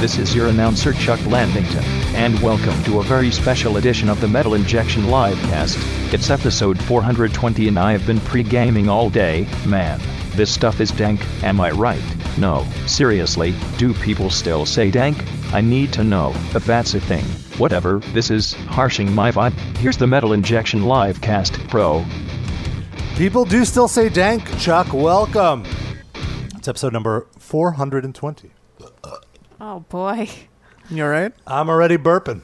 This is your announcer Chuck Landington, and welcome to a very special edition of the Metal Injection Livecast. It's episode 420 and I have been pre-gaming all day, man. This stuff is dank, am I right? No, seriously, do people still say dank? I need to know if that's a thing. Whatever, this is harshing my vibe. Here's the Metal Injection Livecast Pro. People do still say dank. Chuck, welcome. It's episode number 420. Oh boy. You all right? I'm already burping.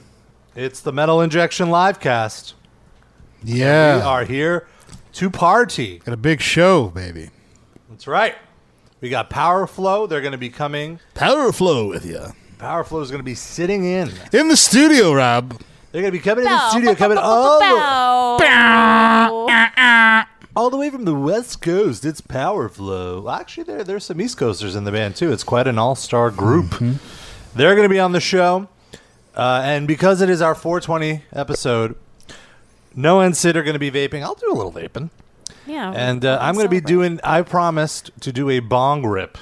It's the Metal Injection Livecast. We Yeah. are here to party. Got a big show, baby. That's right. We got Power Flow. They're going to be coming. Power flow with you. Power Flow is going to be sitting in. In the studio, Rob. They're going to be coming in the studio, coming all the, all the way from the West Coast. It's Power Flow. Actually, there, there's some East Coasters in the band, too. It's quite an all star group. Mm-hmm. They're going to be on the show. Uh, and because it is our 420 episode, no and Sid are going to be vaping. I'll do a little vaping. Yeah. And uh, I'm going to be doing, I promised to do a bong rip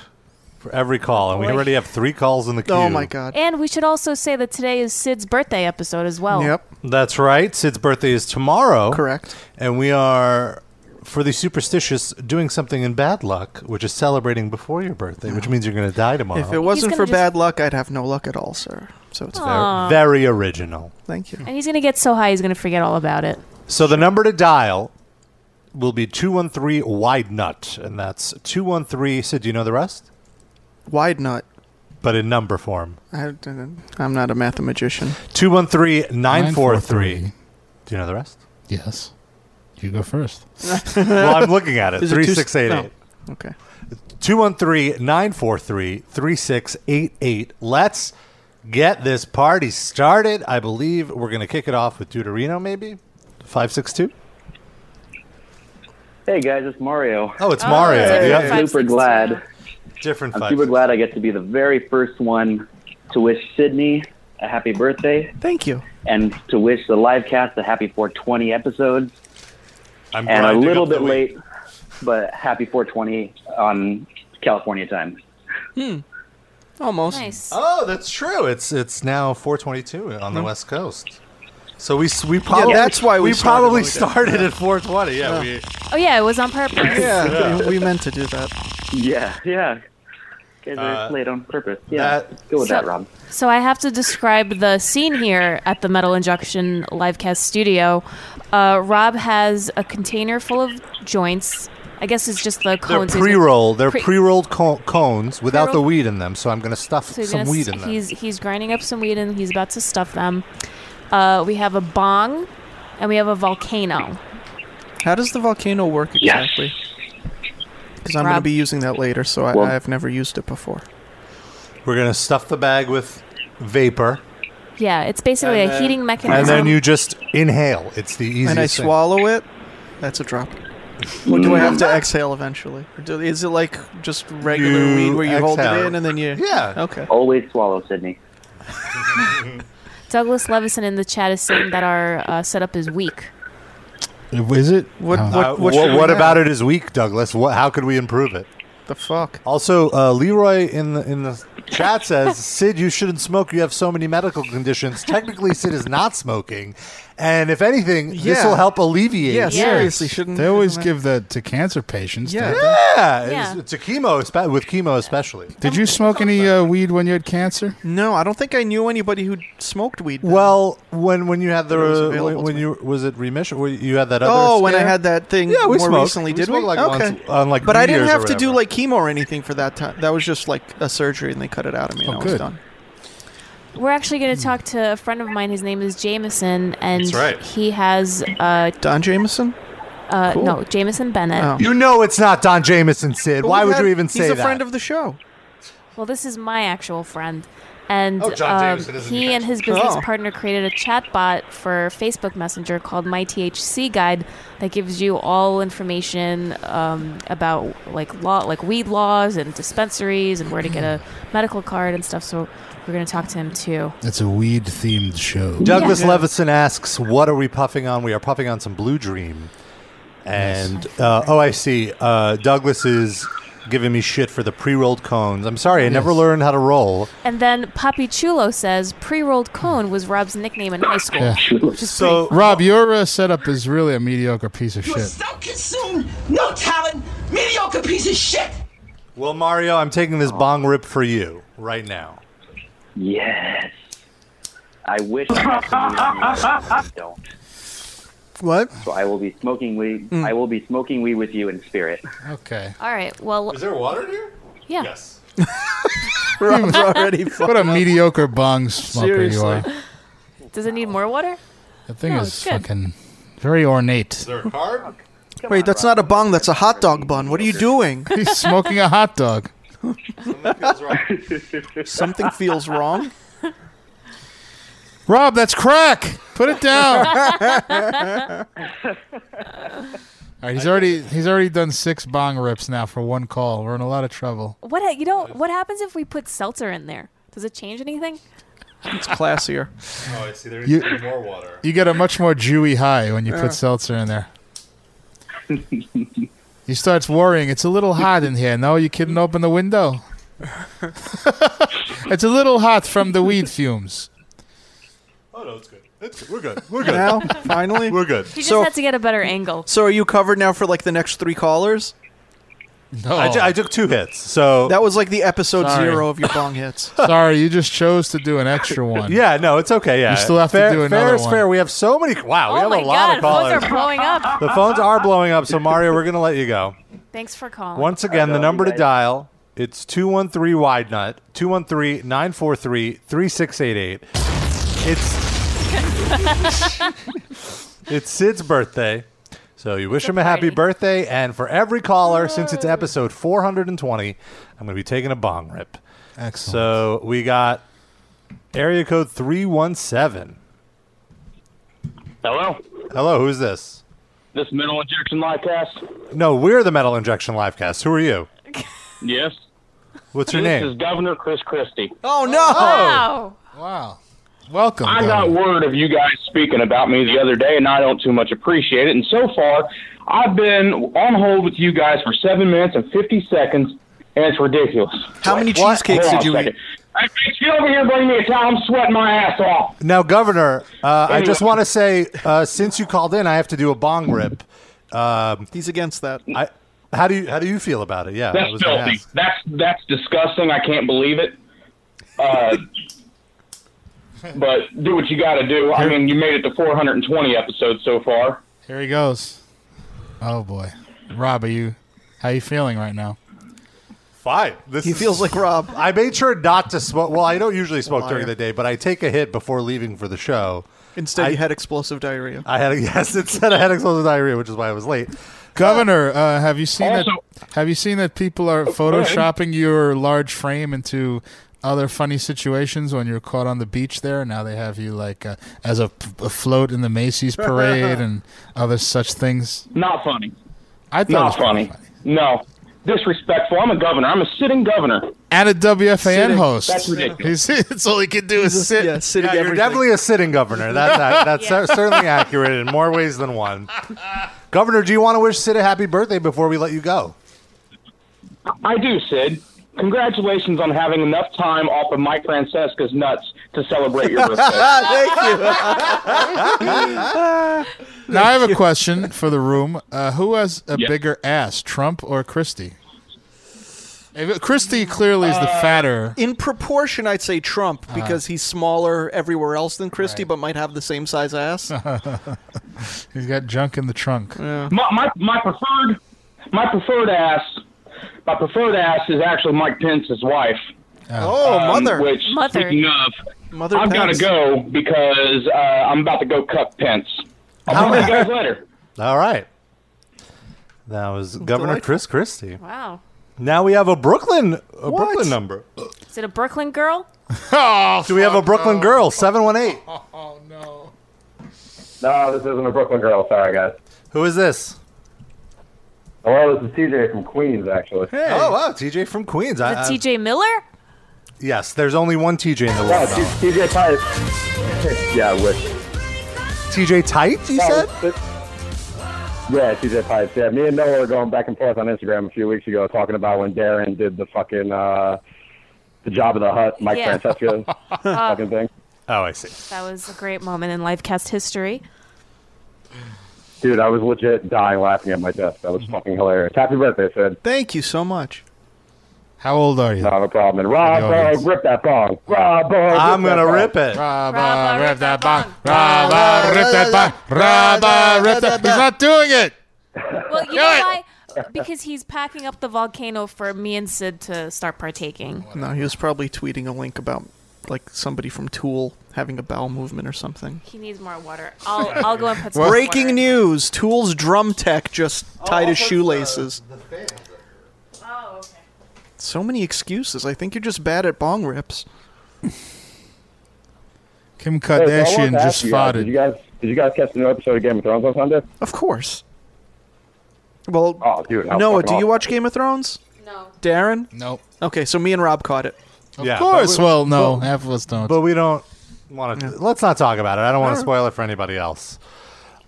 for every call. And we Boy. already have three calls in the queue. Oh my god. And we should also say that today is Sid's birthday episode as well. Yep. That's right. Sid's birthday is tomorrow. Correct. And we are, for the superstitious, doing something in bad luck, which is celebrating before your birthday, which means you're going to die tomorrow. If it wasn't gonna for just- bad luck, I'd have no luck at all, sir. So it's fair. Ver- very original. Thank you. And he's gonna get so high he's gonna forget all about it. So the number to dial will be 213 Wide Nut. And that's 213. Sid, do you know the rest? Wide nut. But in number form. I, didn't- I'm not a mathematician. 213 943. Do you know the rest? Yes. You go first. well, I'm looking at it. Is it two- 3688. Okay. 213 943 3688. Let's get this party started. I believe we're going to kick it off with Deuterino, maybe? 562? Hey guys, it's Mario. Oh, it's Oh, Mario. it's Yeah. different. Five, super six, two. glad. Different I'm five. super glad I get to be the very first one to wish Sydney a happy birthday Thank you. and to wish the live cast a happy 420 episodes I'm and a grinding little up the bit week. late, but happy 420 on California time. Hmm. Almost. Nice. Oh, that's true. It's it's now 422 on the West Coast. So we s- we probably that's why we started probably when we did. started at 420. Yeah, we- Oh yeah, it was on purpose. Yeah, we, we meant to do that. Yeah, yeah. Guys are Uh, late on purpose. Yeah, that- go with So- that, Rob. So I have to describe the scene here at the Metal Injection Livecast Studio. Uh, Rob has a container full of joints. I guess it's just the they're cones. he's gonna- pre-roll. They're Pre- pre-rolled co- cones without the Pre-roll- weed in them. So I'm going to stuff So he's some gonna s- weed in them. He's he's grinding up some weed and he's about to stuff them. Uh, we have a bong, and we have a volcano. How does the volcano work Yes. exactly? Because I'm going to Rob. be using that later, so I, Well- I've never used it before. We're going to stuff the bag with vapor. Yeah, it's basically And a then- heating mechanism. And then you just inhale. It's the easiest. and I thing. swallow it. That's a drop. Or do I have to exhale eventually? Or do, is it like just regular Mm. You weed where you hold exhale. it in and then you? Yeah. Okay. Always swallow, Sydney. Douglas Levison in the chat is saying that our uh, setup is weak. Is it? What- Oh. what- Uh, what wha- should we what have? about it is weak, Douglas? What, how could we improve it? The fuck. Also, uh, Leroy in the in the chat says, "Sid, you shouldn't smoke. You have so many medical conditions." Technically, Sid is not smoking, and if anything, this Yeah. will help alleviate. Yeah. Yeah. Seriously, shouldn't they always shouldn't give that to cancer patients. Yeah. don't they? Yeah, it's- Yeah. It's, a chemo espe- with chemo especially. Did you smoke any uh, weed when you had cancer? No, I don't think I knew anybody who smoked weed. then. Well, when when you had the It was when, available when to you was it remission? When you had that other. oh, when I scare? had that thing Yeah, we more smoked. recently, We did we? smoked like okay. once on, like, but New I didn't Year's or have to do whatever. like chemo or anything for that time. That was just like a surgery, and they cut it out of me, and Oh, I was good. done. We're actually going to talk to a friend of mine. His name is Jameson, and Hmm. That's right. he has uh, Don Jameson. uh, Cool. no Jameson Bennett. Oh. You know it's not Don Jameson, Sid. But Why we've would had- you even say He's a that? friend of the show. Well, this is my actual friend. And Oh, John um, Jameson isn't he your and his business Oh. partner created a chat bot for Facebook Messenger called My THC Guide that gives you all information um, about like law, like weed laws and dispensaries and where to get a Mm. medical card and stuff. So we're going to talk to him too. It's a weed themed show. Douglas Yeah. Levison asks, "What are we puffing on?" We are puffing on some Blue Dream, and uh, oh, I see. Uh, Douglas is giving me shit for the pre-rolled cones. I'm sorry, I never learned how to roll. And then Papi Chulo says pre-rolled cone was Rob's nickname in high school. Yeah. Which is So Rob, your uh, setup is really a mediocre piece of You are shit. so consumed, no talent, mediocre piece of shit. Well, Mario, I'm taking this bong rip for you right now. Yes. I wish I could do it. don't. What? So I will be smoking weed. I will be smoking weed with you in spirit. Okay. All right. Well, there water here? yeah. Yes. Rob's already fucked. Hmm. What a mediocre bong smoker you Seriously. are. Does it need more water? That thing No, is it's good. fucking very ornate. there a card? Wait, that's not a bong. That's a hot dog bun. What are you doing? He's smoking a hot dog. Something feels wrong. Rob, that's crack. Put it down. All right, he's already he's already done six bong rips now for one call. We're in a lot of trouble. What ha- you know? What happens if we put seltzer in there? Does it change anything? It's classier. Oh, I see. There's You- more water. You get a much more Jewy high when you put seltzer in there. he starts worrying. It's a little hot in here. No, you couldn't open the window. it's a little hot from the weed fumes. Oh no, it's good. It's good. We're good. We're good. Now, finally. We're good. You just So- had to get a better angle. So are you covered now for like the next three callers? No, I, ju- I took two hits, so That was like the episode Sorry. zero of your bong hits. sorry, you just chose to do an extra one. yeah, no, it's okay. Yeah, You still have to fair, do Fair another is one. fair. We have so many. Wow, we oh have my a lot God! of Phones are callers. blowing up. The phones are blowing up, so Mario, we're gonna let you go. Thanks for calling. Once again, the know, number to you guys. dial. It's 213 Wide Nut, 213 943 3688. It's It's Sid's birthday. So you wish him a happy party. birthday and for every caller since it's episode 420, I'm going to be taking a bong rip. Excellent. So we got area code 317. Hello. Hello, who's this? This mental injection live cast. No, we're the Metal Injection Livecast. Who are you? Yes. What's your this name? is Governor Chris Christie. Oh no! wow. Wow. Welcome. I got Gavin. word of you guys speaking about me the other day, and I don't too much appreciate it. And so far, I've been on hold with you guys for seven minutes and fifty seconds, and it's ridiculous. How many What? cheesecakes Hold on did a you eat? second. Hey, bitch, get over here, and bring me a towel. I'm sweating my ass off. Now, Governor, uh, I Anyway. just want to say, uh, since you called in, I have to do a bong rip. Um, He's against that. I, how do you how do you feel about it? Yeah, I That's was gonna filthy. ask. That's that's disgusting. I can't believe it. Uh, but do what you got to do. I mean, you made it to 420 episodes so far. Here he goes. Oh boy, Rob, are you? How you feeling right now? Fine. This He is- feels like Rob. I made sure not to smoke. Well, I don't usually smoke Liar. during the day, but I take a hit before leaving for the show. Instead, I- you had explosive diarrhea. I had a, yes, it said I had explosive diarrhea, which is why I was late. Governor, uh, have you seen Also- Oh, that? Have you seen that people are photoshopping your large frame into other funny situations when you're caught on the beach there? Now they have you like uh, as a, a float in the Macy's parade and other such things. Not funny. I thought it was Not pretty funny. No. Disrespectful. I'm a governor. I'm a sitting governor. And a WFAN Sitting. host. That's ridiculous. He's- it's all he can do is sit. Yeah, sitting Yeah, you're everything. definitely a sitting governor. That, that, that's cer- certainly accurate in more ways than one. Governor, do you want to wish Sid a happy birthday before we let you go? I do, Sid. Congratulations on having enough time off of Mike Francesca's nuts to celebrate your birthday. Now I have a question for the room. Uh, who has a Yeah. bigger ass, Trump or Christie? If- Christie clearly is the Uh, fatter. In proportion, I'd say Trump because he's smaller everywhere else than Christie, but might have the same size ass. He's got junk in the trunk. my, my, my preferred, my preferred ass, my preferred ass is actually Mike Pence's wife. oh, um, mother, Which, Mother. speaking of, mother. I've got to Pence. go because uh, I'm about to go cuck Pence. I'll see you guys later. All right. That was Governor delightful. Chris Christie. Wow. Now we have a Brooklyn a Brooklyn number. Is it a Brooklyn girl? Oh, Do we have a Brooklyn girl? 718. no. No, this isn't a Brooklyn girl. Sorry, guys. Who is this? Hello, this is TJ from Queens, actually. Oh, wow. TJ from Queens. I, The I- TJ Miller? yes, there's only one TJ in the world. now. TJ Pipe. yeah, I wish. TJ Tight, you said? Yeah, TJ Pipes. Yeah, me and Noah were going back and forth on Instagram a few weeks ago talking about when Darren did the fucking uh, the job of the hut, Mike Yeah. Uh, Francesco fucking thing. Oh, I see. That was a great moment in Livecast history. Dude, I was legit dying laughing at my desk. That was fucking hilarious. Happy birthday, Sid. Thank you so much. How old are you? Not a problem. And The audience. Robbo, rip that song. Robbo, I'm rip that gonna song. rip it. Rabba, rip that bong. Rabba, rip that bong. Rabba, rip that. He's not doing it. Well, you know Good. why? Because he's packing up the volcano for me and Sid to start partaking. No, he was probably tweeting a link about like somebody from Tool having a bowel movement or something. He needs more water. I'll, I'll go and put some more water. Breaking news: Tool's drum tech just tied his shoelaces. Oh, okay. So many excuses. I think you're just bad at bong rips. Kim Hey, so I wanted to Kardashian ask just you guys, Did spotted. you guys did you guys catch the new episode of Game of Thrones on Sunday? Of course. Well, Oh, dude. how Noah, fucking do you awesome. watch Game of Thrones? No. Darren? Nope. Okay, so me and Rob caught it. yeah, Of course. But we, Well, no, half of us don't. but we don't want to. Let's not talk about it. I don't want to spoil it for anybody else.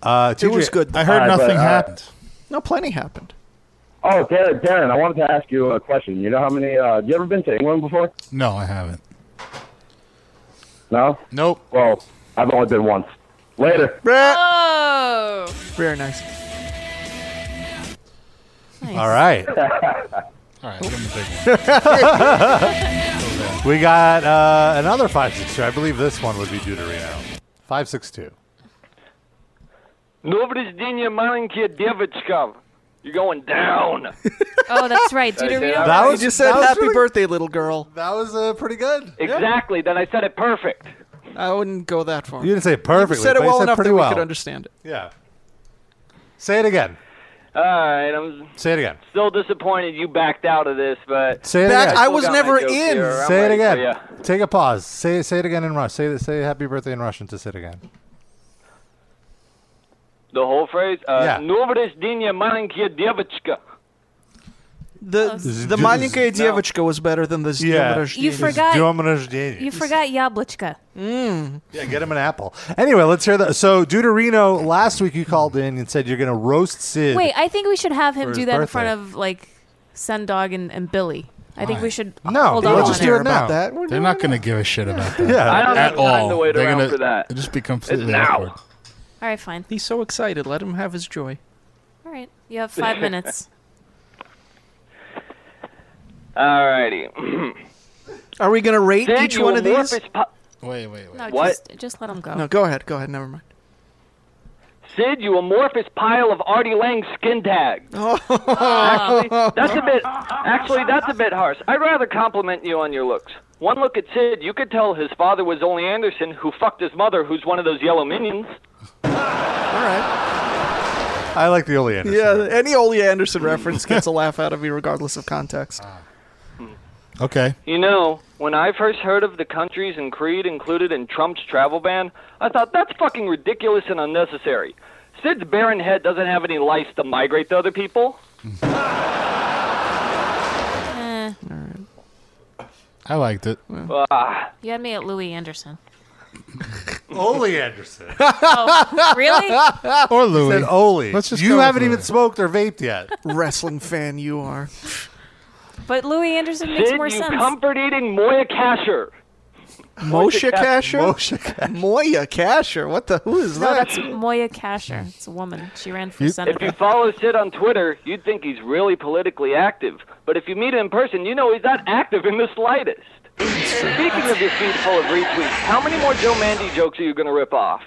Uh, It TJ, was good. I heard All right, but, nothing uh, happened. No, plenty happened. Oh, Darren, Darren, I wanted to ask you a question. You know how many? Uh, you ever been to England before? No, I haven't. No. Nope. Well, I've only been once. Later. Oh. Very nice. Nice. All right, All right, give him the big one. we got uh, another five six two. I believe this one would be due to Reno. Five six two. Новрождение маленькие девочка. You're going down. Oh, that's right. Deuteronomy. That You just said that was happy really- birthday, little girl. That was uh, pretty good. Exactly. Then I said it perfect. I wouldn't go that far. You didn't say it perfectly. said it but you well said enough pretty that we well. could understand it. Yeah. Say it again. All right. I'm Say it again. still disappointed you backed out of this, but Say it Back, again. I was got my never joke in. here. I'm say it ready for again. ya. Take a pause. Say say it again in Russian. Say say happy birthday in Russian to Sid again. The whole phrase. Uh, Yeah. Новрождение маленькая девочка. The the just- маленькая девочка was better than this. Yeah. You forgot. Днём рождения. You forgot Yablachka. Yeah, get him an apple. Anyway, let's hear that. So, Deuterino, last week you called in and said you're going to roast Sid. Wait, I think we should have For him do his that in birthday. front of like Sundog and, and Billy. I think we should No, hold let's on. just on do it. it now. that. We're They're doing not it. going to give a shit about that I Yeah. at don't have time all. to wait They're around gonna for that. it'll just be completely now. awkward. All right, fine. He's so excited. Let him have his joy. All right, you have five minutes. Alrighty. Are we gonna rate Did each one of these? Po- Wait, wait, wait. No, What? just just let him go. No, go ahead. Go ahead. Never mind. Sid, you amorphous pile of Artie Lang skin tag. actually, that's a bit. Actually, that's a bit harsh. I'd rather compliment you on your looks. One look at Sid, you could tell his father was only Anderson, who fucked his mother, who's one of those yellow minions. All right. I like the Ole Anderson. Yeah. Any Ole Anderson reference gets a laugh out of me, regardless of context. Ah. Okay. You know, when I first heard of the countries and creed included in Trump's travel ban, I thought that's fucking ridiculous and unnecessary. Sid's barren head doesn't have any lice to migrate to other people. Eh, I liked it. Uh, you had me at Louis Anderson. Ole Anderson. Oh, really? Or Louis. Said Ole. Let's just go you with haven't even Louis. smoked or vaped yet. Wrestling fan, you are. But Louis Anderson makes Sid, more you sense. comfort-eating Moya Casher. Moshe Kasher. Moshe Kasher. Moya Kasher. What the? Who is no, that? that's Moya Kasher. It's a woman. She ran for You- If you senator. follow Sid on Twitter, you'd think he's really politically active. But if you meet him in person, you know he's not active in the slightest. Speaking of your feed full of retweets, how many more Joe Mandy jokes are you going to rip off?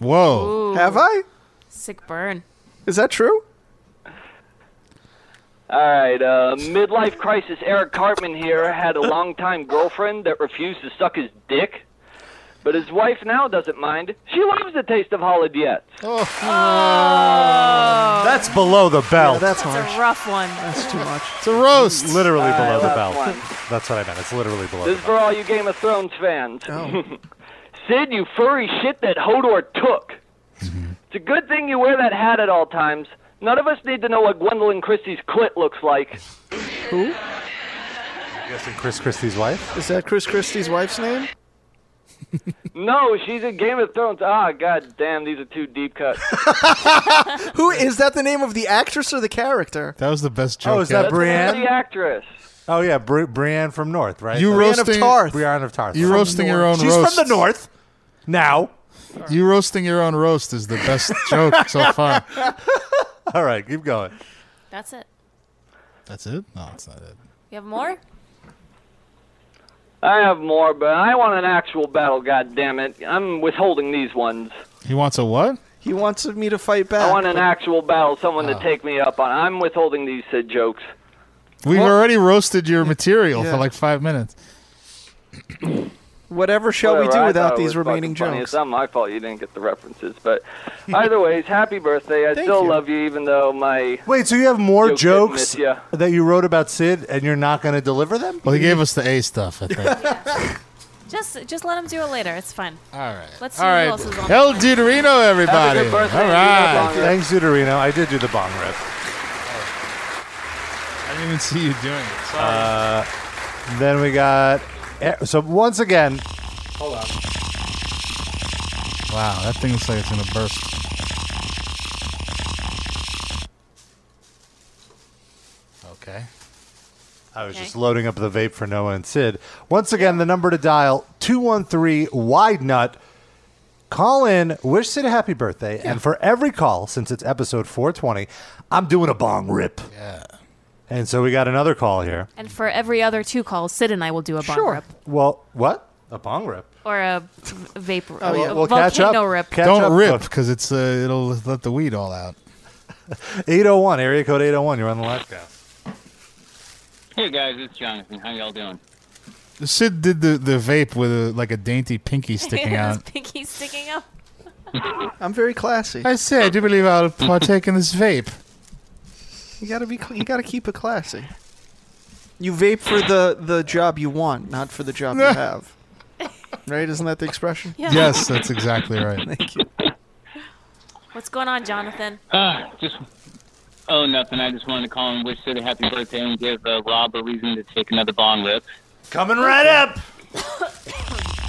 Whoa. Have I? Sick burn. Is that true? All right, uh, midlife crisis Eric Cartman here had a longtime girlfriend that refused to suck his dick. But his wife now doesn't mind. She loves the taste of holodiettes. Oh. That's below the belt. Yeah, Oh, that's It's harsh. Oh. a rough one. That's too much. It's a roast. literally below the last belt. one. That's what I meant. It's literally below This is the for belt. all you Game of Thrones fans. Oh. Sid, you furry shit that Hodor took. Mm-hmm. it's a good thing you wear that hat at all times. None of us need to know what Gwendolyn Christie's clit looks like. I'm guessing Chris Christie's wife? Is that Chris Christie's wife's name? no, she's in Game of Thrones. Ah, god damn, these are two deep cuts. Who is that? The name of the actress or the character? That was the best joke. Oh, is that ever. Brienne? The actress. Oh yeah, Bri- Brienne from North, right? You That's- Brienne roasting- of Tarth. Brienne of Tarth. You roasting your own She's roast. from the North. Now, You roasting your own roast is the best joke so far. all right, keep going. That's it. That's it? No, it's not it. You have more? I have more, but I want an actual battle. God damn it, I'm withholding these ones. He wants a what? He wants me to fight back. Oh. I want an but- actual battle, someone to take me up on. I'm withholding these Sid jokes. We've Well- already roasted your material Yeah. for like five minutes. Whatever shall we Whatever, do I without thought it was these remaining fucking funny. jokes? It's not my fault you didn't get the references, but either ways, happy birthday. I Thank still you. love you, even though my Wait, so you have more Jokes jokes didn't miss ya. that you wrote about Sid, and you're not going to deliver them? Well, he gave us the A stuff, I think. Just just let him do it later. It's fine. All right. Let's see All who right. else is on. El Didorino, everybody. Happy good birthday, All right. Didorino. Thanks, Zuderino. I did do the bong rip. I didn't even see you doing it. Uh, Then we got. eh, So once again, Wow, that thing looks like it's going to burst. Okay. I was Okay. just loading up the vape for Noah and Sid. Once again, the number to dial 213 Wide Nut. Call in, wish Sid a happy birthday, and for every call, since it's episode 420, I'm doing a bong rip. Yeah. And so we got another call here. And for every other two calls, Sid and I will do a bong rip Well, what? A bong rip. or a v- vape rip. Oh, yeah. a We'll volcano catch up. rip. Catch Don't up. rip because it's uh, it'll let the weed all out. 801, area code 801. You're on the live cast. Hey guys, it's Jonathan. How y'all doing? Sid did the, the vape with a, like a dainty pinky sticking His out. pinky's sticking out. I'm very classy. I say, I do believe I'll partake in this vape. You gotta be. Cl- you gotta keep it classy. You vape for the the job you want, not for the job you have. Right? Isn't that the expression? Yeah. Yes, that's exactly right. Thank you. What's going on, Jonathan? Ah, just oh nothing. I just wanted to call and wish Sid a happy birthday and give uh, Rob a reason to take another bong rip. Coming right up.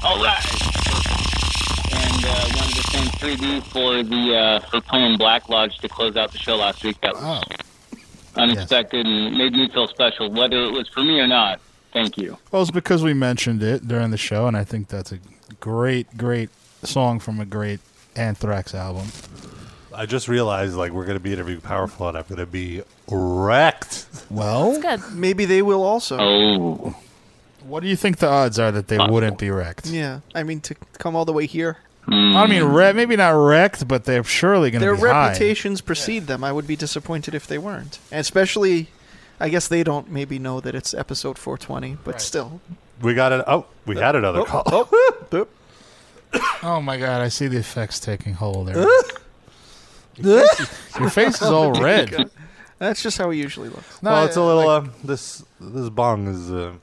All right. And uh, wanted to thank 3D for the uh, for playing Black Lodge to close out the show last week. That was Oh, unexpected and made me feel special, whether it was for me or not. Thank you. well, it's because we mentioned it during the show, and I think that's a great, great song from a great Anthrax album. I just realized, like, we're going to be interviewing Powerful, and I'm going to be wrecked. Well, Good. Maybe they will also. Oh, what do you think the odds are that they wouldn't be wrecked? Yeah. I mean, to come all the way here, Hmm. I mean, re- maybe not wrecked, but they're surely going to their be high. reputations precede them. I would be disappointed if they weren't. And especially, I guess they don't maybe know that it's episode 420, but still. We got it. Oh, we had another call. Boop. Oh my god, I see the effects taking hold. There. Your face is- Your face is all red. That's just how it usually looks. No, well, it's a little. like- um, this this bong is. Uh,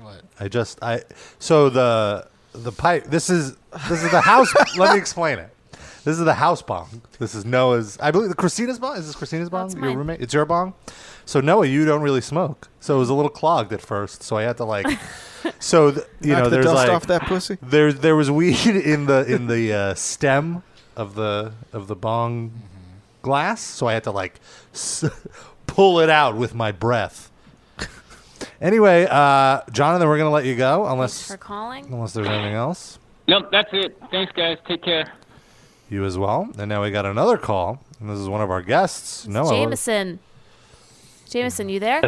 What? I just I. So the the pipe. This is this is the house. let me explain it. This is the house bong. This is Noah's. I believe the Christina's bong. Is this Christina's bong? That's your mine. roommate. It's your bong. So Noah, you don't really smoke. So it was a little clogged at first. So I had to like. so th- you Knock know, the there's dust like off that pussy. there there was weed in the in the uh, stem of the of the bong glass, so I had to like s- pull it out with my breath. anyway, uh, Jonathan, we're gonna let you go For unless calling. unless there's anything else. nope. That's it. Thanks, guys. Take care. You as well. And now we got another call, and this is one of our guests. Noah, what- Jameson. Jameson, you there?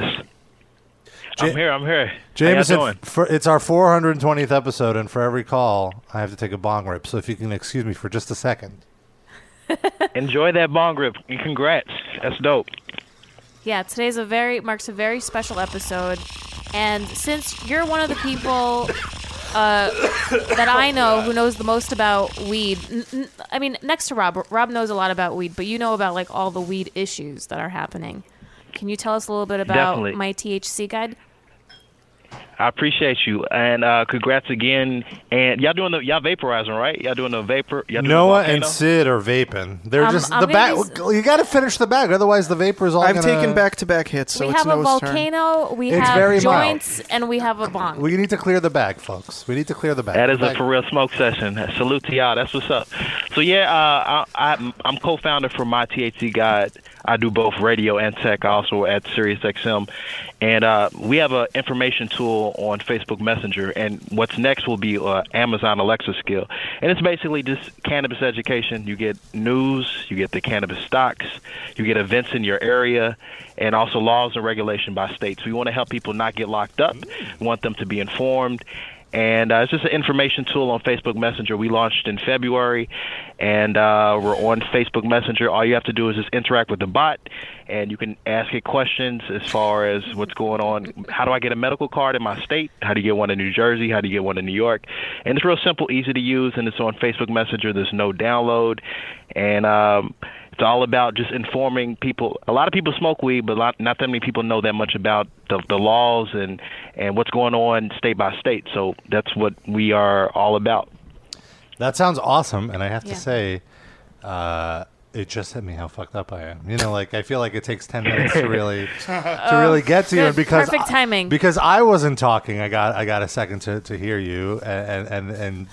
I'm here. I'm here. Jameson, for, it's our 420th episode, and for every call, I have to take a bong rip. So if you can excuse me for just a second. Enjoy that bong grip. And congrats. That's dope. Yeah, today's a very marks a very special episode, and since you're one of the people uh, that I know who knows the most about weed, n- n- I mean, next to Rob, Rob knows a lot about weed, but you know about like all the weed issues that are happening. Can you tell us a little bit about Definitely. my THC guide? I appreciate you, and uh, congrats again. And y'all doing the y'all vaporizing, right? Y'all doing the vapor? Y'all doing Noah the volcano? and Sid are vaping. They're Um, just I'm the bag. gonna You got to finish the bag, otherwise the vapor is all. I've gonna- taken back-to-back hits, so we it's have a Noah's turn. volcano, we It's have very mild. joints, and we have a bong. We need to clear the bag, folks. We need to clear the bag. That is a Bag- for real smoke session. Salute to y'all. That's what's up. So yeah, uh, I, I'm, I'm co-founder for my THC Guide. I do both radio and tech, also at SiriusXM, and uh, we have an information tool on Facebook Messenger. And what's next will be uh, Amazon Alexa skill, and it's basically just cannabis education. You get news, you get the cannabis stocks, you get events in your area, and also laws and regulation by states. We want to help people not get locked up. We want them to be informed. And uh, it's just an information tool on Facebook Messenger. We launched in February, and uh, we're on Facebook Messenger. All you have to do is just interact with the bot, and you can ask it questions as far as what's going on. How do I get a medical card in my state? How do you get one in New Jersey? How do you get one in New York? And it's real simple, easy to use, and it's on Facebook Messenger. There's no download, and um, it's all about just informing people. A lot of people smoke weed, but a lot, not that many people know that much about the, the laws and, and what's going on state by state. So that's what we are all about. That sounds awesome, and I have to say, uh, it just hit me how fucked up I am. You know, like I feel like it takes ten minutes to really to Oh, really get to you, good. and because Perfect timing. because I wasn't talking, I got I got a second to, to hear you and and and, and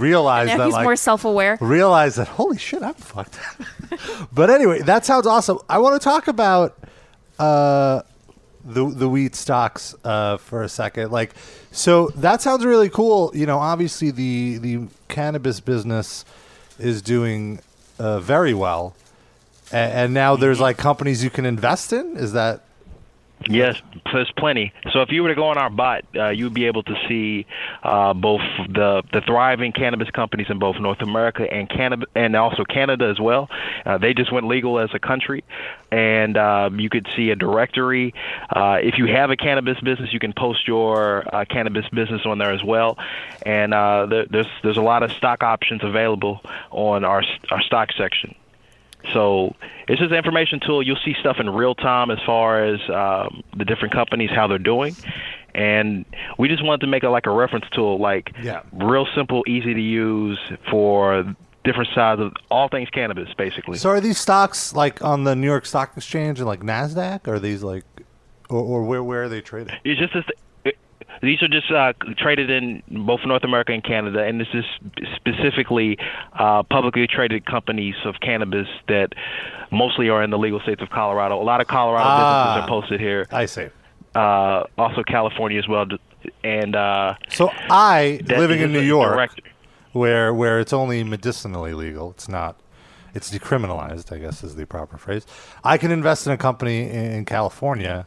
realize now that he's like more self-aware. realize that holy shit, I'm fucked. up. but anyway, that sounds awesome. I want to talk about uh, the the wheat stocks uh, for a second. Like, so that sounds really cool. You know, obviously the the cannabis business is doing uh, very well, A- and now Mm-hmm. there's like companies you can invest in. Is that Yes, there's plenty. So if you were to go on our bot, uh, you'd be able to see uh, both the the thriving cannabis companies in both North America and Canada, and also Canada as well. Uh, they just went legal as a country, and um, you could see a directory. Uh, if you have a cannabis business, you can post your uh, cannabis business on there as well. And uh, there, there's there's a lot of stock options available on our our stock section. So it's just an information tool. You'll see stuff in real time as far as um, the different companies how they're doing, and we just wanted to make it like a reference tool, like Yeah. real simple, easy to use for different sides of all things cannabis, basically. so? Are these stocks like on the New York Stock Exchange and like Nasdaq? Are these like, or, or where where are they traded? It's just this. It, these are just uh, traded in both North America and Canada, and this is specifically uh, publicly traded companies of cannabis that mostly are in the legal states of Colorado. A lot of Colorado Ah, businesses are posted here. I see. Uh, also California as well, and uh, So I that living is in New a York, direct- where where it's only medicinally legal. It's not. It's decriminalized, I guess is the proper phrase. I can invest in a company in, in California,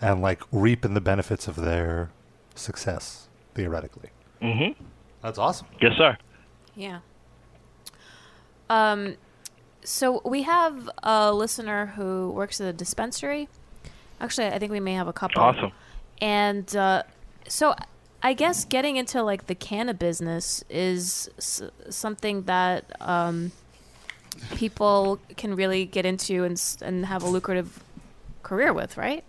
and like reap in the benefits of their success theoretically. Mm-hmm. That's awesome. Yes, sir. Yeah. Um, so we have a listener who works at a dispensary. Actually, I think we may have a couple. Awesome. And uh, so I guess getting into like the canna business is s- something that um, people can really get into and s- and have a lucrative career with, right?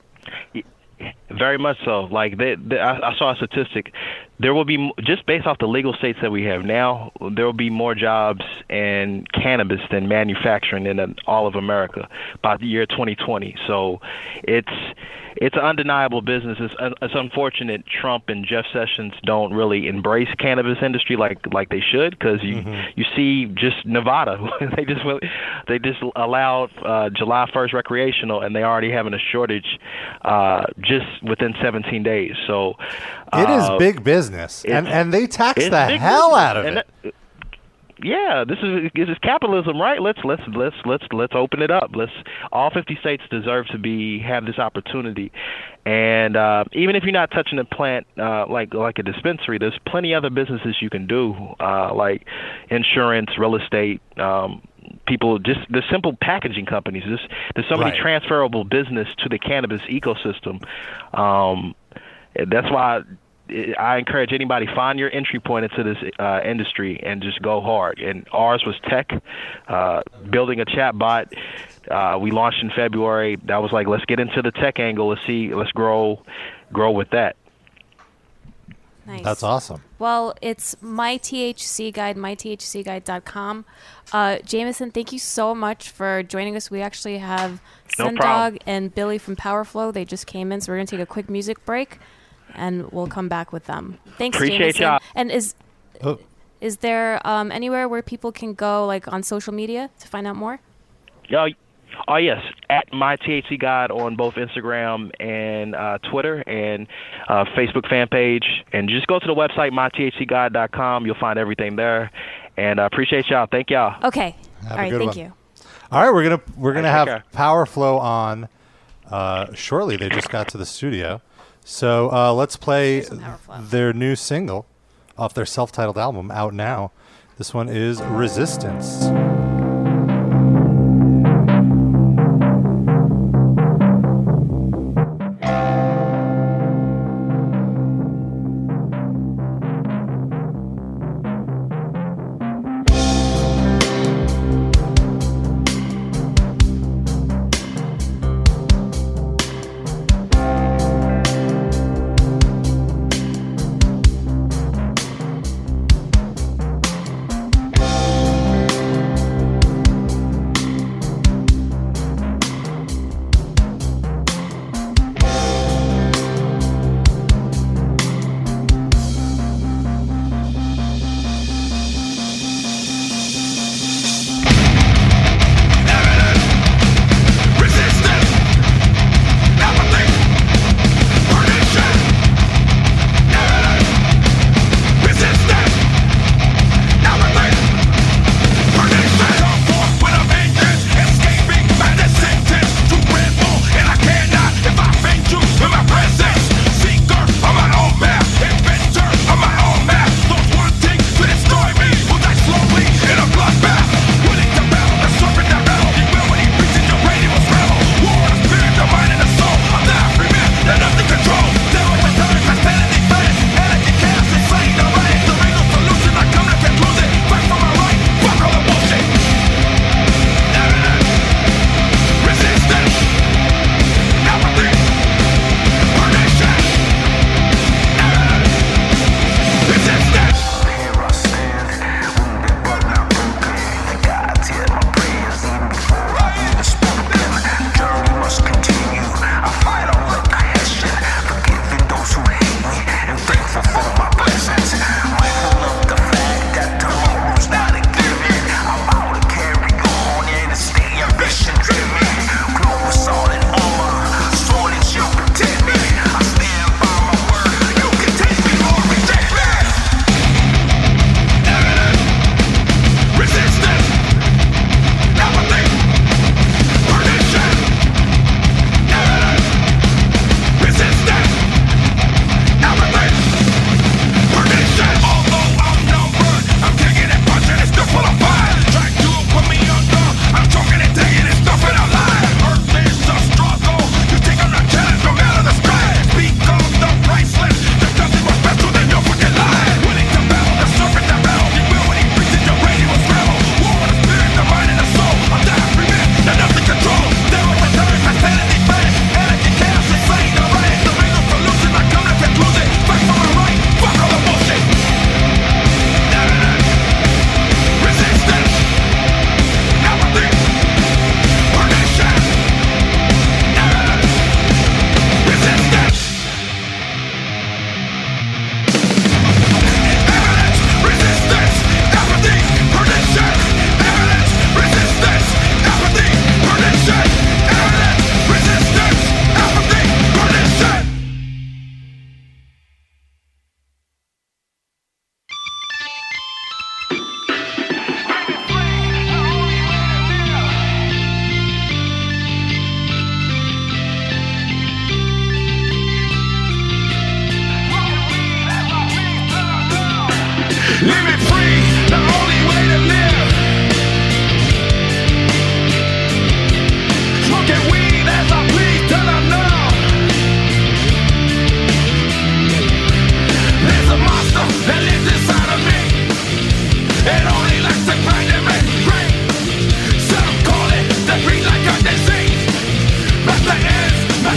Very much so. Like they, they, I, I saw a statistic, there will be m- just based off the legal states that we have now, there will be more jobs in cannabis than manufacturing in uh, all of America by the year 2020. So, it's it's an undeniable business. It's, un- it's unfortunate Trump and Jeff Sessions don't really embrace cannabis industry like like they should because you Mm-hmm. you see just Nevada they just went- they just allowed uh, July 1st recreational and they already having a shortage uh, just within 17 days. So It is uh, big business, and it's- and they tax it's the big hell business. out of And it. that- yeah, this is this is capitalism, right? Let's let's let's let's let's open it up. Let's all 50 states deserve to be have this opportunity, and uh, even if you're not touching a plant uh, like like a dispensary, there's plenty other businesses you can do, uh, like insurance, real estate. Um, people just the simple packaging companies. There's, there's so many Right. transferable business to the cannabis ecosystem. Um, that's why I, I encourage anybody find your entry point into this uh, industry and just go hard. And ours was tech, uh, building a chat bot. Uh, we launched in February. That was like, let's get into the tech angle. Let's see, let's grow, grow with that. Nice. That's awesome. Well, it's my THC guide, mythcguide.com. Uh, Jameson, thank you so much for joining us. We actually have No Sendog problem. and Billy from Powerflow. They just came in, so we're going to take a quick music break, and we'll come back with them. Thanks, Appreciate Jameson. y'all. And is Oh. is there um, anywhere where people can go, like on social media, to find out more? Oh, oh yes, at my THC God on both Instagram and uh, Twitter and uh, Facebook fan page, and just go to the website mythcgod.com. You'll find everything there. And I appreciate y'all. Thank y'all. Okay. Have All a right. good Thank one. you. All right, we're gonna we're gonna Take have care. Power Flow on uh, shortly. They just got to the studio, so uh, let's play their new single off their self-titled album out now. This one is Resistance.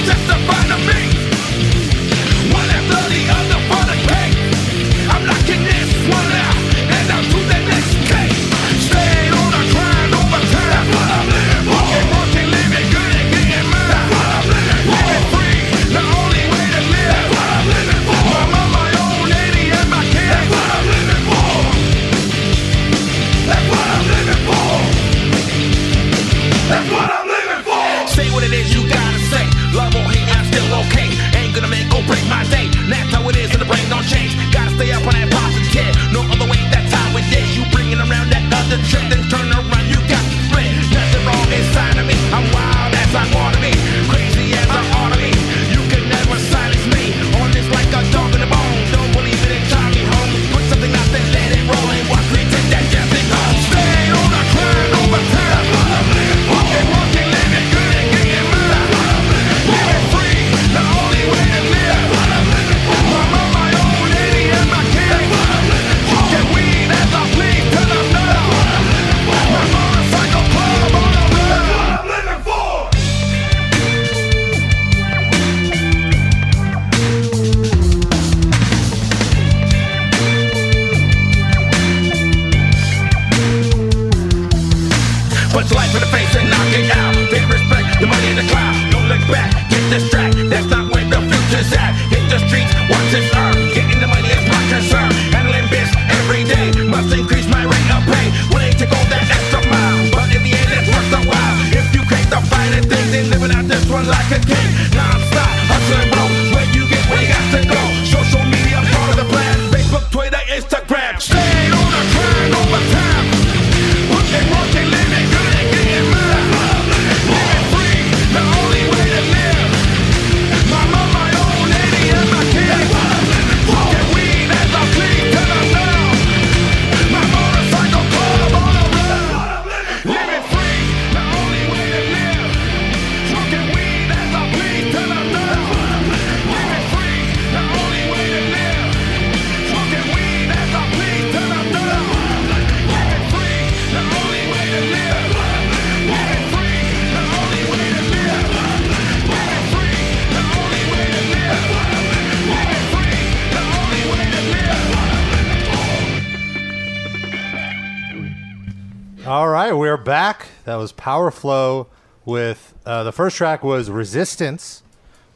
Testify to me. One after the other for the cake. break my day. And That's how it is, and the brain don't change. Gotta stay up on that positive kid. No other way, that's how it is. You bringing around that other trick, then turn around, you got me split. Nothing wrong inside of me. I'm wild as I wanna be, crazy as I oughta be. You can never silence me. On this like a dog in a bone. Don't believe it, it's Tommy Holmes. Put something out there, let it roll, and watch me take that jump and go. Stay on the climb, over time. Walking, walking, living good and getting mine. We're free, the only way to live. I'm on my own, lady, and my kid. Smoking weed as I bleed till I'm numb. My motorcycle club on the run. What I'm living for. Punch life in the face and knock it out. Take respect, the money in the cloud. Don't look back, get this track. That's not where the future's at. Hit the streets, watch it earn. Getting the money is my concern. Handling biz every day. Must increase my rate of pay. When they take all that extra mile. But in the end, it's worth the while. If you can't define a thing, then living out this one like a king. Non-stop, hustling bro. Where you get where you got to go. Social media, part of the plan. Facebook, Twitter, Instagram. Stay on the grind over time. Working, working, living good and getting mine. Living free, the only way to live. My mom, my own lady, and my kid. Smoking weed as I bleed till I'm numb. My motorcycle club on the run. Living free, the only way to live. Smoking weed as I bleed till I'm numb. Living free, the only way to live. Smoking weed as I bleed till I'm numb. Living free, the only way to live. Living free, the only way to live. Living free, the only way to live. Living free, the only way to live. All right, we're back. That was Power Flow with uh, the first track was Resistance,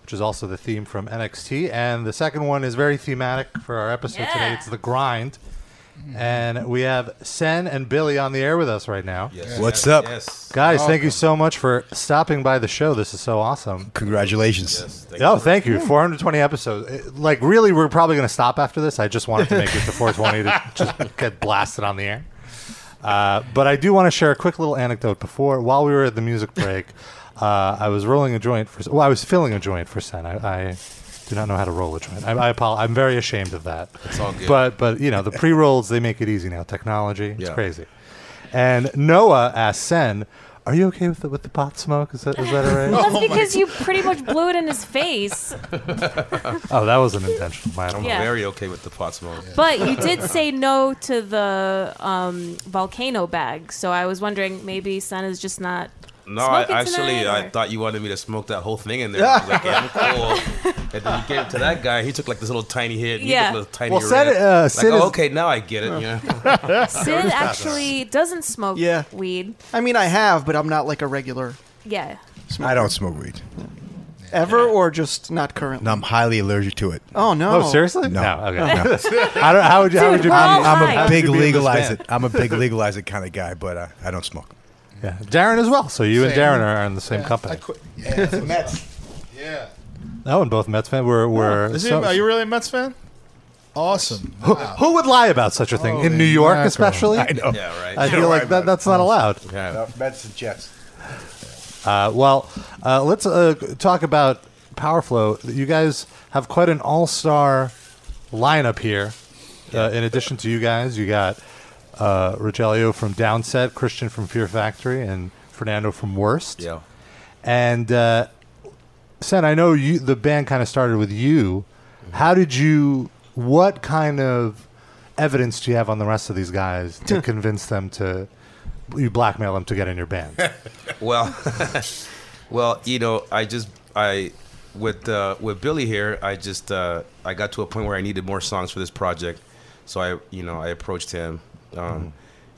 which is also the theme from NXT, and the second one is very thematic for our episode today. It's the grind, and we have Sen and Billy on the air with us right now. Yes. What's up? Yes. guys? Thank Welcome. you so much for stopping by the show. This is so awesome. Congratulations. oh, thank you. 420 episodes. It- like, really, we're probably going to stop after this. I just wanted to make it to 420 to just get blasted on the air. Uh, but I do want to share a quick little anecdote before, while we were at the music break, uh, I was rolling a joint for, well, I was filling a joint for Sen. I, I do not know how to roll a joint. I, I apologize. I'm very ashamed of that. It's all good. But, but you know, the pre rolls, they make it easy now. Technology, it's Yeah. crazy. And Noah asked Sen, are you okay with the, with the pot smoke? Is that, is that all right? Well, Oh that's because you pretty much blew it in his face. Oh, that was an intentional. My I'm Yeah. very okay with the pot smoke. But you did say no to the um, volcano bag, so I was wondering maybe Sen is just not. No, I, smoking actually, tonight, I or- thought you wanted me to smoke that whole thing in there. I was like, yeah, I'm cool. And then you gave it to that guy. He took like this little tiny hit. Yeah. He took a little tiny Well, Sid, rip. uh, like, Sid oh, is- okay, now I get it. Yeah. Sid actually doesn't smoke Yeah. weed. I mean, I have, but I'm not like a regular Yeah. I don't smoke weed. ever, or just not currently. No, I'm highly allergic to it. Oh no! Oh, seriously? No. No, okay. No. I don't, how would you? how Dude, would you? we're all be- high. I'm How a did big you be in this legalize band? it. I'm a big legalize it kind of guy, but uh, I don't smoke. Yeah, Darren as well. So you and Same. Darren are are in the same Yeah, company. I Yeah, it's the Mets. Oh, and both Mets fans were were. Is he, so- are you really a Mets fan? Awesome. who, who would lie about such a thing in New Holy York, mackerel. especially? I know. Yeah, right. I Yeah, feel like right, that, that's not allowed. No, Mets and Jets. Uh, well, uh, let's uh, talk about Power Flow. You guys have quite an all star lineup here. Uh, in addition to you guys, you got uh, Rogelio from Downset, Christian from Fear Factory, and Fernando from Worst. Yeah. And uh, Sen, I know you. The band kind of started with you. How did you? What kind of evidence do you have on the rest of these guys to convince them to? You blackmail them to get in your band. Well, well, you know, I just I with uh, with Billy here, I just uh, I got to a point where I needed more songs for this project, so I you know I approached him, um,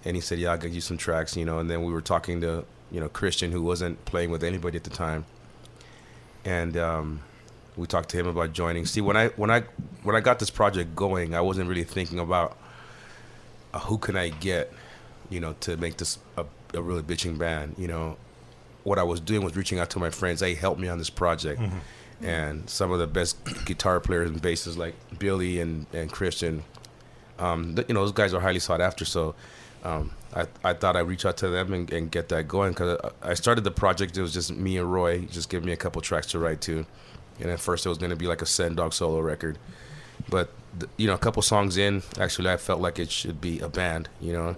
and he said, "Yeah, I'll get you some tracks," you know, and then we were talking to you know Christian who wasn't playing with anybody at the time, and um, we talked to him about joining. See, when I when I when I got this project going, I wasn't really thinking about uh, who can I get, you know, to make this a, a really bitching band. You know, what I was doing was reaching out to my friends. They helped me on this project, Mhm. and some of the best guitar players and bassists like Billy and and Christian. Um, th- you know, those guys are highly sought after. So, um, I I thought I'd reach out to them and, and get that going because I I started the project. It was just me and Roy. He Just give me a couple tracks to write to, and at first it was going to be like a Send Dog solo record, but th- you know, a couple songs in, actually, I felt like it should be a band. You know,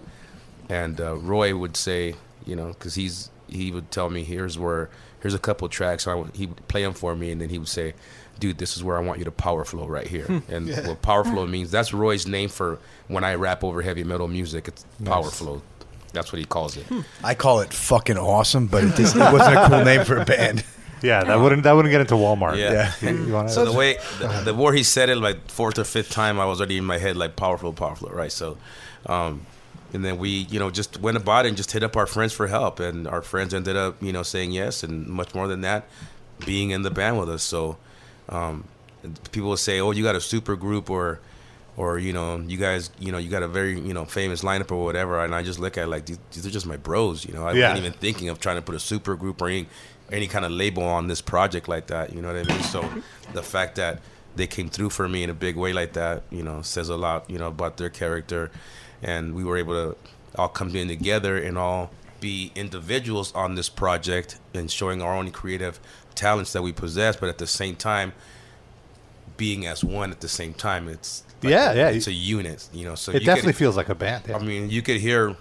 and uh, Roy would say, you know, because he's he would tell me, here's where here's a couple tracks. I would, he would play them for me, and then he would say, dude, this is where I want you to power flow right here. and Yeah. what power flow means, that's Roy's name for when I rap over heavy metal music. It's power Nice. flow. That's what he calls it. I call it fucking awesome, but it, just, it wasn't a cool name for a band. Yeah, that wouldn't that wouldn't get into Walmart. Yeah. You wanna- so the way the, the more he said it, like fourth or fifth time, I was already in my head like powerful, powerful, right? So, um, and then we, you know, just went about it and just hit up our friends for help, and our friends ended up, you know, saying yes, and much more than that, being in the band with us. So, um, people will say, "Oh, you got a super group," or or you know, you guys, you know, you got a very you know famous lineup or whatever, and I just look at it like these, these are just my bros, you know. I Yeah. wasn't even thinking of trying to put a super group or any any kind of label on this project like that. You know what I mean? So the fact that they came through for me in a big way like that, you know, says a lot, you know, about their character, and we were able to all come in together and all be individuals on this project and showing our own creative talents that we possess, but at the same time being as one at the same time. It's Yeah, yeah. it's a unit, you know. So It you definitely feels like a band, yeah. I mean, you could hear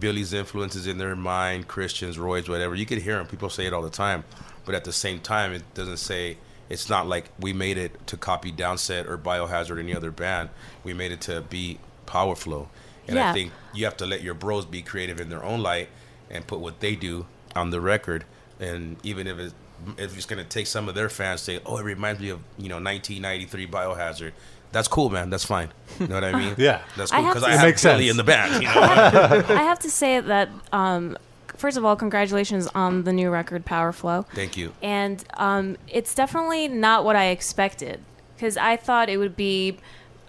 Billy's influences in their mind, Christians, Roy's, whatever. You could hear them. People say it all the time, but at the same time, it doesn't say. It's not like we made it to copy Downset or Biohazard or any other band. We made it to be Power Flow, and I Yeah. think you have to let your bros be creative in their own light and put what they do on the record. And even if it if it's gonna take some of their fans say, "Oh, it reminds me of you know 1993 Biohazard," that's cool, man. That's fine. You know what I mean? Yeah. that's I cool have because to- I, It have makes Billy sense. in the band. You know? I have to say that, um, first of all, congratulations on the new record, Power Flow. Thank you. And um, it's definitely not what I expected because I thought it would be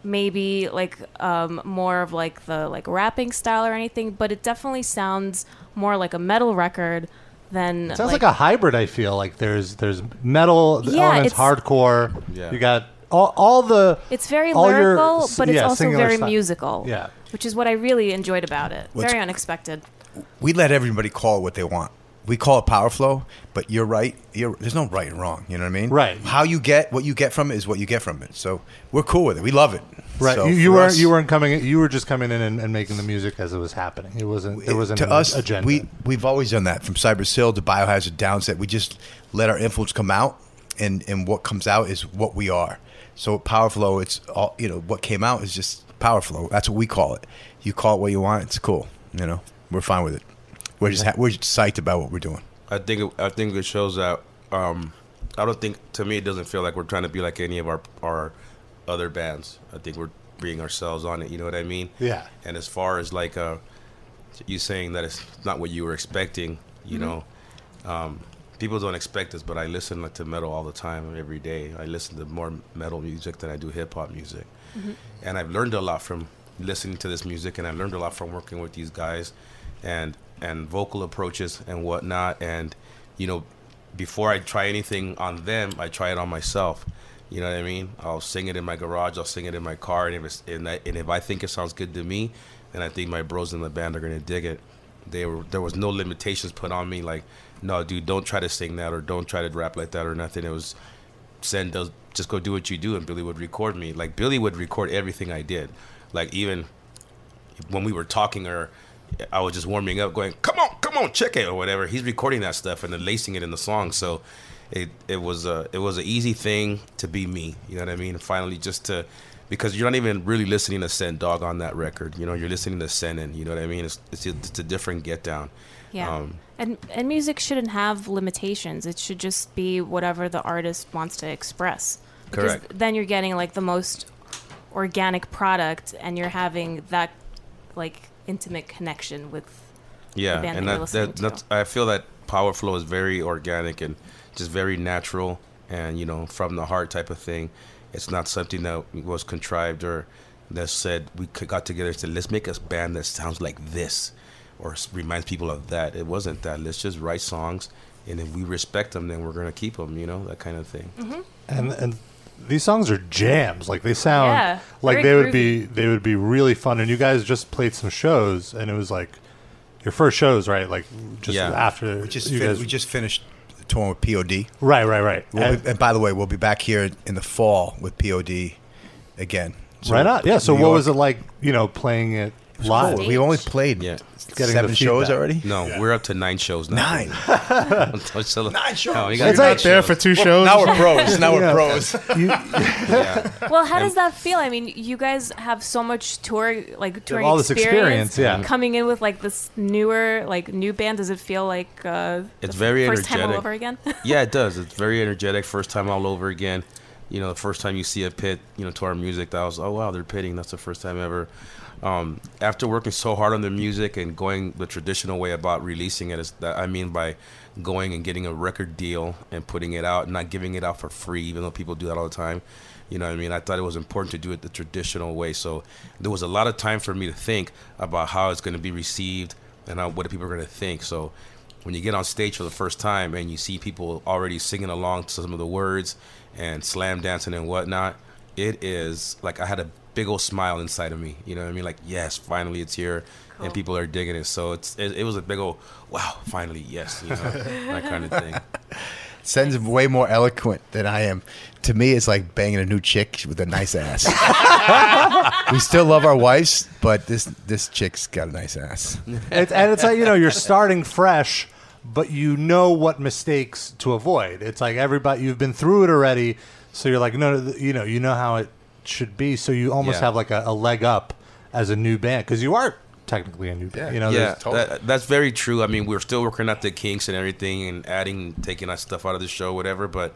maybe like um, more of like the like rapping style or anything, but it definitely sounds more like a metal record than It sounds like, a hybrid. I feel like there's there's metal the Yeah, elements, it's- hardcore. Yeah. You got all, all the. It's very all your lyrical, s- but it's yeah, also singular very style. musical. Yeah. Which is what I really enjoyed about it. What's- very unexpected. We let everybody call it what they want. We call it power flow, but you're right. You're, there's no right and wrong. You know what I mean? Right. How you get what you get from it is what you get from it. So we're cool with it. We love it. Right. So you you for weren't us- you weren't coming. in- You were just coming in and, and making the music as it was happening. It wasn't. There wasn't to an us, agenda. we we've always done that from Cyber Seal to Biohazard Downset. We just let our influence come out, and and what comes out is what we are. So Power Flow, it's all you know. What came out is just Power Flow. That's what we call it. You call it what you want. It's cool. You know, we're fine with it. We're just ha- we're just psyched about what we're doing. I think it, I think it shows that. Um, I don't think to me it doesn't feel like we're trying to be like any of our our other bands. I think we're being ourselves on it. You know what I mean? Yeah. And as far as like uh, you saying that it's not what you were expecting, you Mhm. Mm-hmm. know, um, people don't expect this, but I listen like, to metal all the time, every day. I listen to more metal music than I do hip hop music, Mm-hmm. Mhm. and I've learned a lot from listening to this music, and I learned a lot from working with these guys, and and vocal approaches and whatnot, and you know, before I try anything on them, I try it on myself. You know what I mean? I'll sing it in my garage. I'll sing it in my car, and if it's, and, I, and if I think it sounds good to me, then I think my bros in the band are gonna dig it. They were there was no limitations put on me. Like, no, dude, don't try to sing that or don't try to rap like that or nothing. It was send those just go do what you do and billy would record me like billy would record everything i did like even when we were talking or i was just warming up going come on come on check it or whatever he's recording that stuff and then lacing it in the song so it it was a it was an easy thing to be me you know what i mean finally just to because you're not even really listening to send dog on that record you know you're listening to sending you know what i mean it's it's, it's a different get down Yeah. Um, and and music shouldn't have limitations. It should just be whatever the artist wants to express. Because Correct. then you're getting like the most organic product and you're having that like intimate connection with Yeah, the band and that you're that, listening that, to. that's I feel that power flow is very organic and just very natural, and you know from the heart type of thing. It's not something that was contrived or that said we c- got together and said let's make a band that sounds like this or s- reminds people of that. It wasn't that. Let's just write songs and if we respect them, then we're gonna keep them. You know, that kind of thing. and and these songs are jams. Like they sound Yeah, like very they would be they would be really fun. And you guys just played some shows, and it was like your first shows, right? Like just Yeah. after We just you fin- guys. we just finished touring with POD. Right, right, right. We'll be- And- and, by the way, we'll be back here in the fall with POD again. right on. Yeah. So New what York- was it like? You know, playing it was live. cool. We only played Yeah. Getting the Seven shows feedback. already? No, we're up to nine shows now. Nine. nine shows. No, Oh, you You're got not there for two Well, shows. now we're pros. Now we're Yeah. pros. yeah. Well, how And- does that feel? I mean, you guys have so much tour, like touring all this experience, yeah. Coming in with like this newer, like new band, does it feel like uh, It's the very first energetic. time all over again? yeah, it does. It's very energetic. First time all over again. You know, the first time you see a pit, you know, to our music, that was oh wow, they're pitting. That's the first time ever. Um, after working so hard on the music and going the traditional way about releasing it, is that I mean by going and getting a record deal and putting it out, not giving it out for free, even though people do that all the time. You know what I mean? I thought it was important to do it the traditional way. So there was a lot of time for me to think about how it's going to be received and how, what people are going to think. So when you get on stage for the first time and you see people already singing along to some of the words and slam dancing and whatnot, it is like I had a big old smile inside of me. You know what I mean? Like, yes, finally it's here and people are digging it. So it's it, it was a big old wow, finally, yes, you know, that kind of thing. Sends way more eloquent than I am. To me, it's like banging a new chick with a nice ass. we still love our wives, but this this chick's got a nice ass. It's, and it's like you know you're starting fresh, but you know what mistakes to avoid. It's like everybody you've been through it already, so you're like no, no, you know you know how it should be. So you almost Yeah. have like a, a leg up as a new band because you are technically a new band. You know, yeah, there's- that, that's very true. I mean, we're still working out the kinks and everything, and adding, taking our stuff out of the show, whatever. But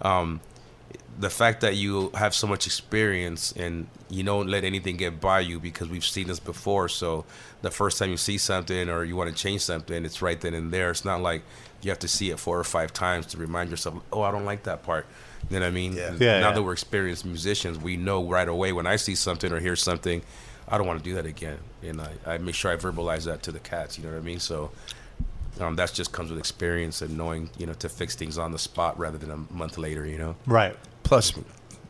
um, the fact that you have so much experience and you don't let anything get by you because we've seen this before. So the first time you see something or you want to change something, it's right then and there. It's not like you have to see it four or five times to remind yourself, oh, I don't like that part. You know what I mean? Yeah. Yeah, now yeah. that we're experienced musicians, we know right away when I see something or hear something, I don't want to do that again. And I, I make sure I verbalize that to the cats. You know what I mean? So um, that just comes with experience and knowing, you know, to fix things on the spot rather than a month later, you know? Right. Plus,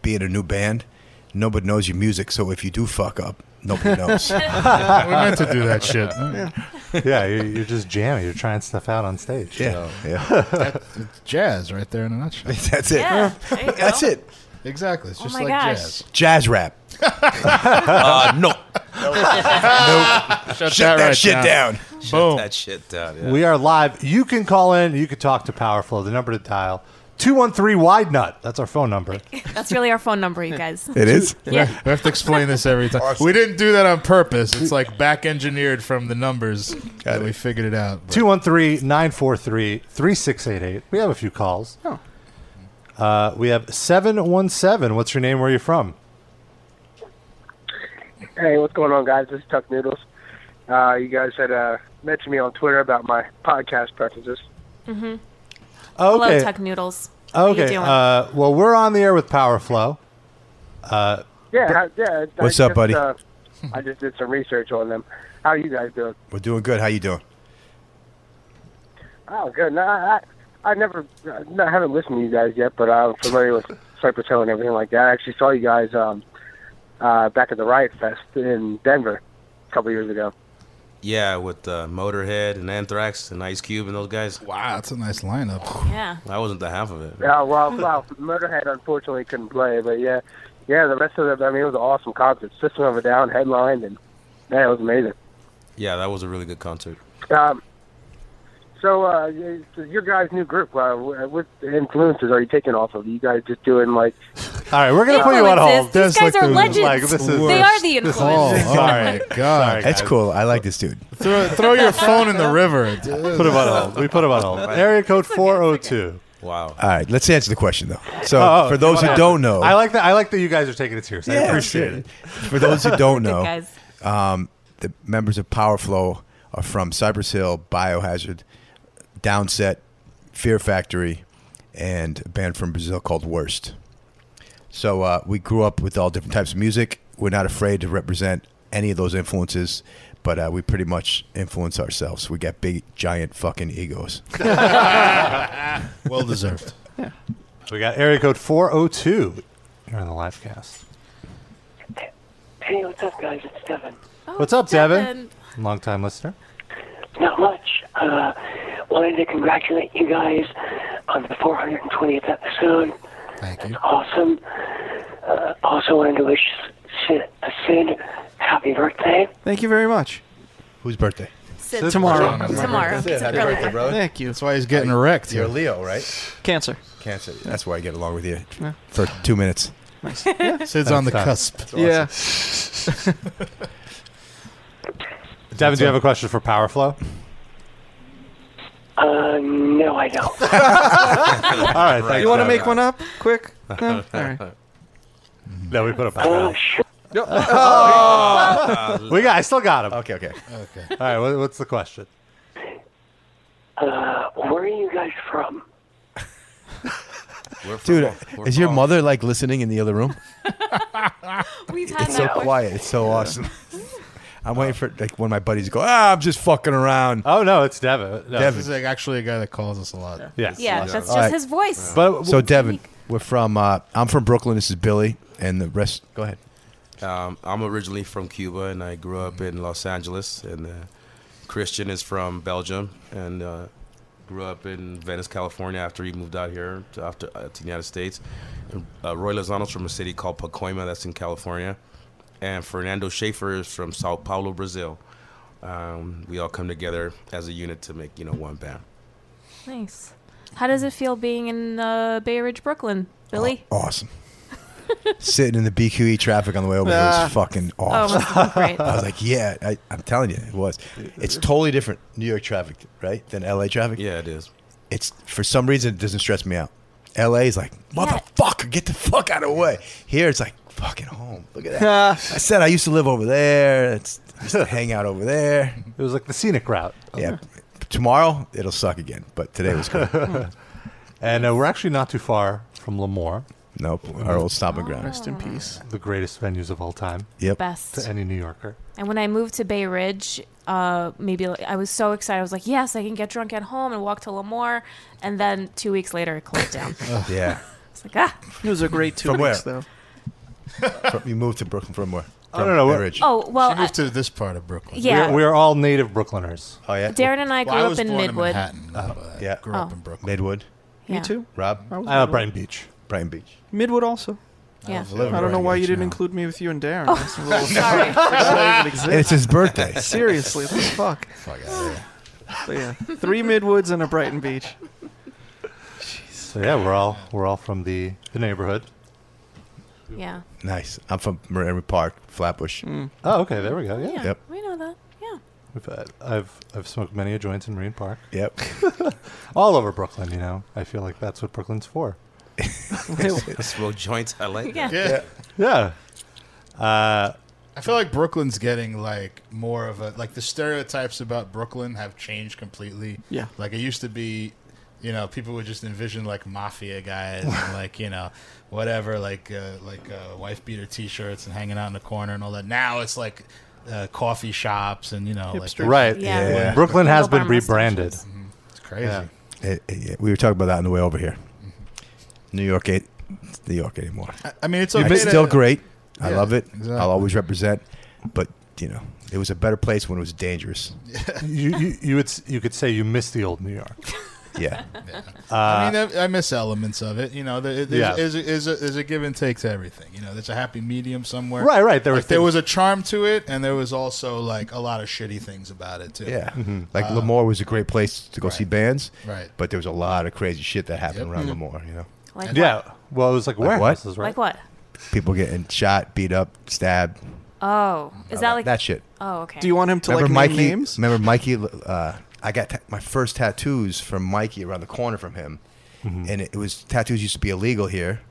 being a new band, nobody knows your music. So if you do fuck up, nobody knows. We meant to do that shit. yeah, you're, you're just jamming. You're trying stuff out on stage. Yeah, That- it's jazz right there in a nutshell. That's it. Yeah, there you go. That's it. Exactly. It's Oh just my like gosh. jazz. Jazz rap. uh, no. Shut Shut that, right shit down. down. Boom. Shut that shit down. Yeah. We are live. You can call in. You can talk to Powerflow. The number to dial 213 Wide Nut. That's our phone number. That's really our phone number, you guys. Yeah. Yeah. We have to explain this every time. We didn't do that on purpose. It's like back engineered from the numbers that we figured it out. 213 943 3688. We have a few calls. Oh. Uh, we have 717. What's your name? Where are you from? Hey, what's going on, guys? This is Tuck Noodles. Uh, you guys had uh, mentioned me on Twitter about my podcast preferences. Mm-hmm. Oh, okay. Hello, Tuck Noodles. How you Okay. doing? Uh, well, we're on the air with Powerflow. Uh, Yeah, I- yeah. I What's up, just, buddy? Uh, I just did some research on them. How you guys doing? We're doing good. How you doing? Oh, good. No, I, I I never, uh, no, I haven't listened to you guys yet, but I'm familiar with Cypress Hill and everything like that. I actually saw you guys um, uh, back at the Riot Fest in Denver a couple years ago. Yeah, with uh, Motorhead and Anthrax and Ice Cube and those guys. Wow, that's a nice lineup. Yeah. I wasn't the half of it. Yeah, Oh, well, well, Motorhead unfortunately couldn't play, but yeah, yeah, the rest of the, I mean, it was an awesome concert. System of a Down headlined, and man, it was amazing. Yeah, that was a really good concert. Um, so, uh, y- so your guys' new group, uh, wh- what influences are you taking off of? You guys just doing like? All right, we're gonna put you on hold. Influences. This These guys like are the- legends. Like, this is They are the this is- influencers. Oh, Sorry, my Sorry, That's guys. cool. I like this dude. Throw, throw your phone in the river. Put Put him on hold. We put him on hold. Area code 402. Wow. All right, let's answer the question though. So Oh, oh, for those who you wanna- don't know, I like that. I like that you guys are taking it serious. I Yeah, appreciate sure. it. For those who don't Good know, guys. um, the members of Powerflow are from Cypress Hill, Biohazard, Downset, Fear Factory, and a band from Brazil called Worst. So uh, we grew up with all different types of music. We're not afraid to represent any of those influences, but uh, we pretty much influence ourselves. We got big, giant fucking egos. well deserved. We got area code 402 here on the live cast. Hey, what's up, guys? It's Devin. What's up, Oh, Devin? Long time listener. Not much. Uh, wanted to congratulate you guys on the 420th episode. Thank you. That's awesome. Uh, also wanted to wish Sid, uh, Sid happy birthday. Thank you very much. Whose birthday? Sid tomorrow. Tomorrow. It's Happy early. birthday, brother. Thank you. That's why he's getting erect. You're Leo, right? Cancer. Cancer. That's why I get along with you Yeah. for two minutes. Nice. Yeah. Sid's on the cusp. Yeah. Devin, do you have a question for Power Flow? Uh, no, I don't. All right, thanks, you want to Devin. make one up quick? No? All right. No, we put up. Oh, Oh. we got. I still got him. Okay, okay, okay. All right. What, what's the question? Uh, where are you guys from? Dude, We're is your mother like listening in the other room? We've had It's so that question. quiet. It's so awesome. I'm waiting for like one of my buddies to go. Ah, I'm just fucking around. Oh no, it's Devin. This Devin. is like actually a guy that calls us a lot. Yeah. Yeah, that's All just right. his voice. But so Devin, we're from. Uh, I'm from Brooklyn. This is Billy, and the rest. Go ahead. Um, I'm originally from Cuba, and I grew up in Los Angeles. And uh, Christian is from Belgium, and uh, grew up in Venice, California. After he moved out here to, after, uh, to the United States, And, uh, Roy Lozano's from a city called Pacoima, that's in California, and Fernando Schaefer is from Sao Paulo, Brazil. Um, we all come together as a unit to make you know one band. Nice. How does it feel being in uh, Bay Ridge, Brooklyn, Oh. Billy? Awesome. Sitting in the BQE traffic on the way over here Ah. was fucking Oh, awesome. must have been great. I was like, yeah, I, I'm telling you, it was. It's totally different New York traffic, right, than LA traffic. Yeah, it is. It's for some reason it doesn't stress me out. LA is like motherfucker, get the fuck out of the way. Here it's like fucking home. Look at that. I said I used to live over there. It's I used to hang out over there. It was like the scenic route. Yeah. Tomorrow it'll suck again, but today was good. and uh, we're actually not too far from Lemoore. Nope, our old stomping ground. Rest in peace. The greatest venues of all time. Yep. Best. To any New Yorker. And when I moved to Bay Ridge, uh, maybe like, I was so excited. I was like, yes, I can get drunk at home and walk to Lemoore. And then two weeks later, it closed down. yeah. It's like, ah. It was a great two From weeks, where? though. From- you moved to Brooklyn from where? I don't know. Bay We're- Ridge. Oh, well, she moved to this part of Brooklyn. Yeah. We, are, we are all native Brooklyners. Oh yeah. Darren and I Well, grew I up was in born in Midwood. Manhattan, Uh-huh. yeah. Grew up Oh. in Brooklyn. Midwood. Yeah. Me too. Rob. I was Uh, Midwood. Brighton Beach. Brighton Beach. Midwood also. Yeah. I live in I don't know Brighton why you Beach didn't now. include me with you and Darren. That's a little- Sorry. That even And it's exists. his birthday. Seriously, what the fuck? Fuck outta here. So yeah, three Midwoods and a Brighton Beach. So yeah, we're all we're all from the, the neighborhood. Yeah. Nice. I'm from Miami Park, Flatbush. Hmm. Mm. Oh, okay. There we go. Yeah. Yeah. Yep. We know that. Yeah. We've had, I've I've smoked many a joint in Marine Park. Yep. all over Brooklyn, you know. I feel like that's what Brooklyn's for. Smoke joints. I like. Yeah. that. Yeah. Yeah. Uh, I feel like Brooklyn's getting like more of a like the stereotypes about Brooklyn have changed completely. Yeah. Like it used to be, you know, people would just envision like mafia guys and like you know whatever like uh, like uh, wife beater T-shirts and hanging out in the corner and all that. Now it's like uh, coffee shops and you know like Right. Brooklyn has been rebranded. It's crazy. Yeah. Mm-hmm. It- it- yeah, we were talking about that on the way over here. New York ain't New York anymore. Mm-hmm. I- I mean, it's It's okay to- still great. I Yeah, love it. exactly. I'll always represent. But you know, it was a better place when it was dangerous. you, you you would s- you could say you miss the old New York. Yeah. I Uh, mean, I, I miss elements of it. You know, there, there's, Yeah. is, is, a, is a give and take to everything. You know, there's a happy medium somewhere. Right, right, There, there were like, there things- was a charm to it, and there was also like a lot of shitty things about it too. Yeah. mm-hmm. Like Uh, Lemoore was a great place to go see bands. Right. But there was a lot of crazy shit that happened around Mhm. Lemoore. You know. Like yeah. what? Well, it was like, Like what? warehouses, right? Like what? People getting shot, beat up, stabbed. Oh. Is that like. that shit. Oh, okay. remember Mikey, Remember Mikey? Uh, I got ta- my first tattoos from Mikey around the corner from him, Mm-hmm. and it, it was tattoos used to be illegal here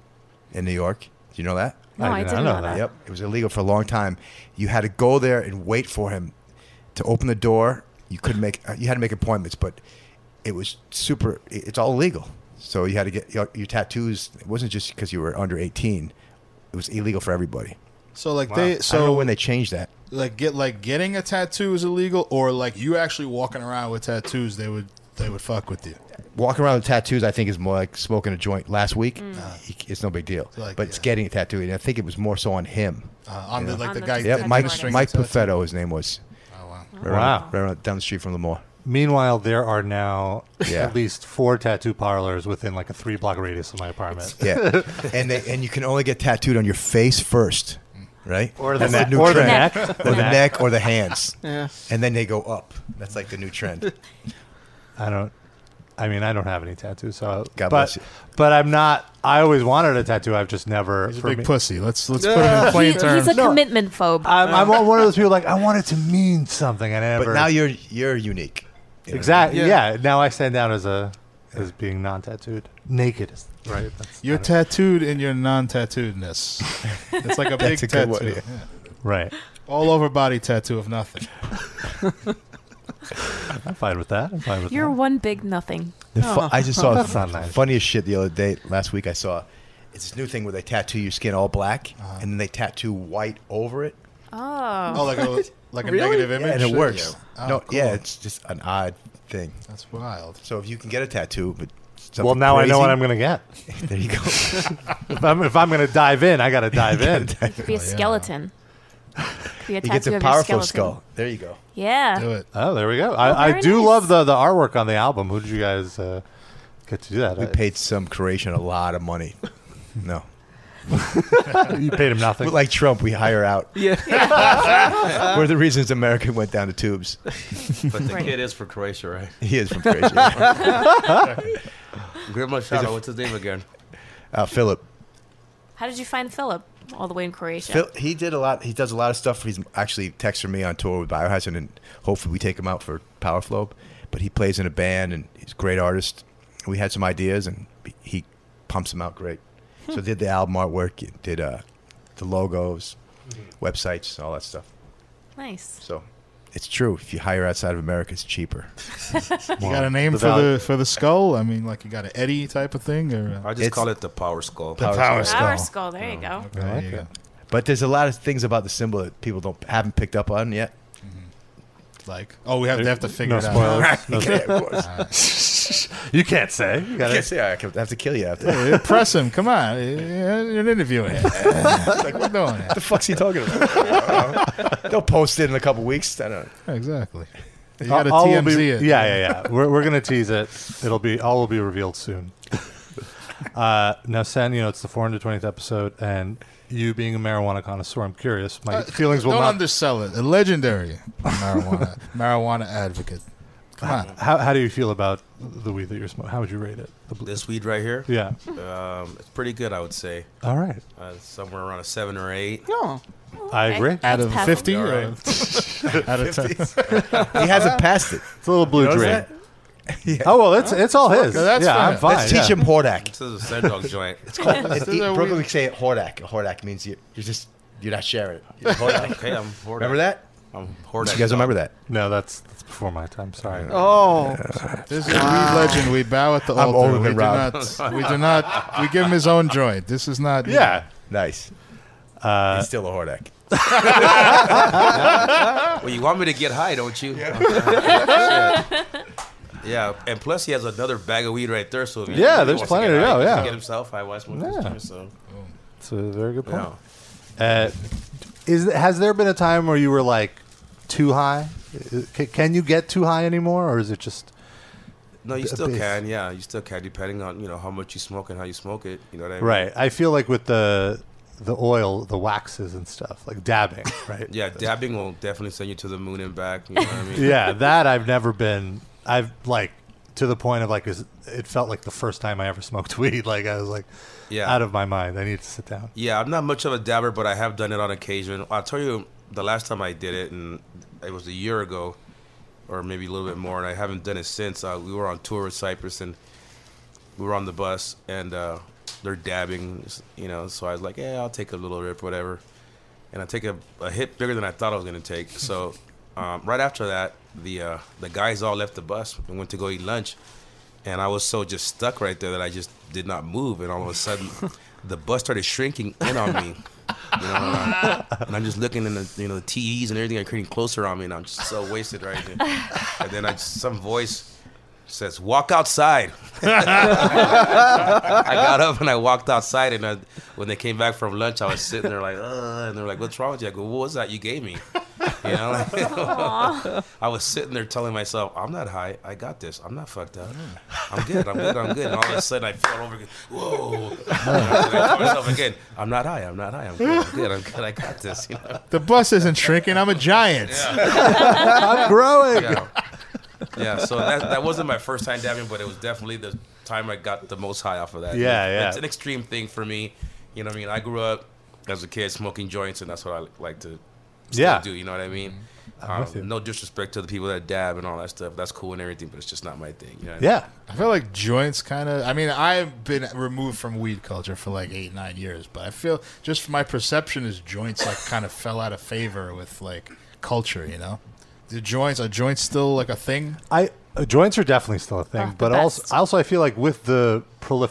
in New York. Do you know that? No, I I didn't didn't know know that. that. Yep, it was illegal for a long time. You had to go there and wait for him to open the door. You couldn't make. uh, You had to make appointments, but it was super. it- It's all illegal. So you had to get your, your tattoos. It wasn't just because you were under eighteen; it was illegal for everybody. So like Wow. I they don't so know when they changed that. like get like getting a tattoo is illegal, or like you actually walking around with tattoos, they would they would fuck with you. Walking around with tattoos, I think, is more like smoking a joint. Last week, Mm. uh, it's no big deal. Like, but it's getting a tattoo, and I think it was more so on him. Uh, on the- You like, the On the guy Yep, tattoo Mike artist. Mike Tattoo. Perfetto, his name was. Oh wow! Right around- Wow. right around- down the street from Lamore. Meanwhile, there are now Yeah. at least four tattoo parlors within like a three block radius of my apartment. Yeah, and they, and you can only get tattooed on your face first, Mm. right? Or the That's neck- new or the trend. neck. or the Neck. neck, or the hands. Yeah. and then they go up. That's like the new trend. I don't. I mean, I don't have any tattoos, so God but, bless you. But I'm not. I always wanted a tattoo. I've just never. He's a for big me- pussy. Let's let's put him in plain He- terms. he's a commitment phobe. I'm, I'm one of those people like I want it to mean something. I never. But now you're you're unique. You know what I mean? exactly. Yeah. Now I stand down as a as being non-tattooed, naked. Right. That's- You're tattooed in your non-tattooedness. It's like a big That's a tattoo, good one, yeah. yeah. Right. All over body tattoo of nothing. I'm fine with that. I'm fine with You're one big nothing. The fu- I just saw That's the not nice. funniest shit the other day. Last week, I saw it's this new thing where they tattoo your skin all black Uh-huh. and then they tattoo white over it. Oh. Oh, like a like a Really? negative Yeah, image, and it works. Yeah. no, Oh, cool. yeah, it's just an odd thing. That's wild. So if you can get a tattoo, but something Well, now I know what I'm crazy- gonna get. there you go. if I'm if I'm gonna dive in, I gotta dive in. It could be Oh, a skeleton. Could be a He tattoo gets a of your powerful skeleton. skull. There you go. Yeah. it. Oh, there we go. I, I very do nice. love the the artwork on the album. Who did you guys uh, get to do that? We paid some Croatian a lot of money. No. you paid him nothing. like Trump, we hire out. Yeah. We're the reasons America went down the tubes. But the kid is from Croatia, right? He is from Croatia. Give him a shout out. What's his name again? uh, Philip. How did you find Philip all the way in Croatia? Phil, he did a lot. He does a lot of stuff. He's actually texting me on tour with Biohazard, and hopefully we take him out for Power Flow. But he plays in a band, and he's a great artist. We had some ideas, and he pumps them out great. Hmm. So did the album artwork, did uh, the logos, Mm-hmm. websites, all that stuff. nice. So it's true. If you hire outside of America, it's cheaper. You got a name for the for the skull? I mean, like you got an Eddie type of thing, or I just call it the power skull. The power skull. Power skull. There you go. I like it. But there's a lot of things about the symbol that people don't haven't picked up on yet. Like, oh, we have, they have to figure no it out. spoilers. Right. No Okay, spoilers. of course. You can't say. You I Uh, can't say I have to kill you after. Hey, Press him. Come on. Yeah, You're interviewing him. like, we're doing it. What the fuck's he talking about? I don't know. They'll post it in a couple weeks. I don't know. Exactly. You All- got to all will TMZ be- it. Yeah, yeah, yeah. we're we're gonna tease it. It'll be all will be revealed soon. Uh, now, Sen, you know it's the 420th episode, and you being a marijuana connoisseur, I'm curious. My Uh, feelings will don't not. undersell it. A legendary marijuana marijuana advocate. Come on. How how do you feel about the weed that you're smoking? How would you rate it? The bl- This weed right here. Yeah. Um, it's pretty good, I would say. All right. Uh, somewhere around a seven or eight. No. I agree. Out of fifty, All or right. out of ten. He hasn't passed it. It's a little blue You notice dream. Oh well, it's it's all his. yeah, I'm fine. Let's teach yeah. him Hordak. This is a Sand Dog joint. It's called. This it, is a it, Brooklyn would say it Hordak. Hordak means you're, you're just you're not sharing it. You're Hordak. Okay, I'm Hordak. Remember that? I'm Hordak. You guys remember that? No, that's that's before my time. Sorry. Oh. This is a weed legend. We bow at the I'm altar. older we than do Rob. not. We do not. We give him his own joint. This is not. Yeah. Nice. Uh, He's still a Hordak. well, you want me to get high, don't you? Yeah. and plus he has another bag of weed right there. So if he- Yeah, he there's wants plenty get to high, go, he can yeah. get himself high. West Yeah. yeah. So It's a very good point. Uh, is has there been a time where you were like too high? Uh, ca- Can you get too high anymore, or is it just no, you b- still base? can. Yeah, you still can, depending on you know how much you smoke and how you smoke it. You know what I mean? Right. I feel like with the the oil, the waxes and stuff, like dabbing, right? Yeah, dabbing will definitely send you to the moon and back. You know what I mean? yeah, that I've never been. I've like to the point of like is, it felt like the first time I ever smoked weed. Like I was like, Yeah. out of my mind. I need to sit down. Yeah, I'm not much of a dabber, but I have done it on occasion. I'll tell you the last time I did it, and it was a year ago, or maybe a little bit more, and I haven't done it since. Uh, we were on tour with Cypress, and we were on the bus, and uh, they're dabbing, you know. So I was like, yeah, I'll take a little rip, whatever. And I take a, a hit bigger than I thought I was gonna take. So um, right after that, the uh, the guys all left the bus and went to go eat lunch. And I was so just stuck right there that I just did not move. And all of a sudden, the bus started shrinking in on me. You know, and, I, and I'm just looking in the you know the TEs and everything are creeping closer on me, and I'm just so wasted right there. And then I just, some voice says, "Walk outside." I got up and I walked outside, and I, when they came back from lunch, I was sitting there like, Ugh, and they're like, "What's wrong with you?" I go, "What was that you gave me?" You know, like, Aw. I was sitting there telling myself, "I'm not high. I got this. I'm not fucked up. I'm good. I'm good. I'm good." And all of a sudden, I fell over. Again. Whoa! And I told myself again, "I'm not high. I'm not high. I'm good. I'm good. I'm good. I got this." You know. The bus isn't shrinking. I'm a giant. Yeah. Yeah. Yeah, so that, that wasn't my first time dabbing, but it was definitely the time I got the most high off of that. Yeah, yeah. It's an extreme thing for me. You know what I mean? I grew up as a kid smoking joints, and that's what I like to still Yeah. Mm-hmm. do. You know what I mean? Um, I'm with you. no disrespect to the people that dab and all that stuff. That's cool and everything, but it's just not my thing. You know what I Yeah. I feel like joints kind of. I mean, I've been removed from weed culture for like eight, nine years, but I feel just my perception is joints like kind of fell out of favor with like culture. You know, the joints are joints still like a thing. I uh, joints are definitely still a thing, Oh, the but also best. also I feel like with the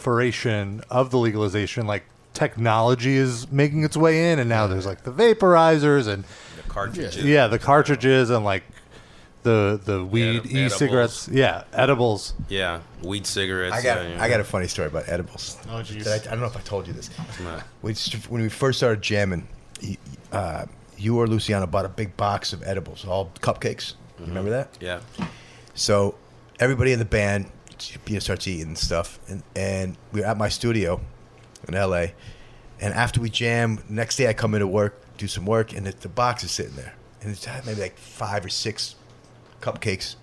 proliferation of the legalization, like technology is making its way in, and now there's like the vaporizers and The cartridges. yeah, the cartridges and like the the weed edi- e-cigarettes, yeah, edibles. mean? Yeah, weed cigarettes. I got yeah, I got a funny story about edibles. Oh, jeez. Did I, I don't know if I told you this. We just, when we first started jamming, you, uh, you or Luciano bought a big box of edibles, all cupcakes. You Remember that? Yeah. So everybody in the band you know, starts eating stuff, and, and we were at my studio in LA. And after we jam, next day I come into work, do some work, and it, the box is sitting there, and it's had maybe like five or six cupcakes,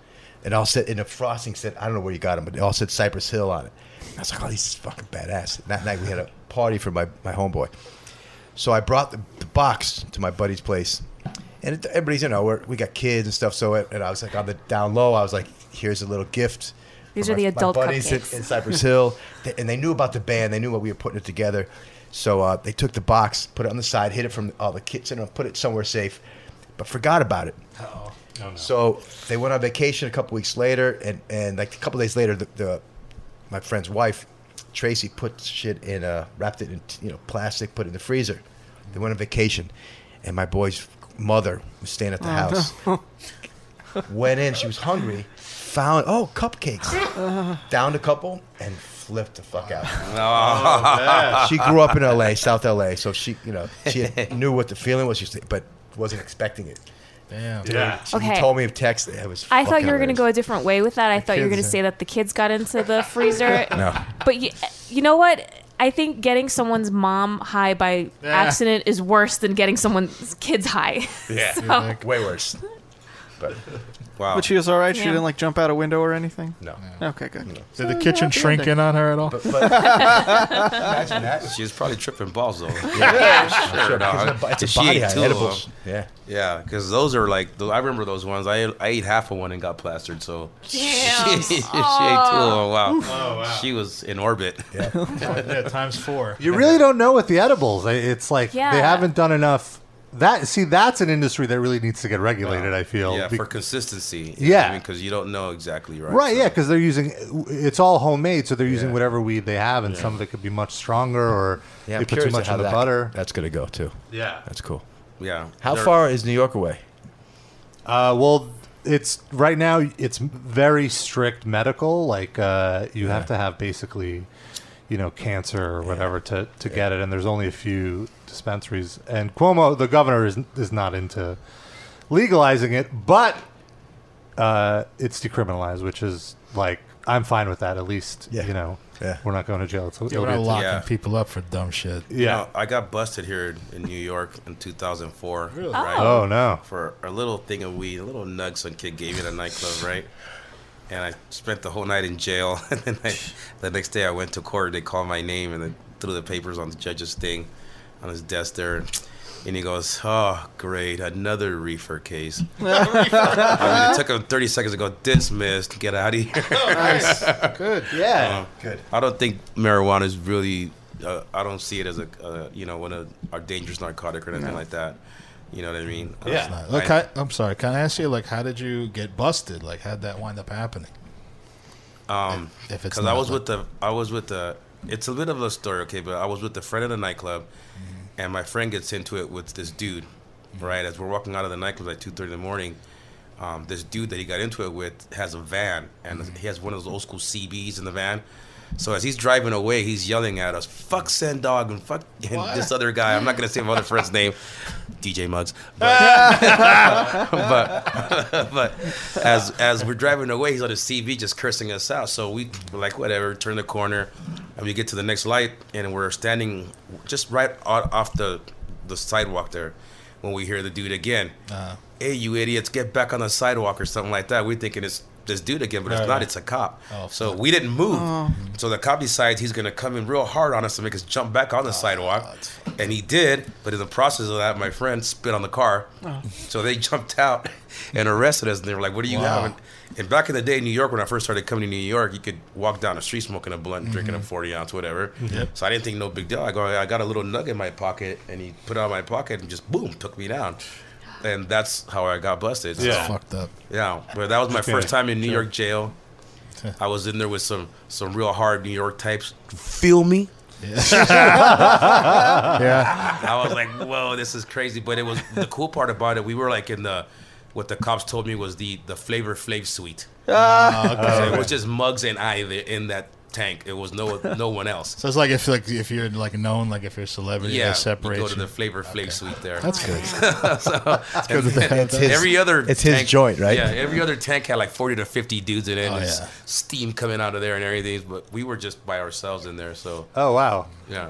and all said, and the frosting said, I don't know where you got them, but it all said Cypress Hill on it. And I was like, oh, this is fucking badass. And that night we had a party for my my homeboy, so I brought the, the box to my buddy's place, and it, everybody's you know we're, we got kids and stuff. So it, and I was like on the down low. I was like, here's a little gift. These for are the adult my buddies in, cupcakes. in Cypress Hill, They- and they knew about the band. They knew what we were putting it together. So uh, they took the box, put it on the side, hid it from all the kids, and put it somewhere safe, but forgot about it. Oh, So they went on vacation a couple weeks later, and, and like a couple days later, the, the my friend's wife, Tracy, put shit in uh, wrapped it in you know plastic, put it in the freezer. They went on vacation, and my boy's mother was staying at the Oh, house. went in, she was hungry, found oh cupcakes, Uh-huh. downed a couple, and flipped the fuck out. Oh. man. she grew up in L.A., South L.A., so she you know she knew what the feeling was, she was- but wasn't expecting it. Damn. Yeah. She Okay. told me of text. It was. I thought fucking you were going to hilarious. go a different way with that. I thought you were kids going to are- say that the kids got into the freezer. No. But you, you know what? I think getting someone's mom high by Yeah. accident is worse than getting someone's kids high. Yeah. So- Way worse. But wow. But she was all right. She Yeah. didn't like jump out a window or anything. No. Okay, good. Did the kitchen shrink in on her at all? Imagine that. She's probably tripping balls though. Yeah. sure, Sure, dog. it's a- it's a She body ate high, two of edibles. them. Yeah. yeah, because those are like tho- I remember those ones. I I ate half of one and got plastered. So she, she ate two of them. Wow. Oof. Oh, wow. she was in orbit. yeah, times four. You really don't know with the edibles. I- It's like Yeah. they haven't done enough. That see, that's an industry that really needs to get regulated. I feel. yeah, Be- for consistency. Yeah. because you don't know exactly right. Right, yeah, because they're using it's all homemade, so they're using whatever weed they have, and some of it could be much stronger, or Yeah, they I'm put too curious much how in the that- butter. That's gonna go too. Yeah. That's cool. Yeah. How They're- far is New York away? Uh, well, it's right now. It's very strict medical. Like uh, you have Yeah. to have basically, you know, cancer or whatever to, to get it, and there's only a few dispensaries. And Cuomo, the governor, is is not into legalizing it, but uh, it's decriminalized, which is like I'm fine with that. At least you know, we're not going to jail. It's, Yeah, it'll we're be not a- locking people up for dumb shit. Yeah, I got busted here in New York in 2004. Really? right? Oh. Oh, no. For a little thing of weed, a little nug some kid gave me at a nightclub, right? And I spent the whole night in jail. And then I, the next day I went to court. They called my name and then threw the papers on the judge's thing, on his desk there. And he goes, "Oh, great, another reefer case." I mean, it took him 30 seconds to go dismissed. Get out of here. Nice. Good. Yeah. Um, I don't think marijuana is really. Uh, I don't see it as a uh, you know one of our dangerous narcotic or anything like that. You know what I mean? It's not- Look, I, I'm sorry. Can I ask you, like, how did you get busted? Like, how'd that wind up happening? Um, If it's because I not was like- with the I was with the. It's a bit of a story, okay, but I was with a friend at a nightclub, Mm-hmm. and my friend gets into it with this dude, right? As we're walking out of the nightclub at two thirty in the morning, um, this dude that he got into it with has a van, and Mm-hmm. he has one of those old school CBs in the van. So as he's driving away, he's yelling at us, "Fuck Send Dog and fuck and this other guy." I'm not gonna say my other friend's name, DJ Muggs. But, but, but as as we're driving away, he's on his CB just cursing us out. So we were like whatever, turn the corner, and we get to the next light, and we're standing just right o- off the the sidewalk there when we hear the dude again. Hey, you idiots, get back on the sidewalk or something like that. We're thinking it's this dude again, but it's Right, not. right. It's a cop. Oh. so we didn't move. So the cop decides he's gonna come in real hard on us to make us jump back on the sidewalk, and he did. But in the process of that, my friend spit on the car. Oh. So they jumped out and arrested us, and they were like, "What are you Wow. having?" And back in the day in New York, when I first started coming to New York, you could walk down the street smoking a blunt, and drinking a Mm-hmm. Mhm. forty ounce, whatever. Yep. So I didn't think no big deal. I go, I got a little nugget in my pocket, and he put it out of my pocket and just boom took me down. And that's how I got busted. That's So- fucked up. yeah, but that was my Okay. first time in New Sure. York jail. Yeah. I was in there with some some real hard New York types. Feel me? Yeah. I was like, whoa, this is crazy. But it was the cool part about it. We were like in the what the cops told me was the the flavor flav suite. Uh, Ah. So okay. it was just Mugs and I there in that tank. It was no no one else. So it's like if like if you're like known, like if you're a celebrity, Yeah, they separate you go to you. the flavor flav suite there. That's good. so, That's good that they have that. every other It's his tank- joint, right? Yeah, every other tank had like forty to fifty dudes in it. Oh, and s- yeah. Steam coming out of there and everything, but we were just by ourselves in there. So Oh wow. yeah,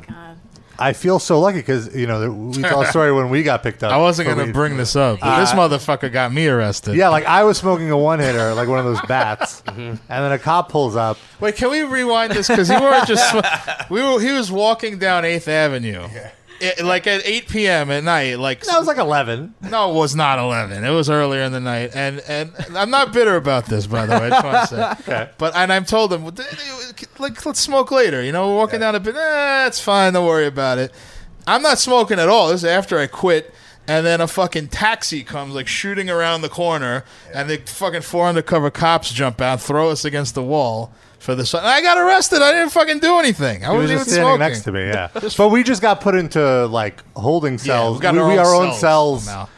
I feel so lucky because you know we tell a story when we got picked up. I wasn't for gonna weed. bring this up, but this Uh, motherfucker got me arrested. Yeah, like I was smoking a one hitter, like one of those bats, Mm-hmm. and then a cop pulls up. Wait, can we rewind this? Because you weren't just we were. He was walking down Eighth Avenue, It- like at eight p.m. at night. Like that was like eleven. No, it was not eleven. It was earlier in the night, and and I'm not bitter about this, by the way. I just want to say. Okay. But and I've told him, like, let's smoke later. You know, we're walking down a bit. Eh, it's fine. Don't worry about it. I'm not smoking at all. This is after I quit. And then a fucking taxi comes, like shooting around the corner, and the fucking four undercover cops jump out, throw us against the wall for the. And I got arrested. I didn't fucking do anything. I he was wasn't just even standing smoking. next to me. Yeah, but we just got put into like holding cells. we got we, our we own are our own cells cells. now.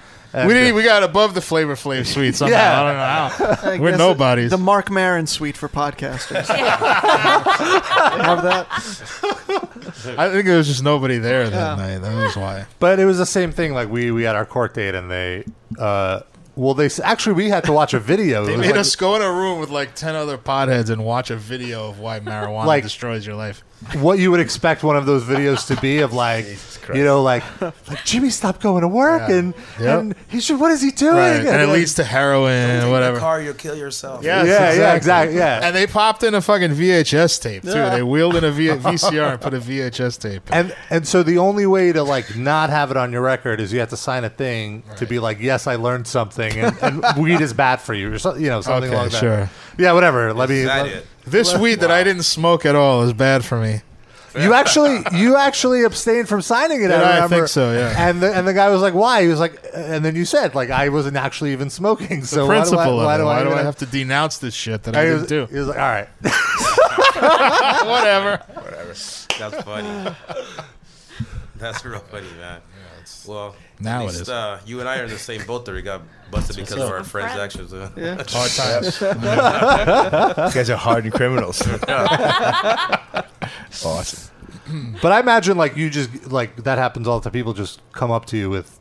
And, we uh, didn't, we got above the flavor flav suite somehow. Yeah. I don't know. how. I We're guess nobodies. The Mark Maron suite for podcasters. Love that. I think there was just nobody there that Yeah. night. That was why. But it was the same thing. Like we we had our court date, and they, uh, well, they s- actually we had to watch a video. They It was made like- us go in a room with like ten other potheads and watch a video of why marijuana Like- destroys your life. what you would expect one of those videos to be of like you know like like Jimmy stopped going to work Yeah. and Yep. and he should what is he doing Right. And it like- leads to heroin or The whatever. car, you'll kill yourself. Yes, Yeah, yeah, exactly, yeah. And they popped in a fucking VHS tape too. Yeah. They wheeled in a v- VCR and put a VHS tape. and and so the only way to like not have it on your record is you have to sign a thing to be like yes I learned something and, and weed is bad for you or so, you know something Okay, along that sure. yeah whatever let me let- This let- weed that I didn't smoke at all is bad for me. You actually, you actually abstained from signing it. Did I? I I, remember. think so, yeah. And the, and the guy was like, "Why?" He was like, and then you said, "Like I wasn't actually even smoking." The So why do I- principle of why it. do I, why do even I have to denounce this shit that I I was- didn't do? He was like, "All right, whatever." Whatever. That's funny. That's real funny, man. well, Now at it least, is. Uh, you and I are in the same boat there. We got busted because of what's our up. friends' Friend. actions. uh. Yeah. Hard times. You guys are hardened criminals. Awesome. But I imagine like you just like that happens all the time. People just come up to you with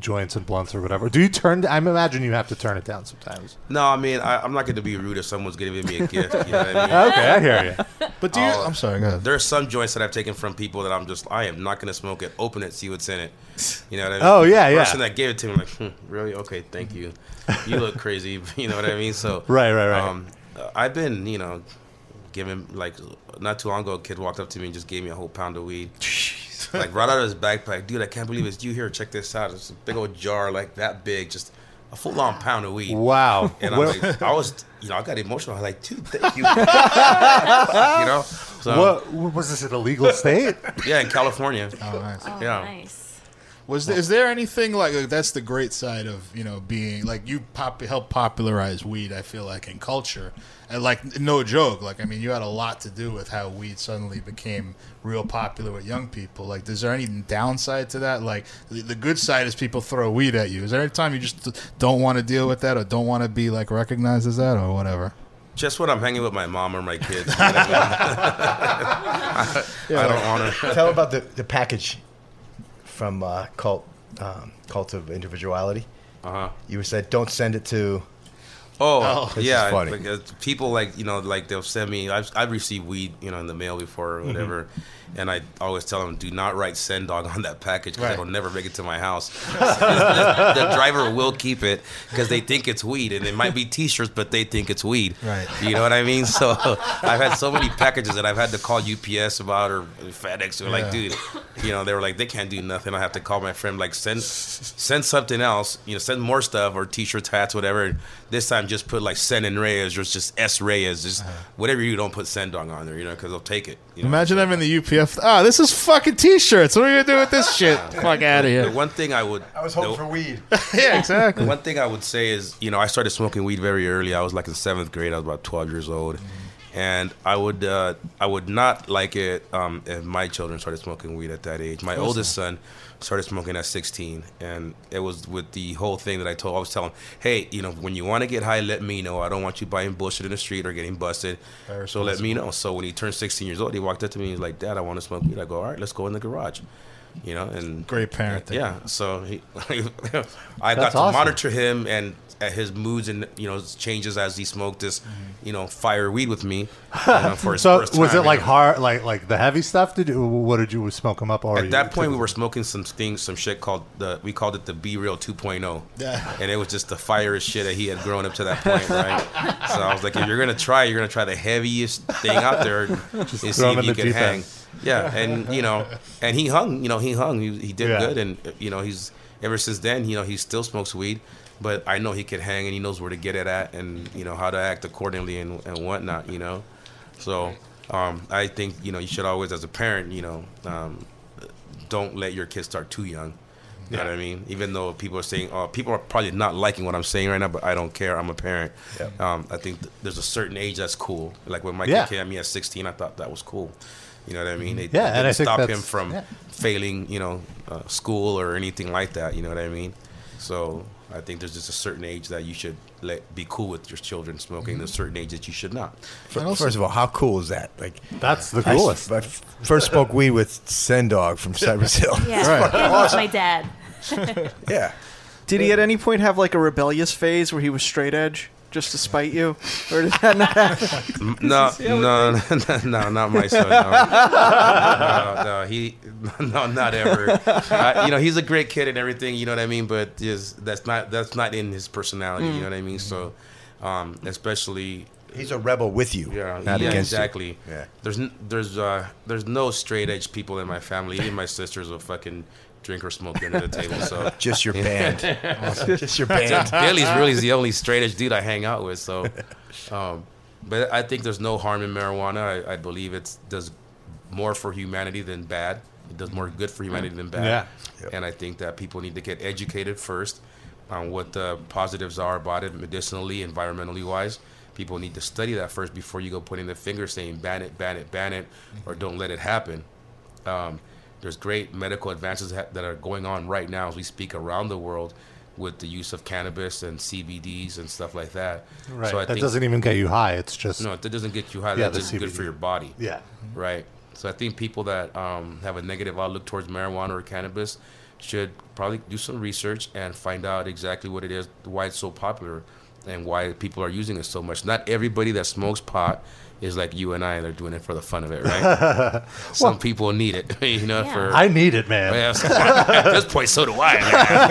joints and blunts or whatever. Do you turn? I imagine you have to turn it down sometimes. No, I mean, I, I'm not going to be rude if someone's giving me a gift. You know what I mean? Okay, I hear you. But do you- Oh. I'm sorry, go ahead. Oh, There are some joints that I've taken from people that I'm just, I am not going to smoke it. Open it, see what's in it. You know what I mean? Oh, yeah, the yeah. person that gave it to me, I'm like, hmm, really? Okay, thank you. You look crazy. You know what I mean? So Right, right, right. Um, uh, I've been, you know, given like not too long ago, a kid walked up to me and just gave me a whole pound of weed. like right out of his backpack, dude. I can't believe it's you here. Check this out. It's a big old jar, like that big, just a full on pound of weed. Wow. And I'm Well- like, I was, you know, I got emotional. I was like, dude, thank you. you know, so what was this an illegal state? yeah, in California. Oh, nice. yeah. Was there, is there anything like that's the great side of you know being like you pop help popularize weed? I feel like in culture, and like no joke, like I mean you had a lot to do with how weed suddenly became real popular with young people. Like, is there any downside to that? Like the, the good side is people throw weed at you. Is there any time you just don't want to deal with that or don't want to be like recognized as that or whatever? Just when I'm hanging with my mom or my kids, I, I don't want to. Tell about the, the package from uh, cult um, cult of individuality. Uh-huh. You said don't send it to. Oh, This is yeah, funny. like, uh, people like you know like they'll send me. I've I've received weed you know in the mail before or Mhm. whatever, and I always tell them do not write send dog on that package because Right. it'll never make it to my house. the driver will keep it because they think it's weed and it might be T-shirts but they think it's weed. Right. You know what I mean? So I've had so many packages that I've had to call UPS about or FedEx or like Yeah. dude, you know they were like they can't do nothing. I have to call my friend like send send something else. You know send more stuff or T-shirts, hats, whatever. This time just put like send and Reyes or just S Reyes, Uh-huh. just whatever you do, don't put Sendong on there. You know because they'll take it. You know? Imagine them in the UPF. Ah, this is fucking t-shirts. What are we gonna do with this shit? Fuck out of The here. one thing I would I was hoping for weed. yeah, The exactly. one thing I would say is, you know, I started smoking weed very early. I was like in seventh grade. I was about twelve years old, and I would uh, I would not like it um, if my children started smoking weed at that age. My course oldest son started smoking at sixteen, and it was with the whole thing that I told. I was telling, him, hey, you know, when you want to get high, let me know. I don't want you buying bullshit in the street or getting busted. Very So let me know. So when he turned sixteen years old, he walked up to me. and He's like, Dad, I want to smoke weed. I go, all right, let's go in the garage. You know, and Great parent thing. Yeah, so he, I got That's to awesome. monitor him and at his moods and you know his changes as he smoked this, Mm-hmm. you know, fire weed with me. you know, for his so first was time, it like you know. hard, like like the heavy stuff? Did you, what did you smoke them up? Or At that point, we were smoking some things, some shit called the we called it the B Real 2.0, Yeah. and it was just the fire shit that he had grown up to that point, right? so I was like, if you're gonna try, you're gonna try the heaviest thing out there and Just see throw him if in you the can deep end. hang. Yeah, and you know, and he hung. You know, he hung. He, he did Yeah. good, and uh, you know, he's ever since then. You know, he still smokes weed, but I know he could hang, and he knows where to get it at, and you know how to act accordingly and and whatnot. You know, so um, I think you know you should always, as a parent, you know, um, don't let your kids start too young. You know what I mean? Even though people are saying, oh, people are probably not liking what I'm saying right now, but I don't care. I'm a parent. Yep. Um, I think th- there's a certain age that's cool. Like when my Yeah. Mm-hmm. kid came at me at 16, I thought that was cool. You know what I mean? They, Yeah, they and didn't I think stop him that's- from yeah. failing, you know, uh, school or anything like that. You know what I mean? So I think there's just a certain age that you should let be cool with your children smoking. Mm-hmm. There's a certain age that you should not. Fir- first of all, how cool is that? Like that's the I s- coolest. I f- first spoke weed with Sendog from Cypress Hill. Yeah, it was my dad. yeah. Did he at any point have like a rebellious phase where he was straight edge just to spite you, or did that not happen? No, no, no, no, not my son. No, no, no, he, no, not ever. I, you know, he's a great kid and everything. You know what I mean? But just that's not that's not in his personality. You Mm. know what I mean? So, um, especially He's a rebel with you, Yeah, not yeah, against you. exactly. Yeah. There's n- there's uh there's no straight edge people in my family. Even my sisters will fucking drink or smoke under the table. So Just your band. Just your band. Just Billy's really the only straight edge dude I hang out with. So, um, but I think there's no harm in marijuana. I, I believe it does more for humanity than bad. It does more good for humanity than bad. Yeah. And I think that people need to get educated first on what the positives are about it medicinally, environmentally wise. People need to study that first before you go putting the finger saying ban it, ban it, ban it, or don't let it happen. Um, there's great medical advances ha- that are going on right now as we speak around the world with the use of cannabis and CBDs and stuff like that. Right. So I that think- doesn't even get you high. It's just no, that doesn't get you high. Yeah, That's the just good CBD. for your body. Yeah. Right. So I think people that um, have a negative outlook towards marijuana or cannabis should probably do some research and find out exactly what it is, why it's so popular, and why people are using it so much. Not everybody that smokes pot is like you and I. They're doing it for the fun of it, right? Some Well- people need it, you know. For I need it, man. Yeah, so- at this point, so do I.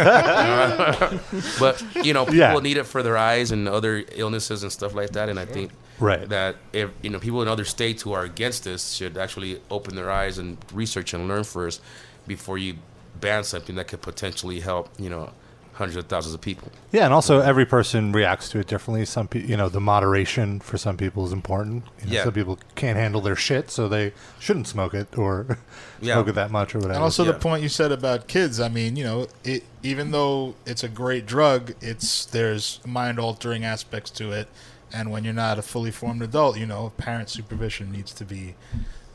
man. but you know, people Yeah. need it for their eyes and other illnesses and stuff like that. And I think Right. that if you know people in other states who are against this should actually open their eyes and research and learn first before you ban something that could potentially help you know hundreds of thousands of people. Yeah, and also every person reacts to it differently. Some people, you know, the moderation for some people is important. You know, Yeah. Some people can't handle their shit, so they shouldn't smoke it or smoke it that much or whatever. And also the point you said about kids. I mean, you know, it, even though it's a great drug, it's there's mind altering aspects to it, and when you're not a fully formed adult, you know, parent supervision needs to be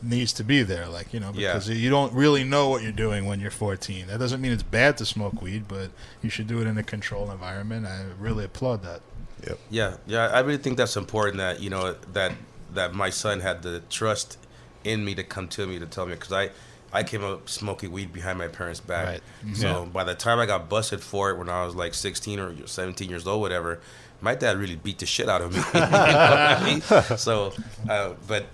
needs to be there. Like you know, Yeah. because you don't really know what you're doing when you're 14. That doesn't mean it's bad to smoke weed, but you should do it in a controlled environment. I really applaud that. Yeah, yeah. I really think that's important that you know that that my son had the trust in me to come to me to tell me because I I came up smoking weed behind my parents' back. Mhm. So Yeah. by the time I got busted for it when I was like 16 or 17 years old, whatever, my dad really beat the shit out of me. You know what I mean? So, uh, but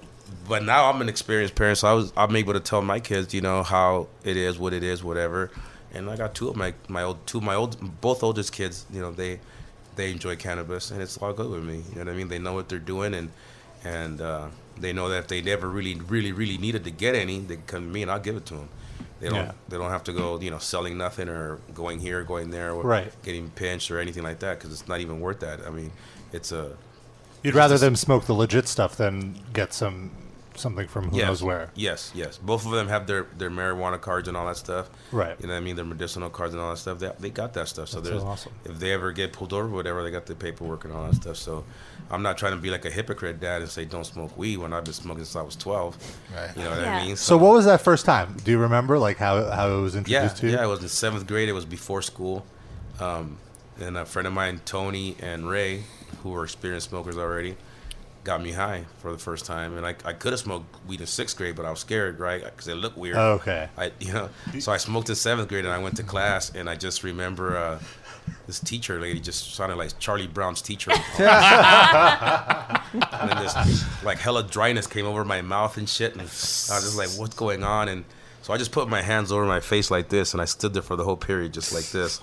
but now I'm an experienced parent, so I was I'm able to tell my kids, you know, how it is, what it is, whatever. And I got two of my my old two of my old both oldest kids, you know, they they enjoy cannabis and it's all good with me. You know what I mean? They know what they're doing and and uh, they know that if they never really really really needed to get any, they can come to me and I'll give it to them. They don't Yeah. they don't have to go you know selling nothing or going here going there or Right. getting pinched or anything like that because it's not even worth that. I mean, it's a You'd rather them smoke the legit stuff than get some something from who Yes. knows where. Yes, yes. Both of them have their, their marijuana cards and all that stuff. Right. You know what I mean? Their medicinal cards and all that stuff. They, they got that stuff. So That's so there's awesome. if they ever get pulled over, whatever, they got the paperwork and all that stuff. So I'm not trying to be like a hypocrite dad and say don't smoke weed when I've been smoking since I was 12. Right. You know what I mean? So, what was that first time? Do you remember, like how how it was yeah, introduced to you? yeah. I was in seventh grade. It was before school. Um, and a friend of mine, Tony and Ray, who were experienced smokers already, got me high for the first time. And I, I could have smoked weed in sixth grade, but I was scared, right? Because it looked weird. Oh, Okay. I, you know, so I smoked in seventh grade, and I went to class, and I just remember uh, this teacher lady just sounded like Charlie Brown's teacher. and then this like hella dryness came over my mouth and shit, and I was just like, "What's going on?" And so I just put my hands over my face like this, and I stood there for the whole period just like this.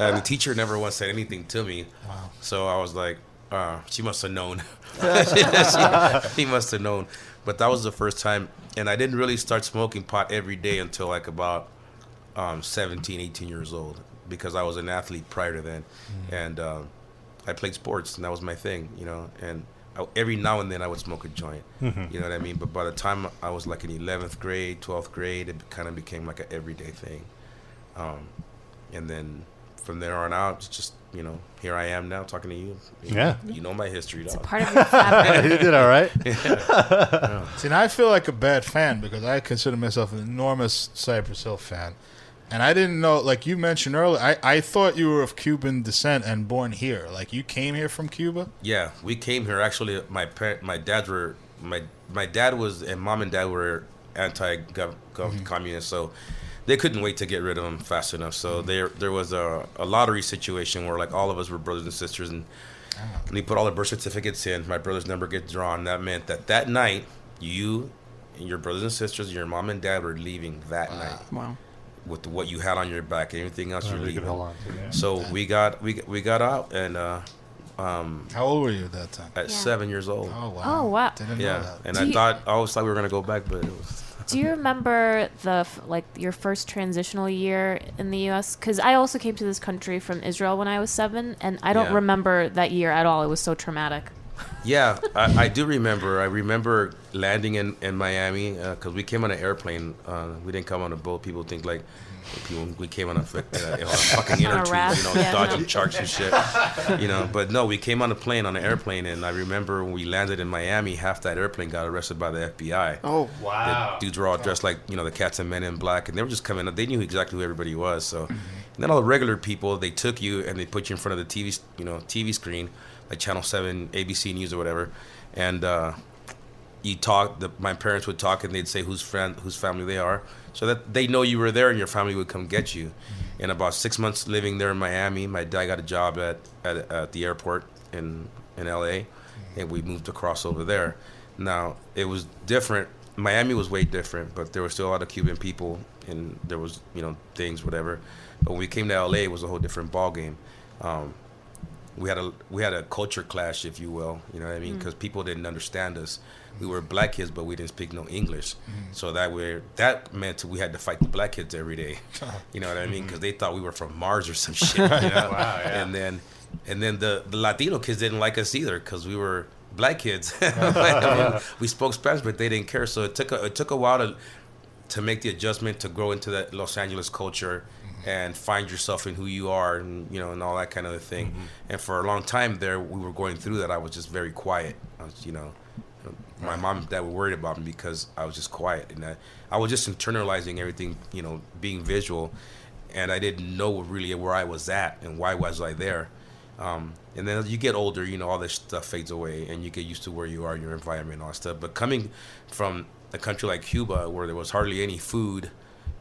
and the teacher never once said anything to me, so I was like, uh, "She must have known." she, she must have known. But that was the first time, and I didn't really start smoking pot every day until like about um, 17, 18 years old because I was an athlete prior to then, and um, I played sports and that was my thing, you know. And I, every now and then I would smoke a joint, Mhm. you know what I mean. But by the time I was like in eleventh grade, twelfth grade, it kind of became like an everyday thing, um, and then from there on out, it's just you know, here I am now talking to you. You know- Yeah. you know my history. It's a part of your fabric. You did all right. Yeah. See, and I feel like a bad fan because I consider myself an enormous Cypress Hill fan. And I didn't know, like you mentioned earlier, I, I thought you were of Cuban descent and born here. Like you came here from Cuba? Yeah, we came here actually. My parent, my dad were my my dad was and mom and dad were anti Mm-hmm. communist, so they couldn't wait to get rid of him fast enough. So Mm-hmm. there there was a, a lottery situation where like all of us were brothers and sisters, and Ah. we put all the birth certificates in. My brother's number gets drawn. That meant that that night you and your brothers and sisters, your mom and dad were leaving that night. Wow. With what you had on your back, anything else you're they could leaving. hold on to, yeah. So we got we we got out and. uh um, How old were you at that time? At seven years old. Oh wow. Oh, wow. Didn't know yeah, that. and Do I you- thought I always thought we were gonna go back, but it was. Do you remember the f- like your first transitional year in the U.S.? Because I also came to this country from Israel when I was seven, and I don't Yeah. remember that year at all. It was so traumatic. Yeah, I, I do remember. I remember landing in in Miami because we came on an airplane. Uh, we didn't come on a boat. People think like people, we came on a, fuck- uh, on a fucking On a inner tube, raft, you know, yeah, dodging no. sharks and shit. You know, but no, we came on a plane on an airplane, and I remember when we landed in Miami, half that airplane got arrested by the FBI. Oh, The dudes were all dressed like you know the cats and men in black, and they were just coming. up. They knew exactly who everybody was. So, and then all the regular people, they took you and they put you in front of the TV, s- you know, TV screen, like Channel Seven, ABC News, or whatever, and uh, you talk. The, my parents would talk, and they'd say whose friend, whose family they are, so that they know you were there, and your family would come get you. And about six months living there in Miami, my dad got a job at at, at the airport in in LA, and we moved across over there. Now it was different. Miami was way different, but there were still a lot of Cuban people, and there was you know things whatever. But when we came to LA, it was a whole different ball game. Um, we had a we had a culture clash, if you will. You know what I mean? Mm. Because people didn't understand us. We were black kids, but we didn't speak no English. Mm. So that we that meant we had to fight the black kids every day. Oh. You know what I mean? Because they thought we were from Mars or some shit. you know? Mm. Wow, yeah. And then and then the, the Latino kids didn't like us either because we were black kids. I mean, we spoke Spanish, but they didn't care. So it took a, it took a while to to make the adjustment to grow into that Los Angeles culture and find yourself in who you are and you know and all that kind of thing. And for a long time there, we were going through that. I was just very quiet. I was, you know, my mom and dad were worried about me because I was just quiet and I, I was just internalizing everything. You know, being visual, and I didn't know really where I was at and why was I there. Um, and then as you get older, you know, all this stuff fades away and you get used to where you are, your environment, and all that stuff. But coming from a country like Cuba, where there was hardly any food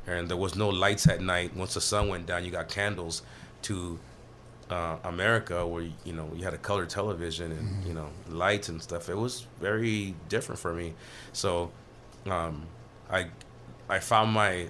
and there was no lights at night, once the sun went down, you got candles, to uh, America, where, you know, you had a color television and, you know, lights and stuff. It was very different for me. So um, I, I found my,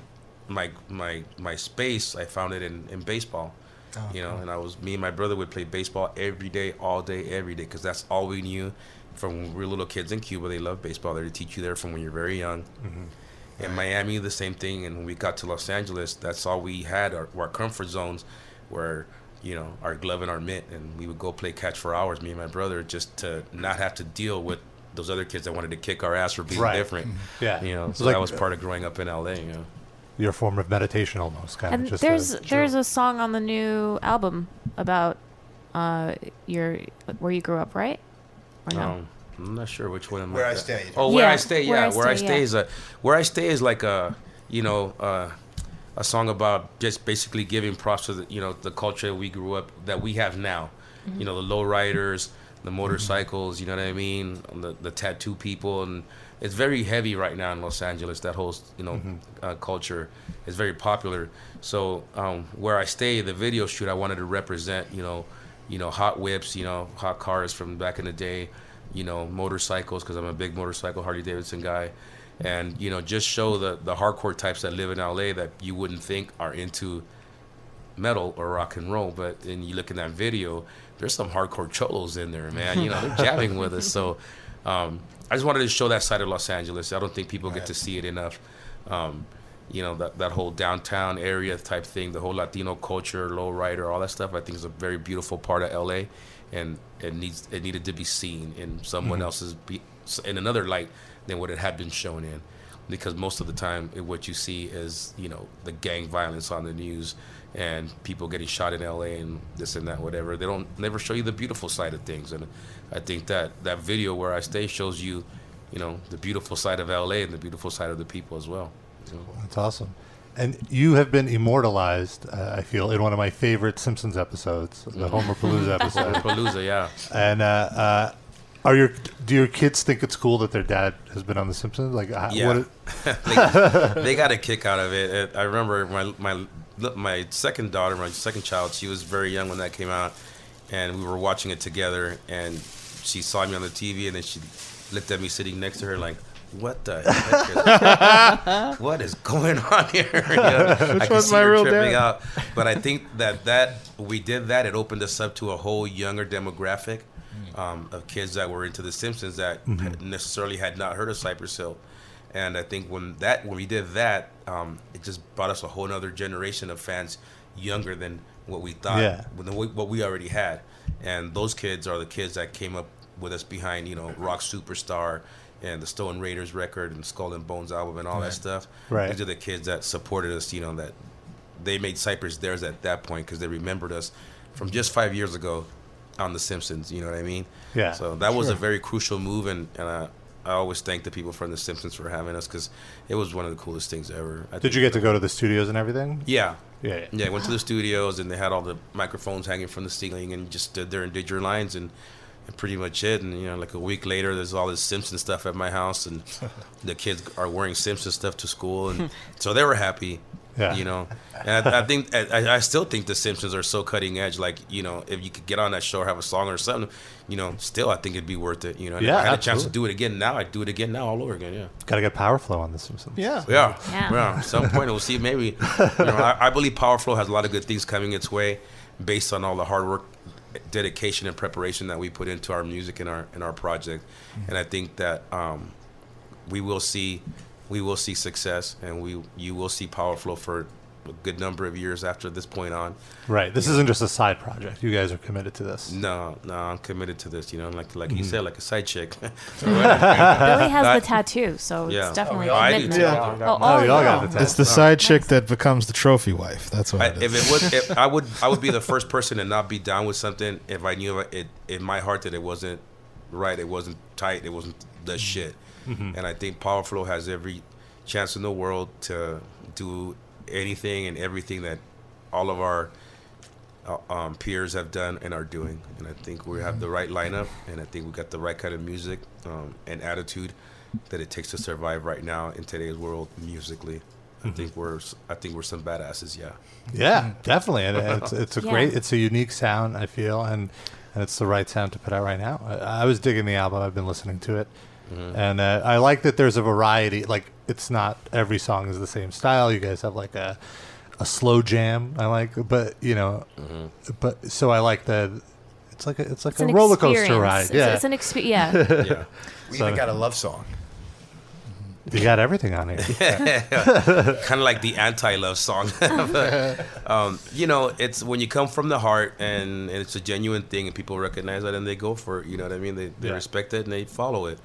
my, my, my space, I found it in, in baseball Oh, you know, cool. and I was me and my brother would play baseball every day, all day, every day, because that's all we knew from when we were little kids in Cuba. They love baseball. They teach you there from when you're very young. Mm-hmm. In Miami, the same thing. And when we got to Los Angeles, that's all we had. Our, our comfort zones were, you know, our glove and our mitt, and we would go play catch for hours. Me and my brother, just to not have to deal with those other kids that wanted to kick our ass for being Right. different. Yeah. you know, It's so like- that was part of growing up in LA. You know. Your form of meditation, almost kind and of. Just there's a, there's a song on the new album about uh, your where you grew up, right? Or no? Um, I'm not sure which one. I'm Where at I that- Stay, you're Oh, talking where about. I stay. Yeah, where, I stay yeah. is a where I stay is like a you know uh, a song about just basically giving props to the, you know the culture we grew up that we have now. You know the low riders, the motorcycles. You know what I mean? The the tattoo people and it's very heavy right now in Los Angeles. That whole you know uh, culture is very popular. So um, where I stay, the video shoot, I wanted to represent you know you know hot whips, you know hot cars from back in the day you know motorcycles because I'm a big motorcycle Harley Davidson guy, and you know just show the the hardcore types that live in LA that you wouldn't think are into metal or rock and roll, but then you look in that video, there's some hardcore cholos in there, man. You know they're jabbing with us, so um, I just wanted to show that side of Los Angeles. I don't think people get to see it enough. Um, you know that that whole downtown area type thing, the whole Latino culture, lowrider, all that stuff. I think is a very beautiful part of LA, and it needs it needed to be seen in someone Mhm. else's be, in another light than what it had been shown in, because most of the time eh, what you see is you know the gang violence on the news and people getting shot in LA and this and that whatever. They don't never show you the beautiful side of things, and I think that that video where I stay shows you, you know, the beautiful side of LA and the beautiful side of the people as well. you know. That's awesome. And you have been immortalized, uh, I feel, in one of my favorite Simpsons episodes, Mm. the Homer Palooza episode. Homerpalooza, yeah. And uh, uh, are your do your kids think it's cool that their dad has been on The Simpsons? Like, uh, Yeah, what? they, they got a kick out of it. it. Uh, I remember my my my second daughter, my second child. She was very young when that came out, and we were watching it together. And she saw me on the TV, and then she looked at me sitting next to her like. What the heck is, what is going on here? You know, Which I could one's see my her real tripping dad? out. But I think that that we did that. It opened us up to a whole younger demographic um, of kids that were into The Simpsons that Mhm. necessarily had not heard of Cypress Hill. And I think when that when we did that, um, it just brought us a whole other generation of fans younger than what we thought, Yeah. than we- what we already had. And those kids are the kids that came up with us behind, you know, Rock Superstar and the Stone Raiders record and Skull and Bones album and all Right. that stuff. Right. These are the kids that supported us, you know, that they made Cypress theirs at that point because they remembered us from just five years ago on The Simpsons. You know what I mean? Yeah, So that was a sure. very crucial move, and, and I, I always thank the people from The Simpsons for having us because it was one of the coolest things ever. I Did you get to go to the studios and everything? Yeah. Yeah, yeah. Yeah. I went to the studios, and they had all the microphones hanging from the ceiling, and you just stood there and did your lines and. And pretty much it, and you know, like a week later, there's all this Simpson stuff at my house, and the kids are wearing Simpson stuff to school, and so they were happy. Yeah. You know, and I, I think I, I still think the Simpsons are so cutting edge. Like you know, if you could get on that show or have a song or something, you know, still I think it'd be worth it. You know, and Yeah, if I had a chance to absolutely. do it again now, I'd do it again now all over again. Yeah. Got to get Power Flow on The Simpsons. Yeah. Yeah. Yeah. At some point, we'll see. Maybe. You know, I, I believe Powerflow has a lot of good things coming its way based on all the hard work dedication and preparation that we put into our music and our and our project, Mm-hmm. and I think that um, we will see we will see success, and we you will see Power Flow for a good number of years after this point on. Right. This You know, isn't just a side project. You guys are committed to this. no, no, I'm committed to this. You know, like like you Mhm. said, like a side chick. Billy Billy has the tattoo, so it's definitely I do commitment. too. Oh, Oh, all you y'all got the It's the side chick that becomes the trophy wife. That's what I, it is. if it was, if I would, I would be the first person to not be down with something if I knew it in my heart that it wasn't right, it wasn't tight, it wasn't Mm-hmm. the shit. Mhm. And I think Power Flow has every chance in the world to do anything and everything that all of our uh, um, peers have done and are doing. And I think we have the right lineup, and I think we got the right kind of music um, and attitude that it takes to survive right now in today's world musically. I Mhm. think we're s- I think we're some badasses, yeah. Hmm. Yeah, definitely. And it's, it's a Yeah. great, it's a unique sound, I feel, and, and it's the right sound to put out right now. I, I was digging the album. I've been listening to it. And uh, I like that there's a variety. Like, it's not every song is the same style. You guys have like a, a slow jam. I like, but, you know, but so I like the, it's like a, it's like It's a an roller coaster experience. ride. It's- yeah. it's an expe- yeah. Yeah. We So- even got a love song. You got everything on here. kind of like the anti-love song. um, you know, it's when you come from the heart and, and it's a genuine thing, and people recognize that and they go for it. You know what I mean? They, they Yeah. respect it and they follow it.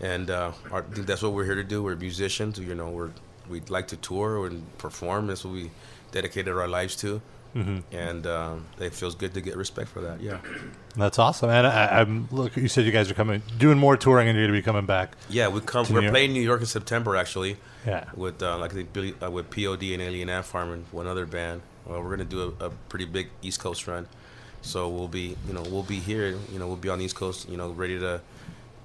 And uh, I think that's what we're here to do. We're musicians. You know, we're we like to tour and perform. That's what we dedicated our lives to. Mhm. And um, it feels good to get respect for that. Yeah. That's awesome. And I, I'm look. You said you guys are coming, doing more touring, and you're going to be coming back. Yeah, we come. to We're New York. playing New York in September, actually. Yeah. With uh, like I think Billy, uh, with Pod and Alien Ant Farm and one other band. Well, we're gonna do a, a pretty big East Coast run, so we'll be you know we'll be here. You know we'll be on the East Coast. You know ready to,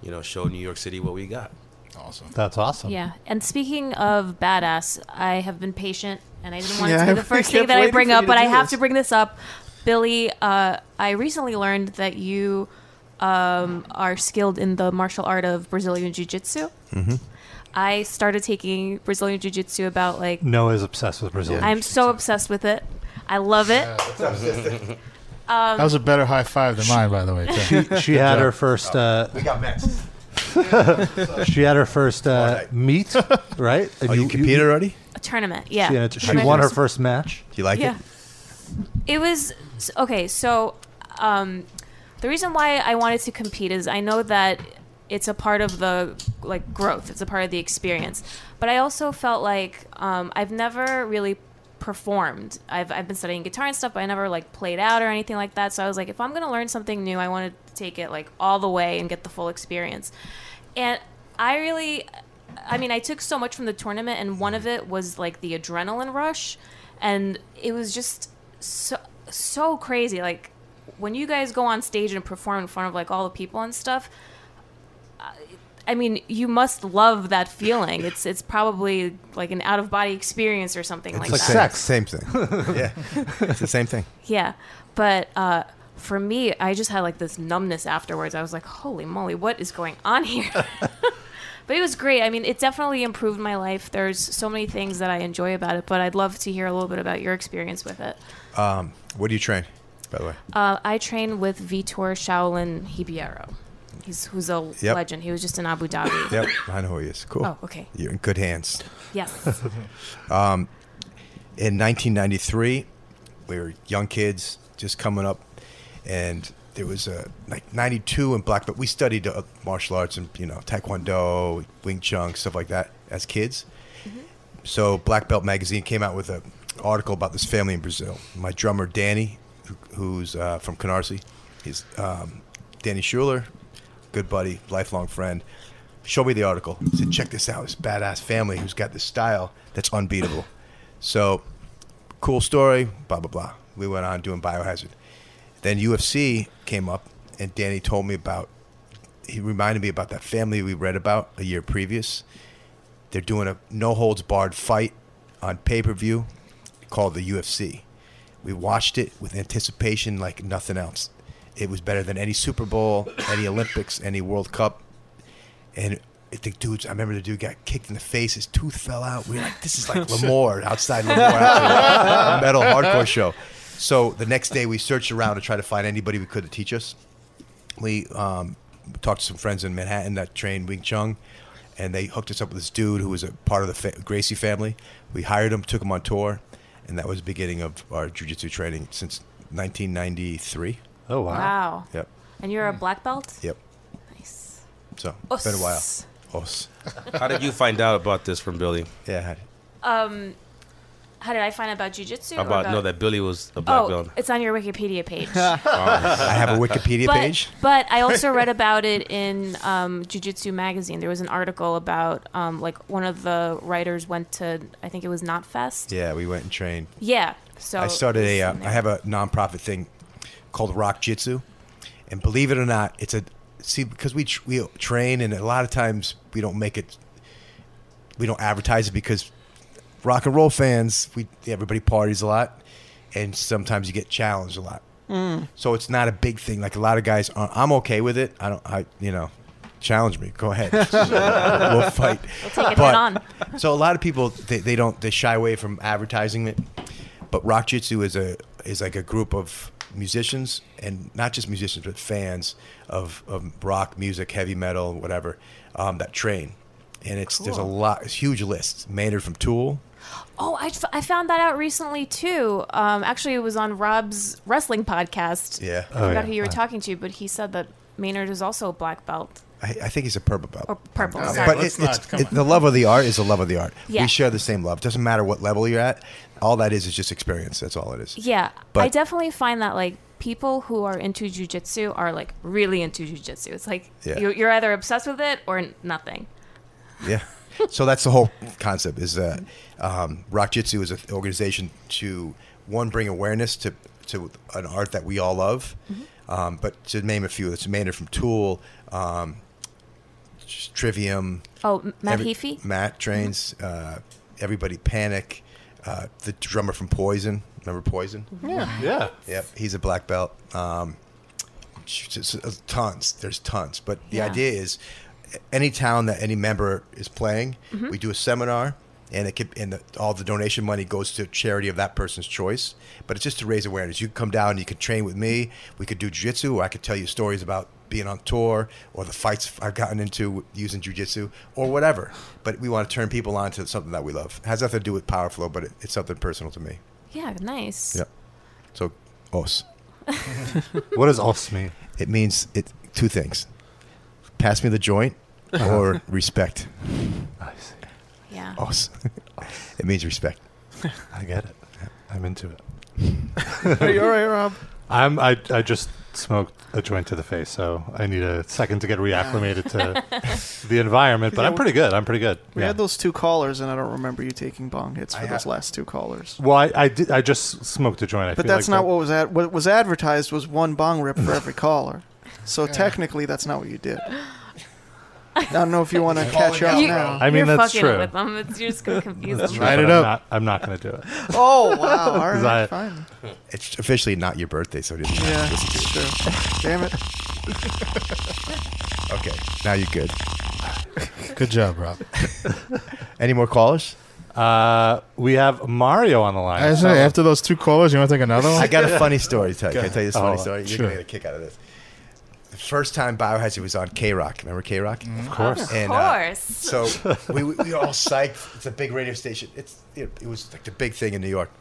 you know show New York City what we got. Awesome. That's awesome. Yeah. And speaking of badass, I have been patient and I didn't want it to Yeah, be I the first kept thing that I waiting bring for you up, to but I do have this. to bring this up. Billy, uh, I recently learned that you um, are skilled in the martial art of Brazilian Jiu Jitsu. Mm-hmm. I started taking Brazilian Jiu Jitsu about like, Noah's obsessed with Brazil. I'm so obsessed with it. I love it. Um, that was a better high five than mine, by the way. she she had her first. Uh, We got Max. she had her first uh, meet, right? And Oh, you competed already? a tournament, yeah. She, had a- she won her first match. Do you like yeah. It was s- okay. So, um, the reason why I wanted to compete is I know that it's a part of the like growth. It's a part of the experience. But I also felt like um, I've never really performed. I've I've been studying guitar and stuff, but I never like played out or anything like that. So I was like, if I'm gonna learn something new, I want to take it like all the way and get the full experience. And I really I mean, I took so much from the tournament, and one of it was like the adrenaline rush, and it was just so so crazy. Like when you guys go on stage and perform in front of like all the people and stuff. I, I mean, you must love that feeling. It's it's probably like an out of body experience or something It's like, like that. sex. Same thing. yeah. It's the same thing. Yeah, but uh, for me, I just had like this numbness afterwards. I was like, "Holy moly, what is going on here?" but it was great. I mean, it definitely improved my life. There's so many things that I enjoy about it, but I'd love to hear a little bit about your experience with it. Um, what do you train, by the way? Uh, I train with Vitor Shaolin Hibiero. He's who's a Yep. legend. He was just in Abu Dhabi. Yep, I know who he is. Cool. Oh, okay. You're in good hands. Yes. um, in 1993, we were young kids just coming up, and there was a like 92 in black belt. We studied uh, martial arts and you know taekwondo, wing chun, stuff like that as kids. So Black Belt magazine came out with an article about this family in Brazil. My drummer Danny, who, who's uh, from Canarsie, he's um, Danny Schuler, good buddy, lifelong friend. Showed me the article. He said, "Check this out. This badass family who's got this style that's unbeatable." So, cool story. Blah blah blah. We went on doing biohazard. Then UFC came up, and Danny told me about. He reminded me about that family we read about a year previous. They're doing a no holds barred fight on pay per view called the UFC. We watched it with anticipation like nothing else. It was better than any Super Bowl, any Olympics, any World Cup. And it- the dudes, I remember the dude got kicked in the face. His tooth fell out. We were like, this is like Lamore outside Lamore, outside a metal hardcore show. So the next day, we searched around to try to find anybody we could to teach us. We um, talked to some friends in Manhattan that trained Wing Chun, and they hooked us up with this dude who was a part of the fa- Gracie family. We hired him, took him on tour, and that was the beginning of our jujitsu training since 1993. Oh Wow. Yep. And you're a Hmm. black belt? Yep. Nice. So it's been a while. Us. Us. How did you find out about this from Billy? Yeah. Um, how did I find out about jujitsu? or About, no, that Billy was a black oh, belt. it's on your Wikipedia page. I have a Wikipedia but, page. But I also read about it in um, Jujitsu magazine. There was an article about um, like one of the writers went to I think it was Knot Fest. Yeah, we went and trained. Yeah. So I started a. Uh, I have a nonprofit thing called Rock Jitsu, and believe it or not, it's a see because we tr- we train and a lot of times we don't make it. We don't advertise it because rock and roll fans we everybody parties a lot, and sometimes you get challenged a lot. Mm. So it's not a big thing. Like a lot of guys, are, I'm okay with it. I don't. I you know, challenge me. Go ahead. we'll fight. We'll take it But- head on. so a lot of people they, they don't they shy away from advertising it, but Rock Jitsu is a is like a group of musicians and not just musicians but fans of, of rock music, heavy metal, whatever um, that train, and it's there's a Cool. lot it's a huge list. Maynard from Tool, Oh, I, f- I found that out recently too. Um, actually, it was on Rob's wrestling podcast. Yeah. I Oh, forgot yeah. who you were Uh. talking to, but he said that Maynard is also a black belt I, I think he's a purple belt. or purple. Uh, sorry. But it, it's, it- the love of the art is the love of the art. Yeah. We share the same love. Doesn't matter what level you're at. All that is is just experience. That's all it is. Yeah, I But- definitely find that like people who are into jujitsu are like really into jujitsu. It's like Yeah. you you're either obsessed with it or n- nothing. Yeah. So that's the whole concept is that um, Rock Jitsu is an organization to one bring awareness to to an art that we all love, Mm-hmm. um, but to name a few, it's Maynard from Tool, um, Trivium. Oh, M- Matt every- Heafy? Mm-hmm. Matt trains uh, everybody. Panic, uh, the drummer from Poison. Remember Poison? Yeah. Yeah. Yep, he's a black belt. Um, just, uh, tons. There's tons. But the Yeah. idea is, any town that any member is playing, Mhm. we do a seminar, and it could, and the, all the donation money goes to charity of that person's choice. But it's just to raise awareness. You can come down, you can train with me. We could do jiu-jitsu, or I could tell you stories about being on tour or the fights I've gotten into using jiu-jitsu or whatever. But we want to turn people on to something that we love. It has nothing to do with power flow, but it, it's something personal to me. Yeah, nice. Yep. So, os. what does os mean? It means it two things: pass me the joint, Uh-huh. or respect. Yeah. Os. it means respect. I get it. I'm into it. Are you all right, Rob? I'm. I, I just smoked a joint to the face, so I need a second to get reacclimated to the environment. But Yeah, I'm pretty good. I'm pretty good. We Yeah. had those two callers, and I don't remember you taking bong hits for those last two callers. Well, I I, did, I just smoked a joint. I But feel that's like not what was at. What was advertised was one bong rip for every caller. So technically, that's not what you did. I don't know if you want to catch up You- now. I mean, you're that's fucking true. with them. It's, you're just gonna confuse That's them. true, Write but it I'm up. not- I'm not going to do it. Oh wow! All right, 'Cause I- fine. It's officially not your birthday, so it doesn't matter. Yeah, Listen to it's it. true. Damn it. Okay, now you're good. Good job, Rob. Any more callers? Uh, we have Mario on the line. I say, after those two callers, you want to take another one? I got a funny story to tell you. Can I tell you this Oh, funny story? You're sure. going to get a kick out of this. The first time Biohazard was on K Rock. Remember K Rock? Of course. Of And, uh, course. so we, we, we were all psyched. It's a big radio station. It's it, it was like the big thing in New York.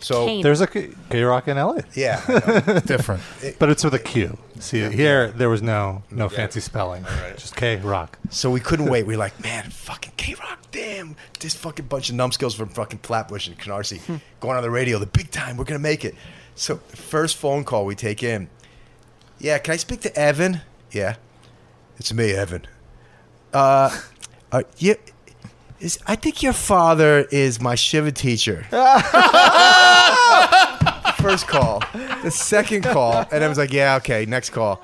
So oh, There's a K Rock in LA. Yeah, I know. It's different. but it's with a Q. See, here there was no no fancy spelling. Just K Rock. So we couldn't wait. We are like, man, fucking K Rock, damn. This fucking bunch of numbskulls from fucking Flatbush and Canarsie going on the radio, the big time, we're going to make it. So, first phone call we take in. Yeah, can I speak to Evan? Yeah. It's me, Evan. Uh, uh you, is, I think your father is my Shiva teacher. Ah! First call. The second call, and I was like, yeah, okay, next call.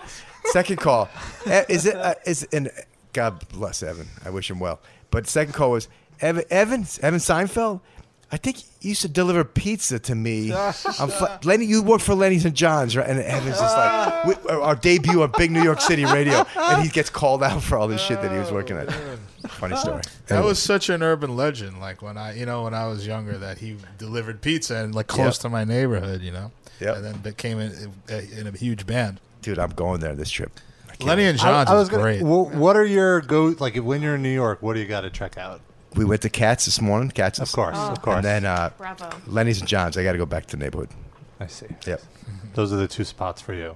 Second call. Eh, Is it, uh, is, and God bless Evan. I wish him well. But second call was, Evan, Evan, Evan Seinfeld, I think you used to deliver pizza to me. I'm fl- Lenny, you work for Lenny's and John's, right? And Evan's just like, we, our our debut on big New York City radio. And he gets called out for all this shit that he was working at. Funny Oh. story. That was such an urban legend. Like when I, you know, when I was younger, that he delivered pizza and like close Yeah. to my neighborhood. You know, and then became in, in a huge band. Dude, I'm going there this trip. Lenny and John's I, I is was gonna, great. wh- what are your go like when you're in New York? What do you got to check out? We went to Cats this morning. Cats, Of course, of Oh. course. And then uh, Bravo. Lenny's and John's. I got to go back to the neighborhood. I see. Yep. Those are the two spots for you.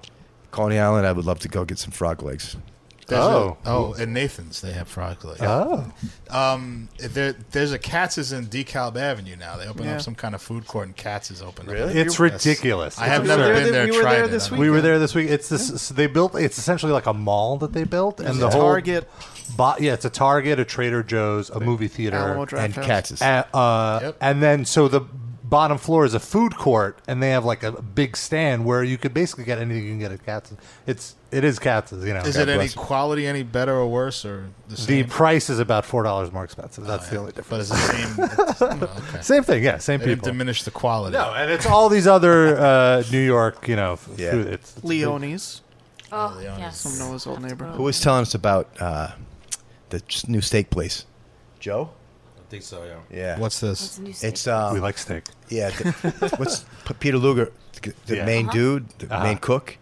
Coney Island. I would love to go get some frog legs. There's a- oh, and Nathan's they have frog legs. Oh. um, there, there's a Katz's in DeKalb Avenue now. They open Yeah. up some kind of food court, and Katz is open. up. It's Yes. ridiculous. I It's have absurd. never been there. tried it. I don't We know. were there this week. It's this. so they built. It's essentially like a mall that they built, and It's the a whole Target. bo- yeah, it's a Target, a Trader Joe's, a movie theater, Alamo Draft House. And, uh, and then so the bottom floor is a food court, and they have like a big stand where you could basically get anything you can get at Katz's. It's it is Katz's. You know, Is God it any bless quality any better or worse or the The same? Oh, price is about four dollars more expensive. That's the only difference. But it's the same. okay. Same thing, yeah, same They didn't people. diminish the quality. No, and it's all these other uh, New York, you know, f- food. It's, it's Leonie's. Oh, yes. From Noah's old neighbor. Who was telling us about uh, the s- new steak place? Joe. I think so. Yeah. Yeah. What's this? What's new steak? it's um, We like steak. Yeah. The, what's P- Peter Luger, the, the Yeah. main Uh-huh. dude, the Uh-huh. main cook,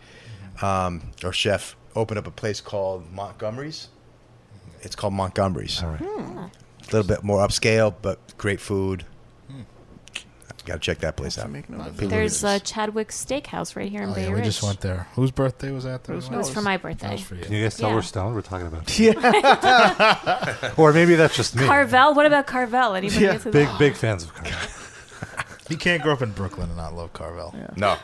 um, or chef, opened up a place called Montgomery's. It's called Montgomery's. All right. Hmm. A little bit more upscale, but great food. Got to check that place out. Peter There's Luger's. uh, Chadwick's Steakhouse right here in Bay we Ridge. just went there. Whose birthday was that? That It was for my birthday. Can you guys tell Yeah. we're stoned? We're talking about. Yeah. or maybe that's just me. Carvel. What about Carvel? Anybody into big that? big fans of Carvel. You can't grow up in Brooklyn and not love Carvel. No.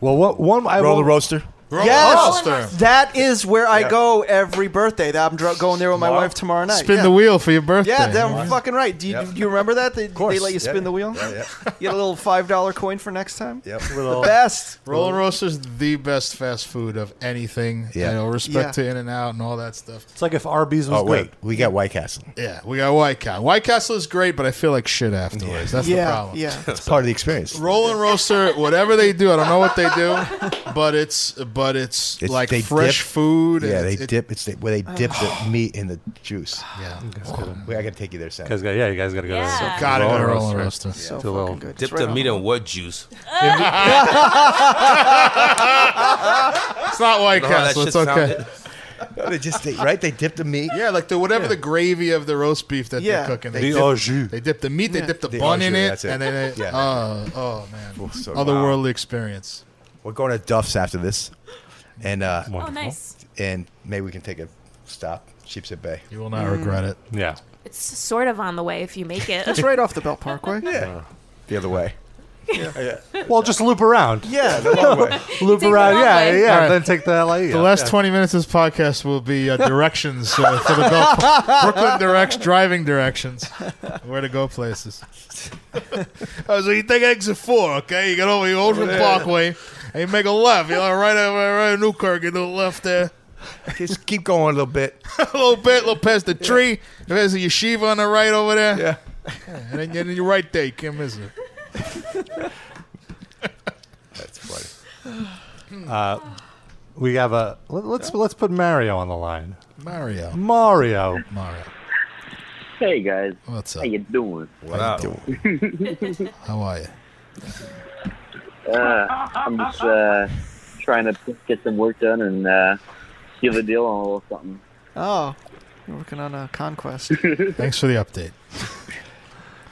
Well, what one? I Roll the roaster. Roller Yes, coaster. that is where I Yeah. go every birthday. That I'm dr- going there with my wife tomorrow night. Spin yeah. the wheel for your birthday. Yeah, damn fucking right. Do you, do you remember that? They, course. they let you spin Yeah. the wheel. Yeah, yeah. You get a little five dollar coin for next time. Yep. The best. Roller Roaster's the best fast food of anything. Yeah. You know, respect Yeah. to In and Out and all that stuff. It's like if Arby's Oh wait, we got White Castle. Yeah, we got White Castle. White Castle is great, but I feel like shit afterwards. That's the problem. It's part of the experience. Roll and roaster, whatever they do, I don't know what they do, but it's but it's, It's- like they fresh dip- food. Yeah, and they it- dip. It's the, where they dip Oh. the meat in the juice. Yeah, Wait, I gotta take you there, Sam. Guys, got- yeah, you guys gotta go to Yeah. the- Gotta go to Roller Roller Roaster. Roaster. So Do a little- fucking good. Dip It's right the on meat in what juice? it's not White You know how that Castle. Oh, It's shit okay. No, they just they, right. They dip the meat. Yeah, like the whatever the gravy of the roast beef that Yeah. they're cooking. The They au dip, jus. they dip the meat. They Yeah. dip the, The bun au in jus, it, that's it. and then they, Yeah. oh, oh man, Well, so- otherworldly experience. We're going to Duff's after this, and uh, Wonderful. Oh, nice. And maybe we can take a stop Sheepshead Bay. You will not Mm. regret it. Yeah, It's sort of on the way if you make it. It's right off the Belt Parkway. Yeah. the other way. Well, just loop around. Yeah, the long way. Take loop the Uh, around. long Yeah, way. yeah. All right. Then take the LA. The last 20 minutes of this podcast will be uh, directions uh, for the Gulf. Brooklyn directs driving directions. Where to go places. Oh, so you take exit four, okay? You get over your Ocean Yeah. Parkway and you make a left. You're like, right over right over Newkirk, you do a left there. Just keep going a little bit. a little bit, a little past the tree. There's a yeshiva on the right over there. Yeah. And then, and then you're right there. You can't miss it. That's funny. Uh, we have a let, let's let's put Mario on the line. Mario. Mario. Mario. Hey guys, what's up? How you doing? What up? How are you? Uh, I'm just uh, trying to get some work done and uh, give a deal on a little something. Oh, you're working on a conquest. Thanks for the update.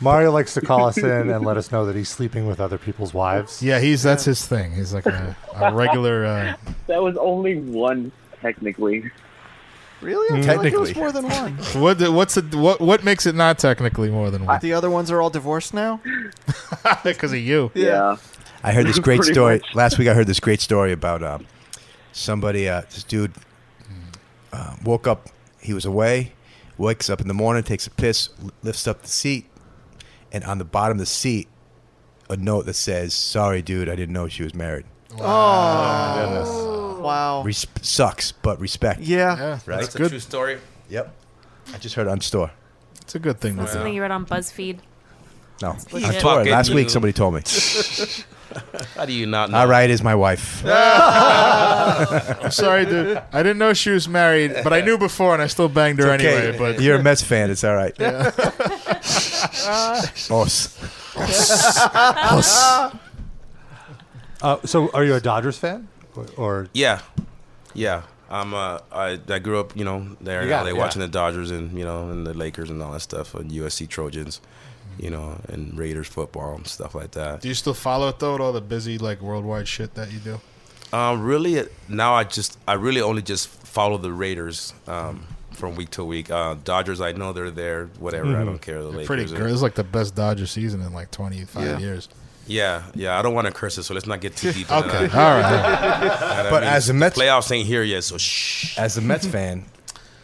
Mario likes to call us in and let us know that he's sleeping with other people's wives. Yeah, he's that's his thing. He's like uh, a, a regular. Uh, That was only one, technically. Mm. Really? I feel like it was more than one. what what's the, what what makes it not technically more than one? The other ones are all divorced now. Because of you. Yeah. I heard this great Pretty story last week. I heard this great story about um, somebody. Uh, this dude uh, woke up. He was away. Wakes up in the morning, takes a piss, l- lifts up the seat, and on the bottom of the seat, a note that says, "Sorry, dude, I didn't know she was married." Oh. Wow. Res- sucks, but respect. Yeah. Yeah. right. That's a true story. Yep. I just heard on store. It's a good thing. That's something you read on BuzzFeed. No, Legit. on tour Fucking last week. you. Somebody told me. How do you not know? All right, is my wife. Oh. I'm sorry, dude. I didn't know she was married, but I knew before, and I still banged her It's okay. anyway. But you're a Mets fan. It's all right. Yeah. Oh, Oh, Os. Os. Os. Uh, so, are you a Dodgers fan? Or, or Yeah, yeah. I'm uh, I, I grew up, you know, there in You got LA it, yeah. watching the Dodgers and you know and the Lakers and all that stuff and USC Trojans, you know, and Raiders football and stuff like that. Do you still follow it though with all the busy like worldwide shit that you do? Um, really, it- now I just I really only just follow the Raiders um, from week to week. Uh, Dodgers, I know they're there. Whatever, I Mhm. don't care. They're The Lakers, uh, pretty are- great. It's like the best Dodger season in like 25 years. Yeah, yeah. I don't want to curse it, so let's not get too deep. Okay, all right, all right. But as a Mets- playoffs ain't here yet, so shh. As a Mets fan,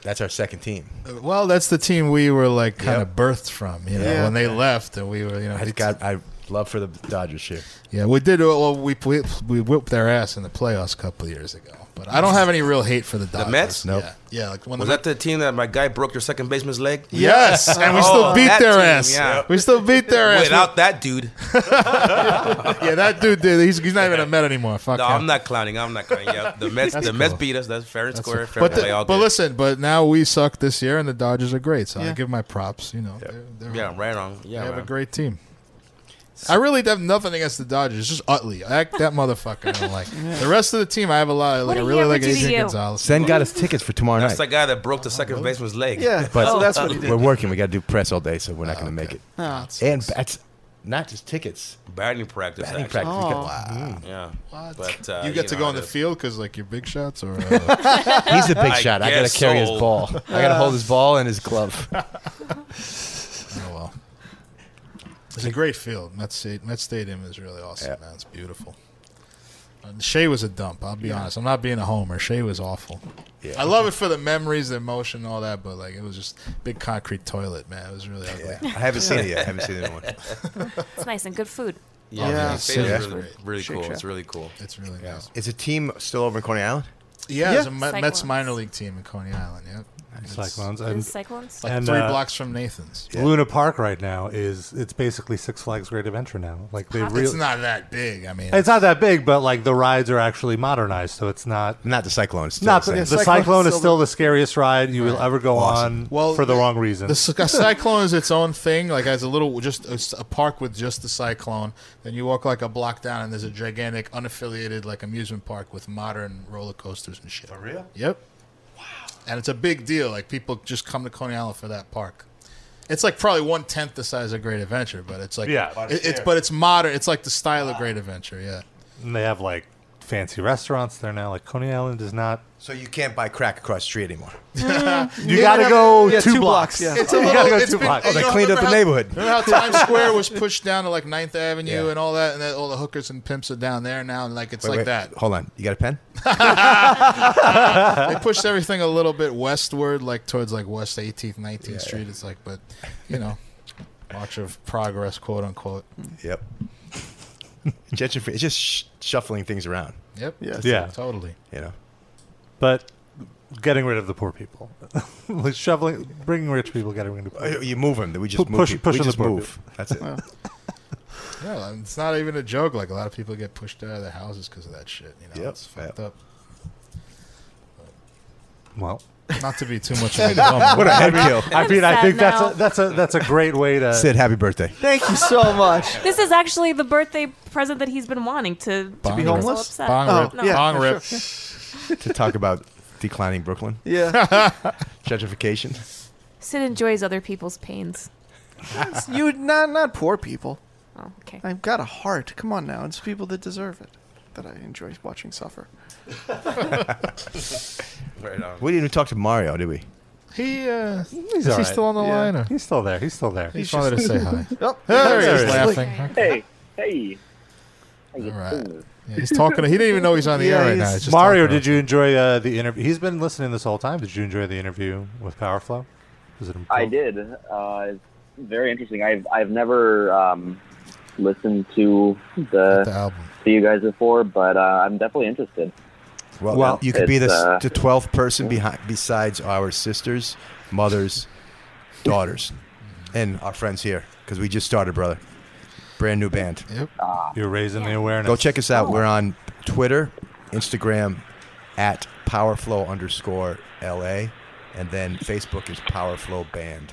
that's our second team. Well, that's the team we were like kind of birthed from. You know, Yeah. when they left, and we were you know I it's- got I love for the Dodgers here. yeah we did well we we, we whipped their ass in the playoffs a couple of years ago. But I don't have any real hate for the Dodgers. The Mets? Nope. Yeah, yeah like when was the that the team that my guy broke your second baseman's leg? Yes, and we still Oh, beat that their team, ass. yeah. We still beat their ass. Without that dude, yeah, that dude did. He's, he's not even a Met anymore. Fuck no, him. I'm not clowning. I'm not clowning. Yeah, the Mets, the That's Mets cool. beat us. That's fair and That's square. it. Fair but play the- all but day. listen, but now we suck this year, and the Dodgers are great. So I Yeah. give my props. You know, yeah, right on. they Yeah, have a man. great team. I really have nothing against the Dodgers. It's Just Utley, that, that motherfucker. I don't like the rest of the team. I have a lot. Like, What I a really year like we did to Adrian you. Gonzalez. Sen got us tickets for tomorrow That's night. the guy that broke the second baseman's leg. but Oh, we're working. We got to do press all day, so we're not going to make it. Ah, and that's not just tickets. Batting practice. Batting actually. practice. Oh. Wow. Yeah. What? But uh, you get to know go how on the it is. field because like your big shots or uh, He's a big shot. I got guess to carry so. his ball. I got to hold his ball and his glove. Oh well. It's a great field. Met State, Met Stadium is really awesome, man. It's beautiful. And Shea was a dump. I'll be Yeah. honest. I'm not being a homer. Shea was awful. Yeah. I love it for the memories, the emotion, all that, but like it was just big concrete toilet, man. It was really ugly. I haven't seen it yet. I haven't seen it in one. It's nice and good food. Yeah, Yeah. yeah. Sales It's were really, really Shake cool. Shack. It's really cool. It's really Yeah. nice. Is the team still over in Coney Island? Yeah, it was a Yeah. Met, Mets Cyclones. minor league team in Coney Island. Yep. It's- Cyclones. And- Is Cyclones? Like and, three uh, blocks from Nathan's. Luna Park right now is it's basically Six Flags Great Adventure now. Like they really, It's not that big. I mean, It's not that big, but like the rides are actually modernized, so it's not not the cyclone. It's still not the same. the, the Yeah, cyclone, Cyclone's is still still the scariest ride you will ever go on for the wrong reason. The cy- cyclone is its own thing. Like as a little, just it's a park with just the cyclone. Then you walk like a block down, and there's a gigantic, unaffiliated like amusement park with modern roller coasters and shit. For real? Yep. Wow. And it's a big deal. Like people just come to Coney Island for that park. It's like probably one tenth the size of Great Adventure, but it's like Yeah. it- it's but it's modern. It's like the style of Great Adventure. Yeah. and they have like fancy restaurants there now. Like Coney Island is not. So you can't buy crack across the street anymore. You gotta go two blocks. It's a You little. gotta go it's two been- blocks. you Oh, they know, cleaned up remember the how- neighborhood. Remember how Times Square was pushed down to like 9th Avenue Yeah. and all that, and then all the hookers and pimps are down there now, and like it's Wait, like wait. that. Hold on. You got a pen? they pushed everything a little bit westward, like towards like West 18th, 19th Street. It's like, but you know, march of progress, quote unquote. Yep. Gentrification. It's just sh- shuffling things around. Yep. Yes. Yeah. Totally. You know. but getting rid of the poor people, like shoveling, bringing rich people, getting rid of. Poor people. You move them. We just Pu- move. push- people. pushing we the just poor move. people. That's it. Yeah, and it's not even a joke. Like a lot of people get pushed out of their houses because of that shit. You know, it's fucked up. Well, not to be too much of a bummer. what a head kill. I mean, I sad think that's now. a, that's a that's a great way to Sid, happy birthday. Thank you so much. This is actually the birthday present that he's been wanting to, to Bong be rip. so upset. Bong Oh, rip. no. Bong rip. to talk about declining Brooklyn. Yeah. Gentrification. Sid enjoys other people's pains. It's- you not not poor people. Oh, okay. I've got a heart. Come on now, it's people that deserve it that I enjoy watching suffer. Right on. We didn't even talk to Mario, did we? He uh, is He's all he right. still on the Yeah. line? Or? He's still there. He's still there. He just wanted to say hi. Oh, there he there is he is. laughing. Hey, hey. All right. Yeah, he's talking. He didn't even know he's on the Yeah, air right he's- now. It's just Mario, talking. did you enjoy uh, the interview? He's been listening this whole time. Did you enjoy the interview with Powerflow? Was it I did. Uh, very interesting. I've I've never um, listened to the, the album to you guys before, but uh, I'm definitely interested. Well, you could be It's, the, uh, the 12th person behind, besides our sisters, mothers, daughters, and our friends here because we just started, brother. Brand new band. Yep. You're raising the awareness. Go check us out. We're on Twitter, Instagram, at Powerflow underscore LA, and then Facebook is Powerflow Band.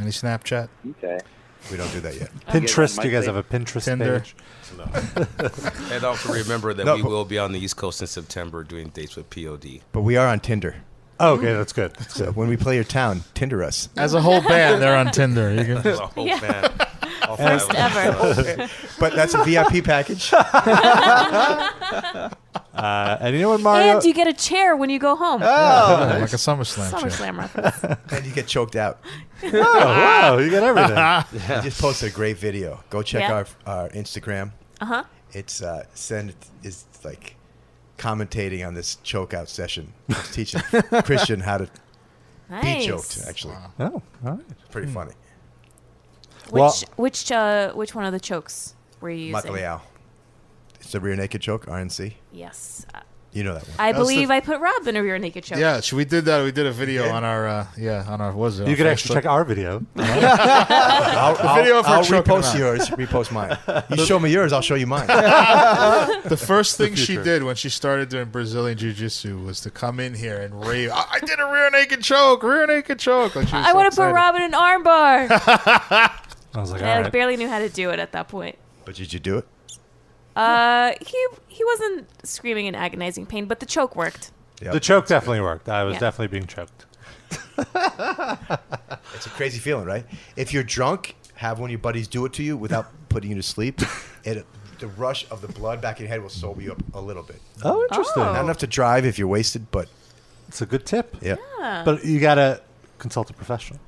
Any Snapchat? Okay. We don't do that yet. Pinterest. You guys have a Pinterest Tinder. page? and also remember that No, we but- will be on the East Coast in September doing dates with POD. But we are on Tinder. Oh, okay, that's good. So when we play your town, Tinder us. As a whole band, they're on Tinder. You can- As a whole Yeah. band. All First ever. but that's a VIP package. Uh, and you know what, Mario? and you get a chair when you go Oh, home. like a SummerSlam chair. SummerSlam reference. and you get choked out. Oh, wow, you got everything. I just posted a great video. Go check Yeah. our our Instagram. Uh huh. It's uh, send is like commentating on this choke out session. I was teaching Christian how to Nice. hmm. be choked. Actually, Oh, all right. pretty funny. Which Well- which uh, which one of the chokes were you using? Michael Leal. It's a rear naked choke, RNC. Yes, You know that one. I That was the- believe I put Rob in a rear naked choke. Yeah, so we did that. We did a video on our uh, yeah on our what was it? You on could actually Facebook? check our video. I'll, The I'll- video of her I'll choking him repost out. yours. Repost mine. You show me yours, I'll show you mine. the first The thing she future. did when she started doing Brazilian Jiu Jitsu was to come in here and rave. I, I did a rear naked choke, rear naked choke. Like she was I so want to put excited. Rob in an armbar. I was like, I like, barely knew how to do it at that point. But did you do it? Uh, he he wasn't screaming in agonizing pain, but the choke worked. the choke definitely worked. I was Yeah. definitely being choked. It's a crazy feeling, right? If you're drunk, have one of your buddies do it to you without putting you to sleep. It, the rush of the blood back in your head will sober you up a little bit. Oh, interesting. Not enough to drive if you're wasted, but it's a good tip. Yeah. Yeah. But you gotta consult a professional.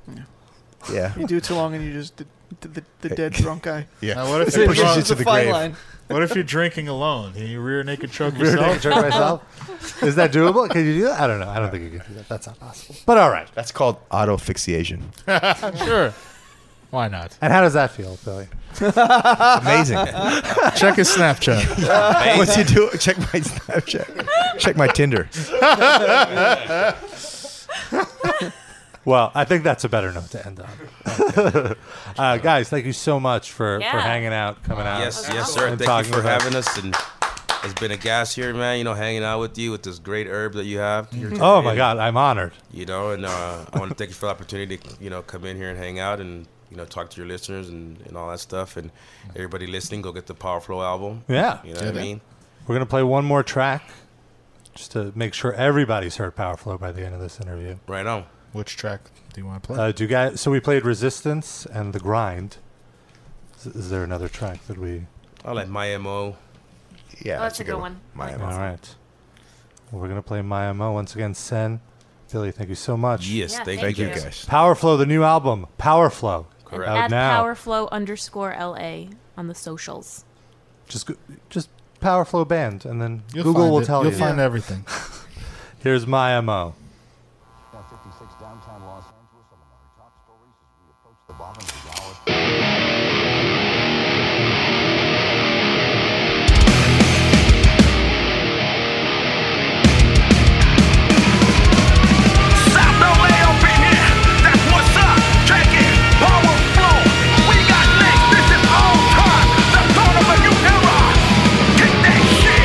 Yeah. You do it too long and you just did did the, the dead drunk guy. Now, what if It's you're a- drunk- it's a fine line. What if you're drinking alone? Can you rear naked choke Rear yourself? naked choke myself? Is that doable? Can you do that? I don't know. I don't think you can do that. That's not possible. But all right. That's called autofixation. sure. Why not? And how does that feel, Billy? Amazing. Check his Snapchat. Once you do it, check my Snapchat. Check my Tinder. 네. Well, I think that's a better note to end on. uh, guys, thank you so much for, for Yeah. hanging out, coming out. Yes, yes, sir. and Thank talking you for with us. having us. And it's been a gas here, man. You know, hanging out with you with this great herb that you have. Oh my God, I'm honored. You know, and uh, I want to thank you for the opportunity to you know come in here and hang out and you know talk to your listeners and, and all that stuff. And everybody listening, go get the Power Flow album. Yeah. you know what I mean. We're going to play one more track just to make sure everybody's heard Power Flow by the end of this interview. Right on. Which track do you want to play? Uh, do you guys, so we played Resistance and The Grind. Is, is there another track that we. I like my mo. Yeah, Oh, that's that's a a good good one. one. My All right. Well, we're going to play My MO once again. Sen, Billy, thank you so much. Yes, Yeah, thank thank you, you. guys. Power Flow, the new album, Power Flow. And Out At now. powerflow underscore la on the socials. Just go- just Power Flow Band, and then You'll Google find will it. tell You'll you. find everything. Here's My MO. Get that shit!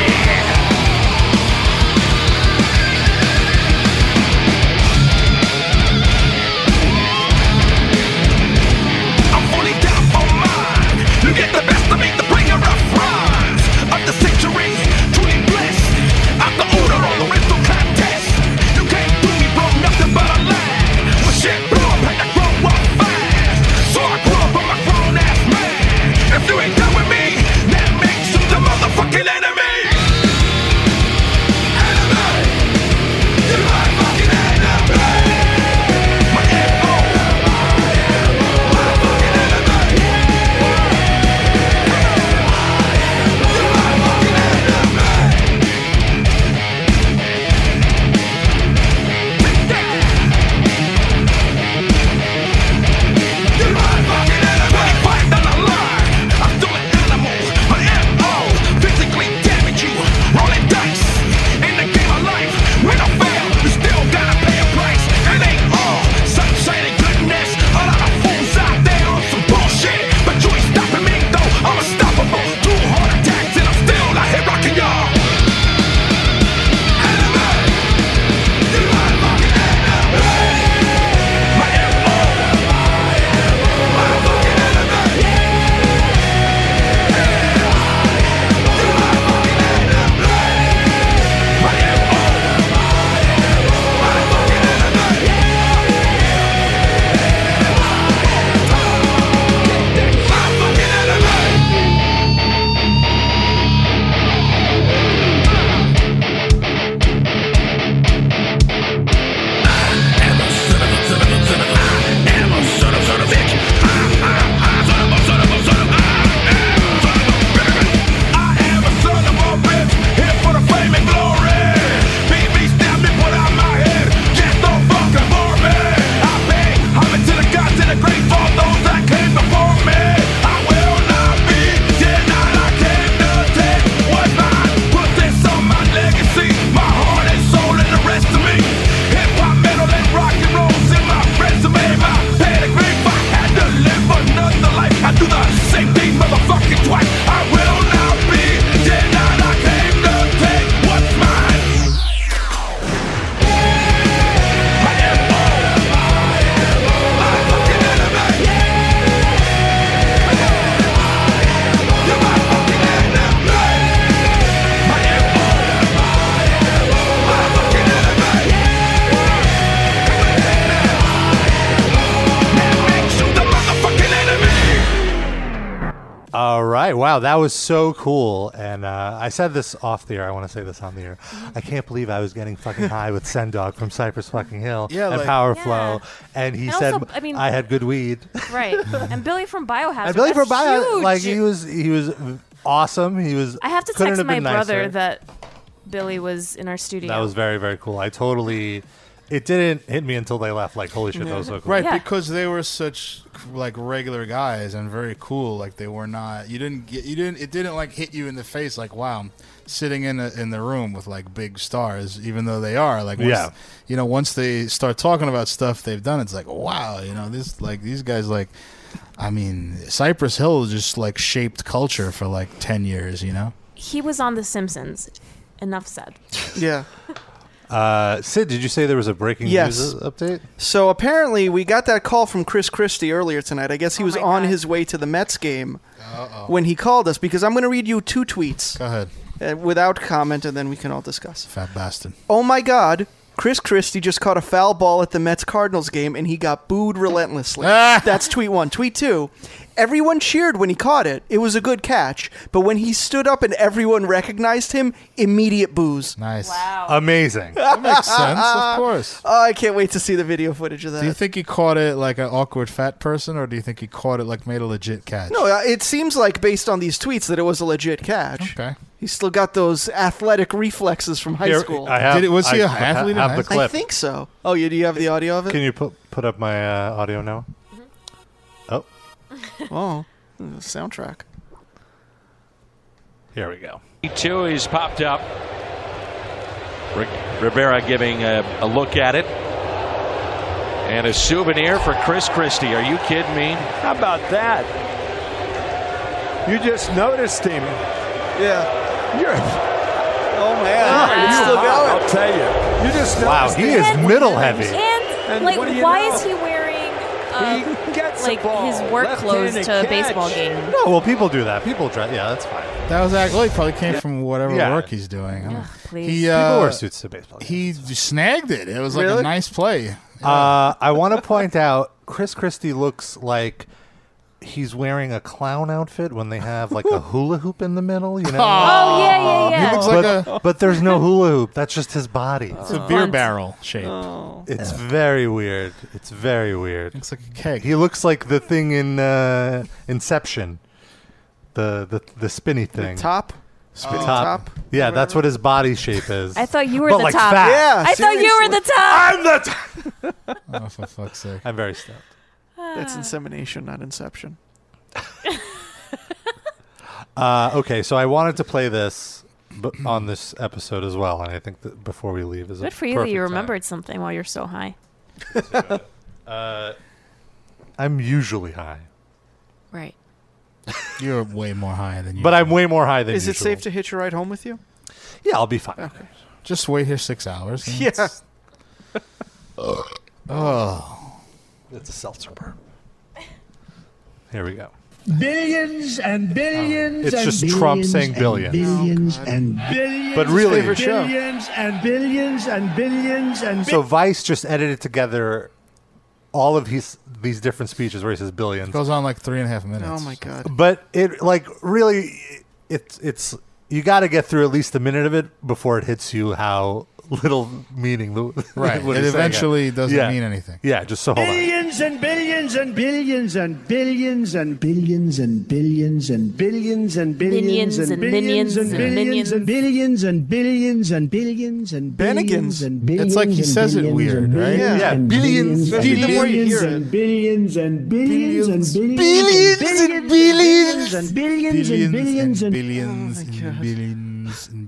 Wow, that was so cool. And uh, I said this off the air. I want to say this on the air. Mm-hmm. I can't believe I was getting fucking high with Sendog from Cypress fucking Hill Yeah, and like- Power Flow. And he And said also, I mean- I had good weed. right. And Billy from Biohazard. and Billy that's Forbaya, huge. like he was, he was awesome. He was. I have to couldn't text have my been brother nicer. that Billy was in our studio. That was very very cool. I totally. It didn't hit me until they left. Like holy shit, that was so cool. Right, because they were such like regular guys and very cool. Like they were not. You didn't get. You didn't. It didn't like hit you in the face. Like wow, I'm sitting in a, in the room with like big stars, even though they are. Like once, Yeah. you know, once they start talking about stuff they've done, it's like wow, you know, this like these guys like. I mean, Cypress Hill just like shaped culture for like ten years. You know. He was on The Simpsons. Enough said. Yeah. Uh, Sid, did you say there was a breaking Yes. news update? So apparently, we got that call from Chris Christie earlier tonight. I guess he was on his way to the Mets game when he called us because I'm going to read you two tweets. Go ahead. Uh, without comment, and then we can all discuss. Fat bastard. Oh my God. Chris Christie just caught a foul ball at the Mets Cardinals game and he got booed relentlessly. Ah! That's tweet one. Tweet two. Everyone cheered when he caught it. It was a good catch, but when he stood up and everyone recognized him, immediate boos. Nice. Amazing. That makes sense, of course. Oh, I can't wait to see the video footage of that. Do you think he caught it like an awkward fat person, or do you think he caught it like made a legit catch? No, uh, it seems like based on these tweets that it was a legit catch. Okay. He's still got those athletic reflexes from high Here, school. I have- Did it- was he I- a I ha- athlete in have high the school? I clip. think so. Oh, you, do you have the audio of it? Can you put put up my uh, audio now? Oh, oh, the soundtrack. here we go. Two, he's popped up. Ri- Rivera giving a, a look at it. And a souvenir for Chris Christie. Are you kidding me? How about that? You just noticed him. Yeah. You're. Oh, man. you It's still are, going. I'll tell you. You just Wow, noticed he him. is middle heavy. And, And like, what do you why know? is he wearing um, the like ball. his work Left-handed clothes to a catch. baseball game? No, Oh, well, people do that. People dress. Yeah, that's fine. That was actually probably came Yeah. from whatever Yeah. work he's doing. I don't- please. He, People uh, wear suits to baseball. He snagged it. It was like Really? a nice play. Uh, I want to point out Chris Christie looks like he's wearing a clown outfit when they have like a hula hoop in the middle. You know? Oh, yeah, yeah, yeah. He looks like but, but there's no hula hoop. That's just his body. It's a beer Bunt. barrel shape. It's very weird. It's very weird. Looks like a keg. He looks like the thing in uh, Inception. The, the the spinny thing. top? Spinny top? Yeah, that's what his body shape is. I thought you were But, the like, top. fat. I thought you were the top. I'm the top. oh, for fuck's sake. I'm very stoked. That's insemination, not inception. Uh, okay, so I wanted to play this but on this episode as well, and I think that before we leave is a Good for you that perfect you time. remembered something while you're so high. Uh, I'm usually high, Right. You're way more high than you. but I'm way more high than Is usual. it safe to hitch a ride home with you? Yeah, I'll be fine. Just wait here six hours. and Yeah. it's- Oh. It's a seltzer burp. Here we go. Billions and billions. It's and just billions Trump saying and billions. Billions Oh, and billions. But really- Favorite show. billions and billions and billions and So Vice just edited together all of his these different speeches where he says billions. Goes on like three and a half minutes. Oh my god. But it like really, it's it's you got to get through at least a minute of it before it hits you how little meaning the Right. what it he's saying eventually had. doesn't Yeah. mean anything. Yeah, just so hold on. Billions and billions and billions and billions and billions and billions and billions and billions Minions and and billions minions and and billions and billions and billions and billions and billions Bennigan's. and billions. It's like he and says it billions weird, and right? billions Yeah, and billions, billions, and billions billions. and billions and billions and billions Billions and billions and billions and billions and billions and billions and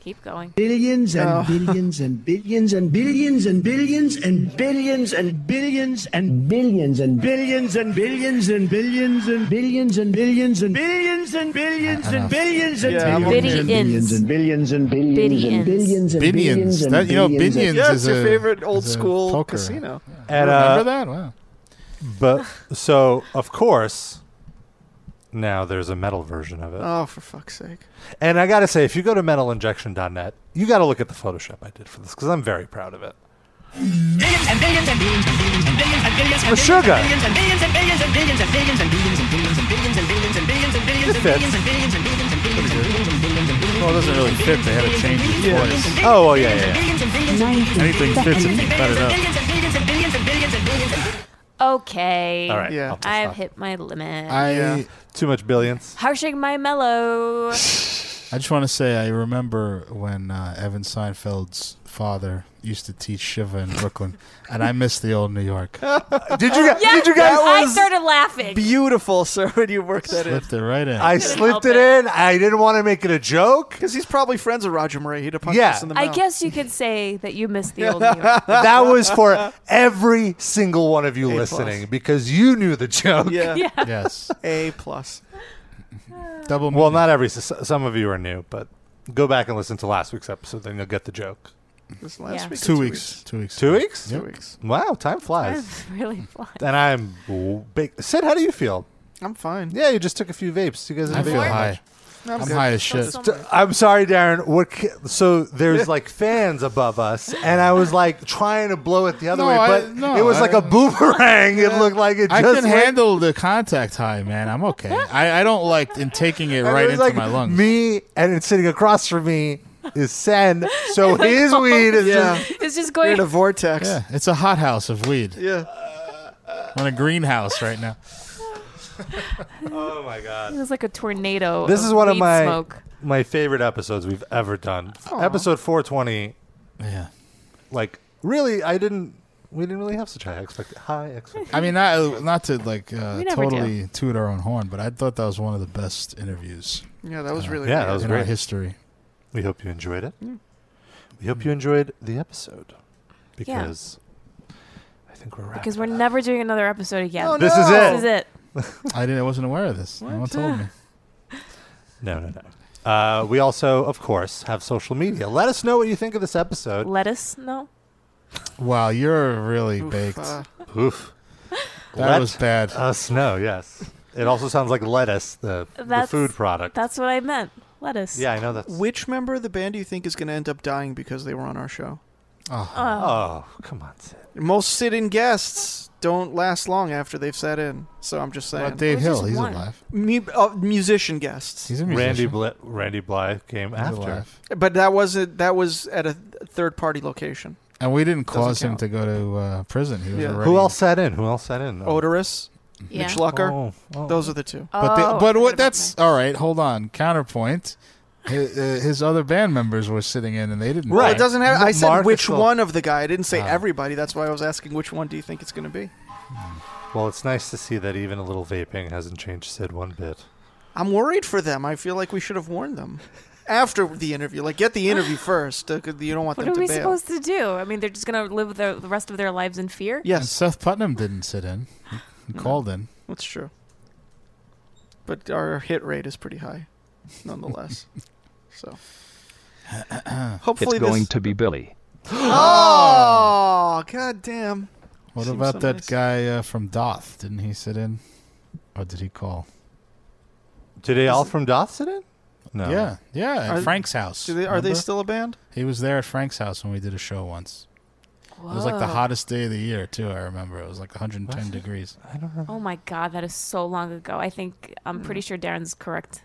Keep going. Billions and Oh. billions and billions and billions and billions and billions and billions and billions and billions and billions and billions and billions and billions and billions and billions and billions and Yeah, I'm okay. billions and billions and billions and billions and billions and billions and That- you know, billions Binions and- yeah, is it's your a- favorite old is a school poker. casino. And, Remember uh, that? Wow. But so of course, now there's a metal version of it. Oh, for fuck's sake! And I gotta say, if you go to metalinjection.net, you gotta look at the Photoshop I did for this because I'm very proud of it. Billions and billions and billions and billions and billions and billions and Sugar. billions and billions and billions and billions and billions and billions and billions and billions and billions and billions and billions and billions and billions and billions and billions and billions and billions and billions. Well, Oh, it doesn't really fit. They had to change his voice. Oh, well, yeah, yeah. Billions and billions and billions and Anything fits if you cut it up. billions and billions and billions and billions and billions and billions. Okay. All right, Yeah. I'll just I've stop. hit my limit. I too much billions. Harshing my mellow. I just want to say I remember when uh, Evan Seinfeld's father used to teach Shiva in Brooklyn, and I miss the old New York. Did you? Yes, did you guys? I started laughing. Beautiful, sir. When you work that in, Slipped it right in. I slipped it in. I didn't want to make it a joke. because he's probably friends with Roger Murray. He'd have punched Yeah. us in the I mouth. guess you could say that you missed the old New York. that was for every single one of you listening because you knew the joke. Yeah. Yeah. Yes. A plus. Double. Well, not every. s- Some of you are new, but go back and listen to last week's episode, then you'll get the joke. This last Yeah. week. or Two weeks. Two weeks. Two weeks. Yep. Two weeks. Wow, time flies. really fly. and I'm w- big. Sid, how do you feel? I'm fine. Yeah, you just took a few vapes. You guys. I didn't feel vape much. high. No, I'm I'm good. high as shit. D- I'm sorry, Darren. What? ki- So there's like fans above us, and I was like trying to blow it the other No, way, I- but no, it was like I- a boomerang. It looked like it. I just can went- handle the contact high, man. I'm okay. I, I don't like in taking it and it right was into like my lungs. Me, and it's sitting across from me is Sen. So his weed is just It's just going. vortex. Yeah, it's a hothouse of weed. Yeah. I'm in a greenhouse right now. Oh my It god. was like a tornado. This is one of weed my smoke. my favorite episodes we've ever done. Aw. Episode 420. Yeah. Like really, I didn't. We didn't really have such high expect high expectations. I mean, not not to like uh, We never do. totally toot our own horn, but I thought that was one of the best interviews. Yeah, that was really. yeah, that weird. was in our great. history. We hope you enjoyed it. Mm. We hope you enjoyed the episode because I think we're wrapped. Because we're never doing another episode again. Oh, This is no. it. This is it. I didn't. I wasn't aware of this. No one uh, told me. No, no, no. Uh, we also, of course, have social media. Let us know what you think of this episode. Lettuce? No. Wow, you're really baked. uh. Oof. That was bad. Us know, yes. It also sounds like lettuce, the, the That's- food product. That's what I meant. Lettuce. Yeah, I know that's. Which member of the band do you think is going to end up dying because they were on our show? Oh, Oh, come on, Sid. Most sit-in guests don't last long after they've sat in. So I'm just saying. But Dave Hill, he's alive. Mu- uh, musician guests. He's a musician. Randy Bly, Randy Bly came after. alive. But that wasn't. That was at a third-party location. And we didn't Doesn't cause him count. to go to uh, prison. He was Yeah. Who already. Who else sat in? Who else sat in? Oh, Odorous, Yeah. Mitch Lucker. Oh, oh. Those are the two. But Oh, the, but forgot what? about That's all right. Hold on. Counterpoint. His, uh, his other band members were sitting in, and they didn't. Well, die. it doesn't have. I said Mark is which still- one of the guy. I didn't say Ah. everybody. That's why I was asking which one do you think it's going to be. Well, it's nice to see that even a little vaping hasn't changed Sid one bit. I'm worried for them. I feel like we should have warned them after the interview. Like, get the interview first. uh, 'cause You don't want What them are to we bail. supposed to do? I mean, they're just going to live the, the rest of their lives in fear? And yes, Seth Putnam didn't sit in. He- He called in. that's true. But our hit rate is pretty high, nonetheless. so, hopefully, it's going this. to be Billy. oh, god damn! What Seems about so that nice. guy uh, from Doth? Didn't he sit in? Or did he call? Did they all from Doth sit in? No. Yeah, yeah. At Are- Frank's house. Do they, are they remember? still a band? He was there at Frank's house when we did a show once. It was like the Whoa. hottest day of the year too. I remember it was like 110 degrees. I don't Oh my God, that is so long ago. I think Mm. I'm pretty sure Darren's correct.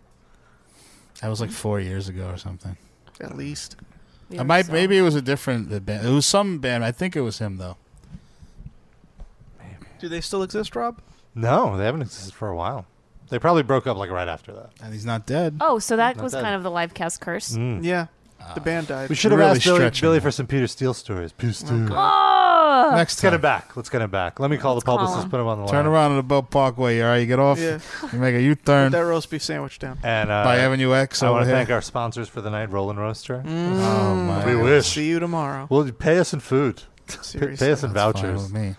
That was like four years ago or something. At least. I might maybe it was a different the band. It was some band. I think it was him though. Do they still exist, Rob? No, they haven't existed for a while. They probably broke up like right after that. And he's not dead. Ah, Oh, so that Not was bad. kind of the live cast curse. Mm. Yeah. The band died. We should have Really asked Billy, stretching Billy for some Peter Steele stories. Peter Steele. Oh! Let's get him back. Let's get him back. Let me call the call publicist. him. Put him on the Turn line. around on the boat parkway. All right, you get off. Yeah. You make a U turn. That roast beef sandwich down. And uh, By Avenue X I over want to here. thank our sponsors for the night, Roland Roaster. Oh, my We God. wish. Mm. See you tomorrow. Well, you pay us in food. P- Seriously. pay us in That's fine vouchers. with me.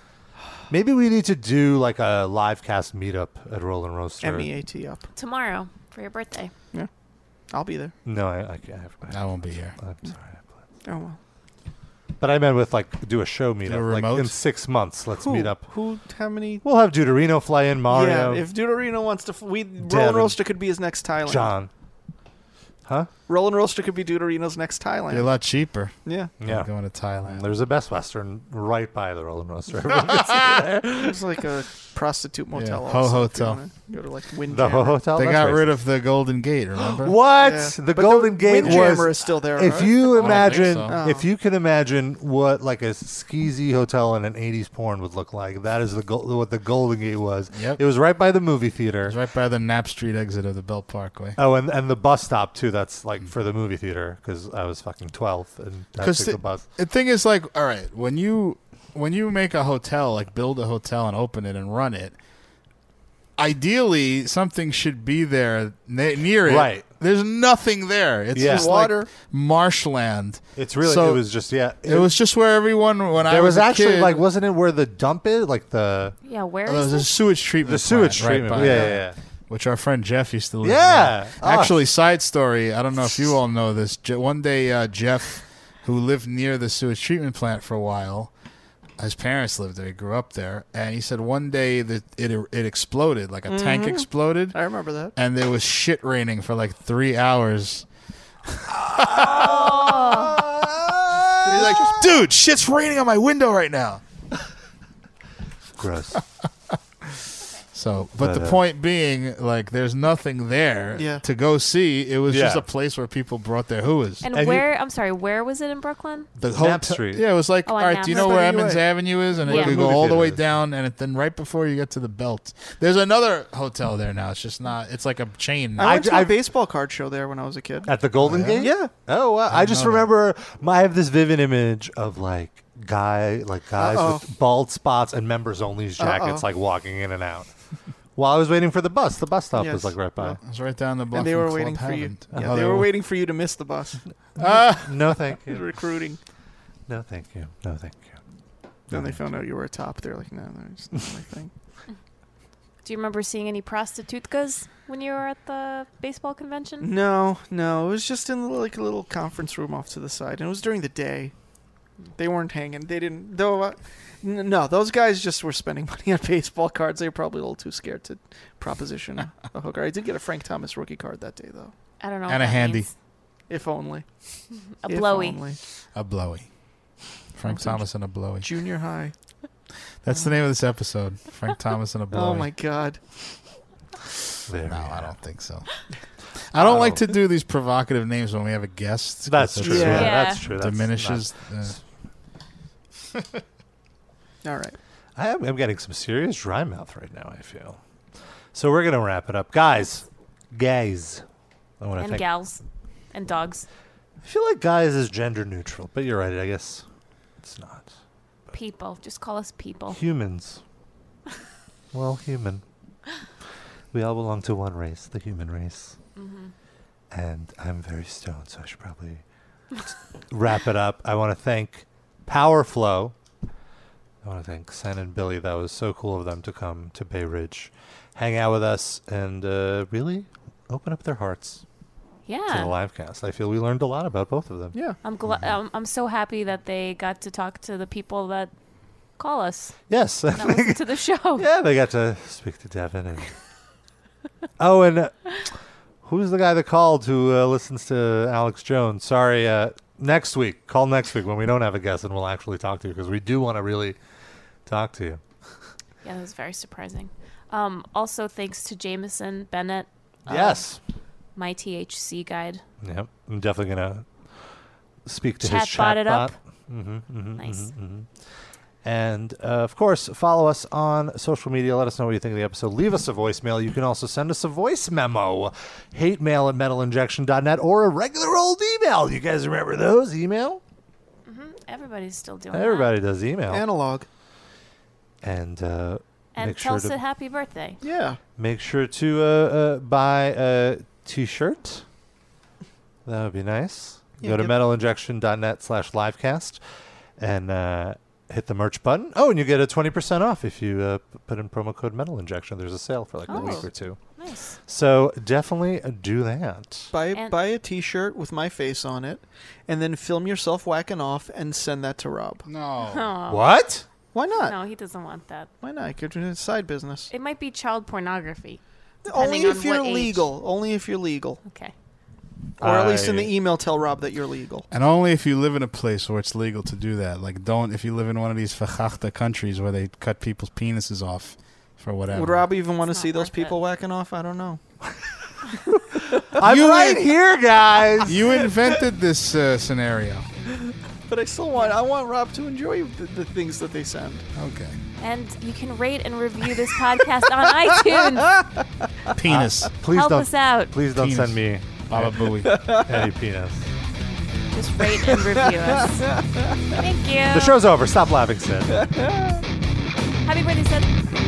Maybe we need to do like a live cast meetup at Roland Roaster. M-E-A-T E up. Tomorrow for your birthday. Yeah. I'll be there. No, I, I, can't- I, I won't be here. I'm sorry. Oh well. But I meant with like do a show meetup. like remote? in six months, let's Who- meet up. Who? How many? We'll have Deuterino fly in, Mario, Yeah. If Deuterino wants to, f- we Devin. Roland Roaster could be his next Thailand. John. Huh? Roland Roaster could be Deuterino's next Thailand. You're a lot cheaper. Yeah. Yeah. Going to Thailand. There's a Best Western right by the Roland Roaster. it's like a prostitute motel. Yeah, also, Ho if you Hotel. wanna Go to like Windjammer. The Ho Hotel. They That's got right. rid of the Golden Gate. Remember? What? Yeah. The But the Golden Gate was. Windjammer is still there, If right? I you don't think imagine, so. if you can imagine what like a skeezy hotel in an '80s porn would look like, that is the gol- what the Golden Gate was. Yep. It was right by the movie theater. It's right by the Knapp Street exit of the Belt Parkway. Oh, and and the bus stop too. That's like Mm. for the movie theater because I was fucking twelve and I took Because the bus. the thing is, like, all right, when you when you make a hotel, like build a hotel and open it and run it, ideally something should be there ne- near it. Right. There's nothing there. It's Yeah. just like Water. marshland. It's really So it was just yeah. It, was just where everyone when I there was, a actually kid- like uh, wasn't it where the dump is like the Yeah, where Oh, there is was a this? sewage treatment. The sewage plant treatment, by yeah, there, yeah, yeah. Which our friend Jeff used to live. Yeah, Ah. near. us. Actually, side story. I don't know if you all know this. Je- One day, uh, Jeff, who lived near the sewage treatment plant for a while, his parents lived there. He grew up there, and he said one day that it it exploded, like a tank Mhm. exploded, I remember that. and there was shit raining for like three hours. And he's like, dude, shit's raining on my window right now. Gross. So, but, But, the uh, point being, like, there's nothing there Yeah. to go see. It was just Yeah. a place where people brought their hooas. And, where? I'm sorry. Where was it in Brooklyn? the whole Knapp t- Street. Yeah, it was like, Oh, all on right, do you know Knapp where Street. Emmons Avenue is? And Yeah. you Where the go movie all the theater way is. down, and it, then right before you get to the belt, there's another hotel there now. It's just not. It's like a chain. I went to a baseball card show there when I was a kid. At the Golden Oh, yeah? Gate? Yeah. Oh, wow. I, I just know that. remember my, I have this vivid image of like guy like guys with bald spots and members only jackets Uh-oh. like walking in and out. While I was waiting for the bus, the bus stop Yes. was like right by. It's right down the block. and they were from waiting Club for you. Heaven. Yeah, Oh, they were waiting for you to miss the bus. Ah, no, thank He's you. recruiting. No, thank you. No, thank you. Then they found out you were a top. They're like, no, no, it's not my thing. Do you remember seeing any prostitutkas when you were at the baseball convention? No, no, it was just in like a little conference room off to the side, and it was during the day. They weren't hanging. They didn't. Though, uh, n- no, those guys just were spending money on baseball cards. They were probably a little too scared to proposition a hooker. I did get a Frank Thomas rookie card that day, though. I don't know. And a handy, If only. A If blowy. only. a blowy. Frank Something- Thomas and a blowy. Junior high. That's the name of this episode. Frank Thomas and a blowy. Oh my god. There no, we I don't think so. I don't like to do these provocative names when we have a guest. 'cause That's it true. sort of Yeah, Yeah. that's true. That's Diminishes. not- the- All right. I am, I'm getting some serious dry mouth right now, I feel. So we're going to wrap it up. Guys, guys. I want to And thank. gals. And dogs. I feel like guys is gender neutral, but you're right. I guess it's not. People. Just call us people. Humans. well, human. We all belong to one race, the human race. Mhm. And I'm very stoned, so I should probably wrap it up. I want to thank Power Flow. I want to thank Sen and Billy. That was so cool of them to come to Bay Ridge, hang out with us, and uh, really open up their hearts to Yeah. the Mm-hmm. live cast. I feel we learned a lot about both of them. Yeah. I'm glad. I'm, I'm so happy that they got to talk to the people that call us. Yes. That listen to the show. Yeah, they got to speak to Devin and oh, and uh, who's the guy that called who uh, listens to Alex Jones? Sorry, uh, next week. Call next week when we don't have a guest, and we'll actually talk to you because we do want to really talk to you. Yeah, that was very surprising. Um, also, thanks to Jameson Bennett. um, Yes. My THC guide. Yep, I'm definitely gonna speak to his Chatbot chatbot. it up. Mhm, mhm, Nice. mhm, mhm. And uh, of course, follow us on social media. Let us know what you think of the episode. Leave us a voicemail. You can also send us a voice memo, hate mail at metalinjection.net, or a regular old email. You guys remember those email? hmm Everybody's still doing Everybody does email. Analog. And uh, And make tell sure us to a happy birthday. Yeah. make sure to uh, uh, buy a t-shirt. That would be nice. Yeah, Go to get- metalinjection.net slash livecast and uh, hit the merch button. Oh, and you get a 20% off if you uh, p- put in promo code metalinjection. There's a sale for like a week Oh, or two. Nice. So definitely do that. Buy And- buy a T-shirt with my face on it, and then film yourself whacking off and send that to Rob. No. Aw. What? Why not? Oh. No, he doesn't want that. Why not? Get to his side business. It might be child pornography. Only depending if on you're what age. legal. Only if you're legal. Okay. Or at least in I- the email, tell Rob that you're legal. And only if you live in a place where it's legal to do that. Like, don't if you live in one of these fachachta countries where they cut people's penises off for whatever. Would Rob even want to see those people whacking off? I don't know. I'm right here, guys. You invented this uh, scenario. But I still want. I want Rob to enjoy the, the things that they send. Okay. And you can rate and review this podcast on iTunes. Penis. Uh, please Help don't, us out. Please don't Penis. send me Baba Booey. any penis. Just rate and review us. Thank you. The show's over. Stop laughing, Sid. Happy birthday, Seth.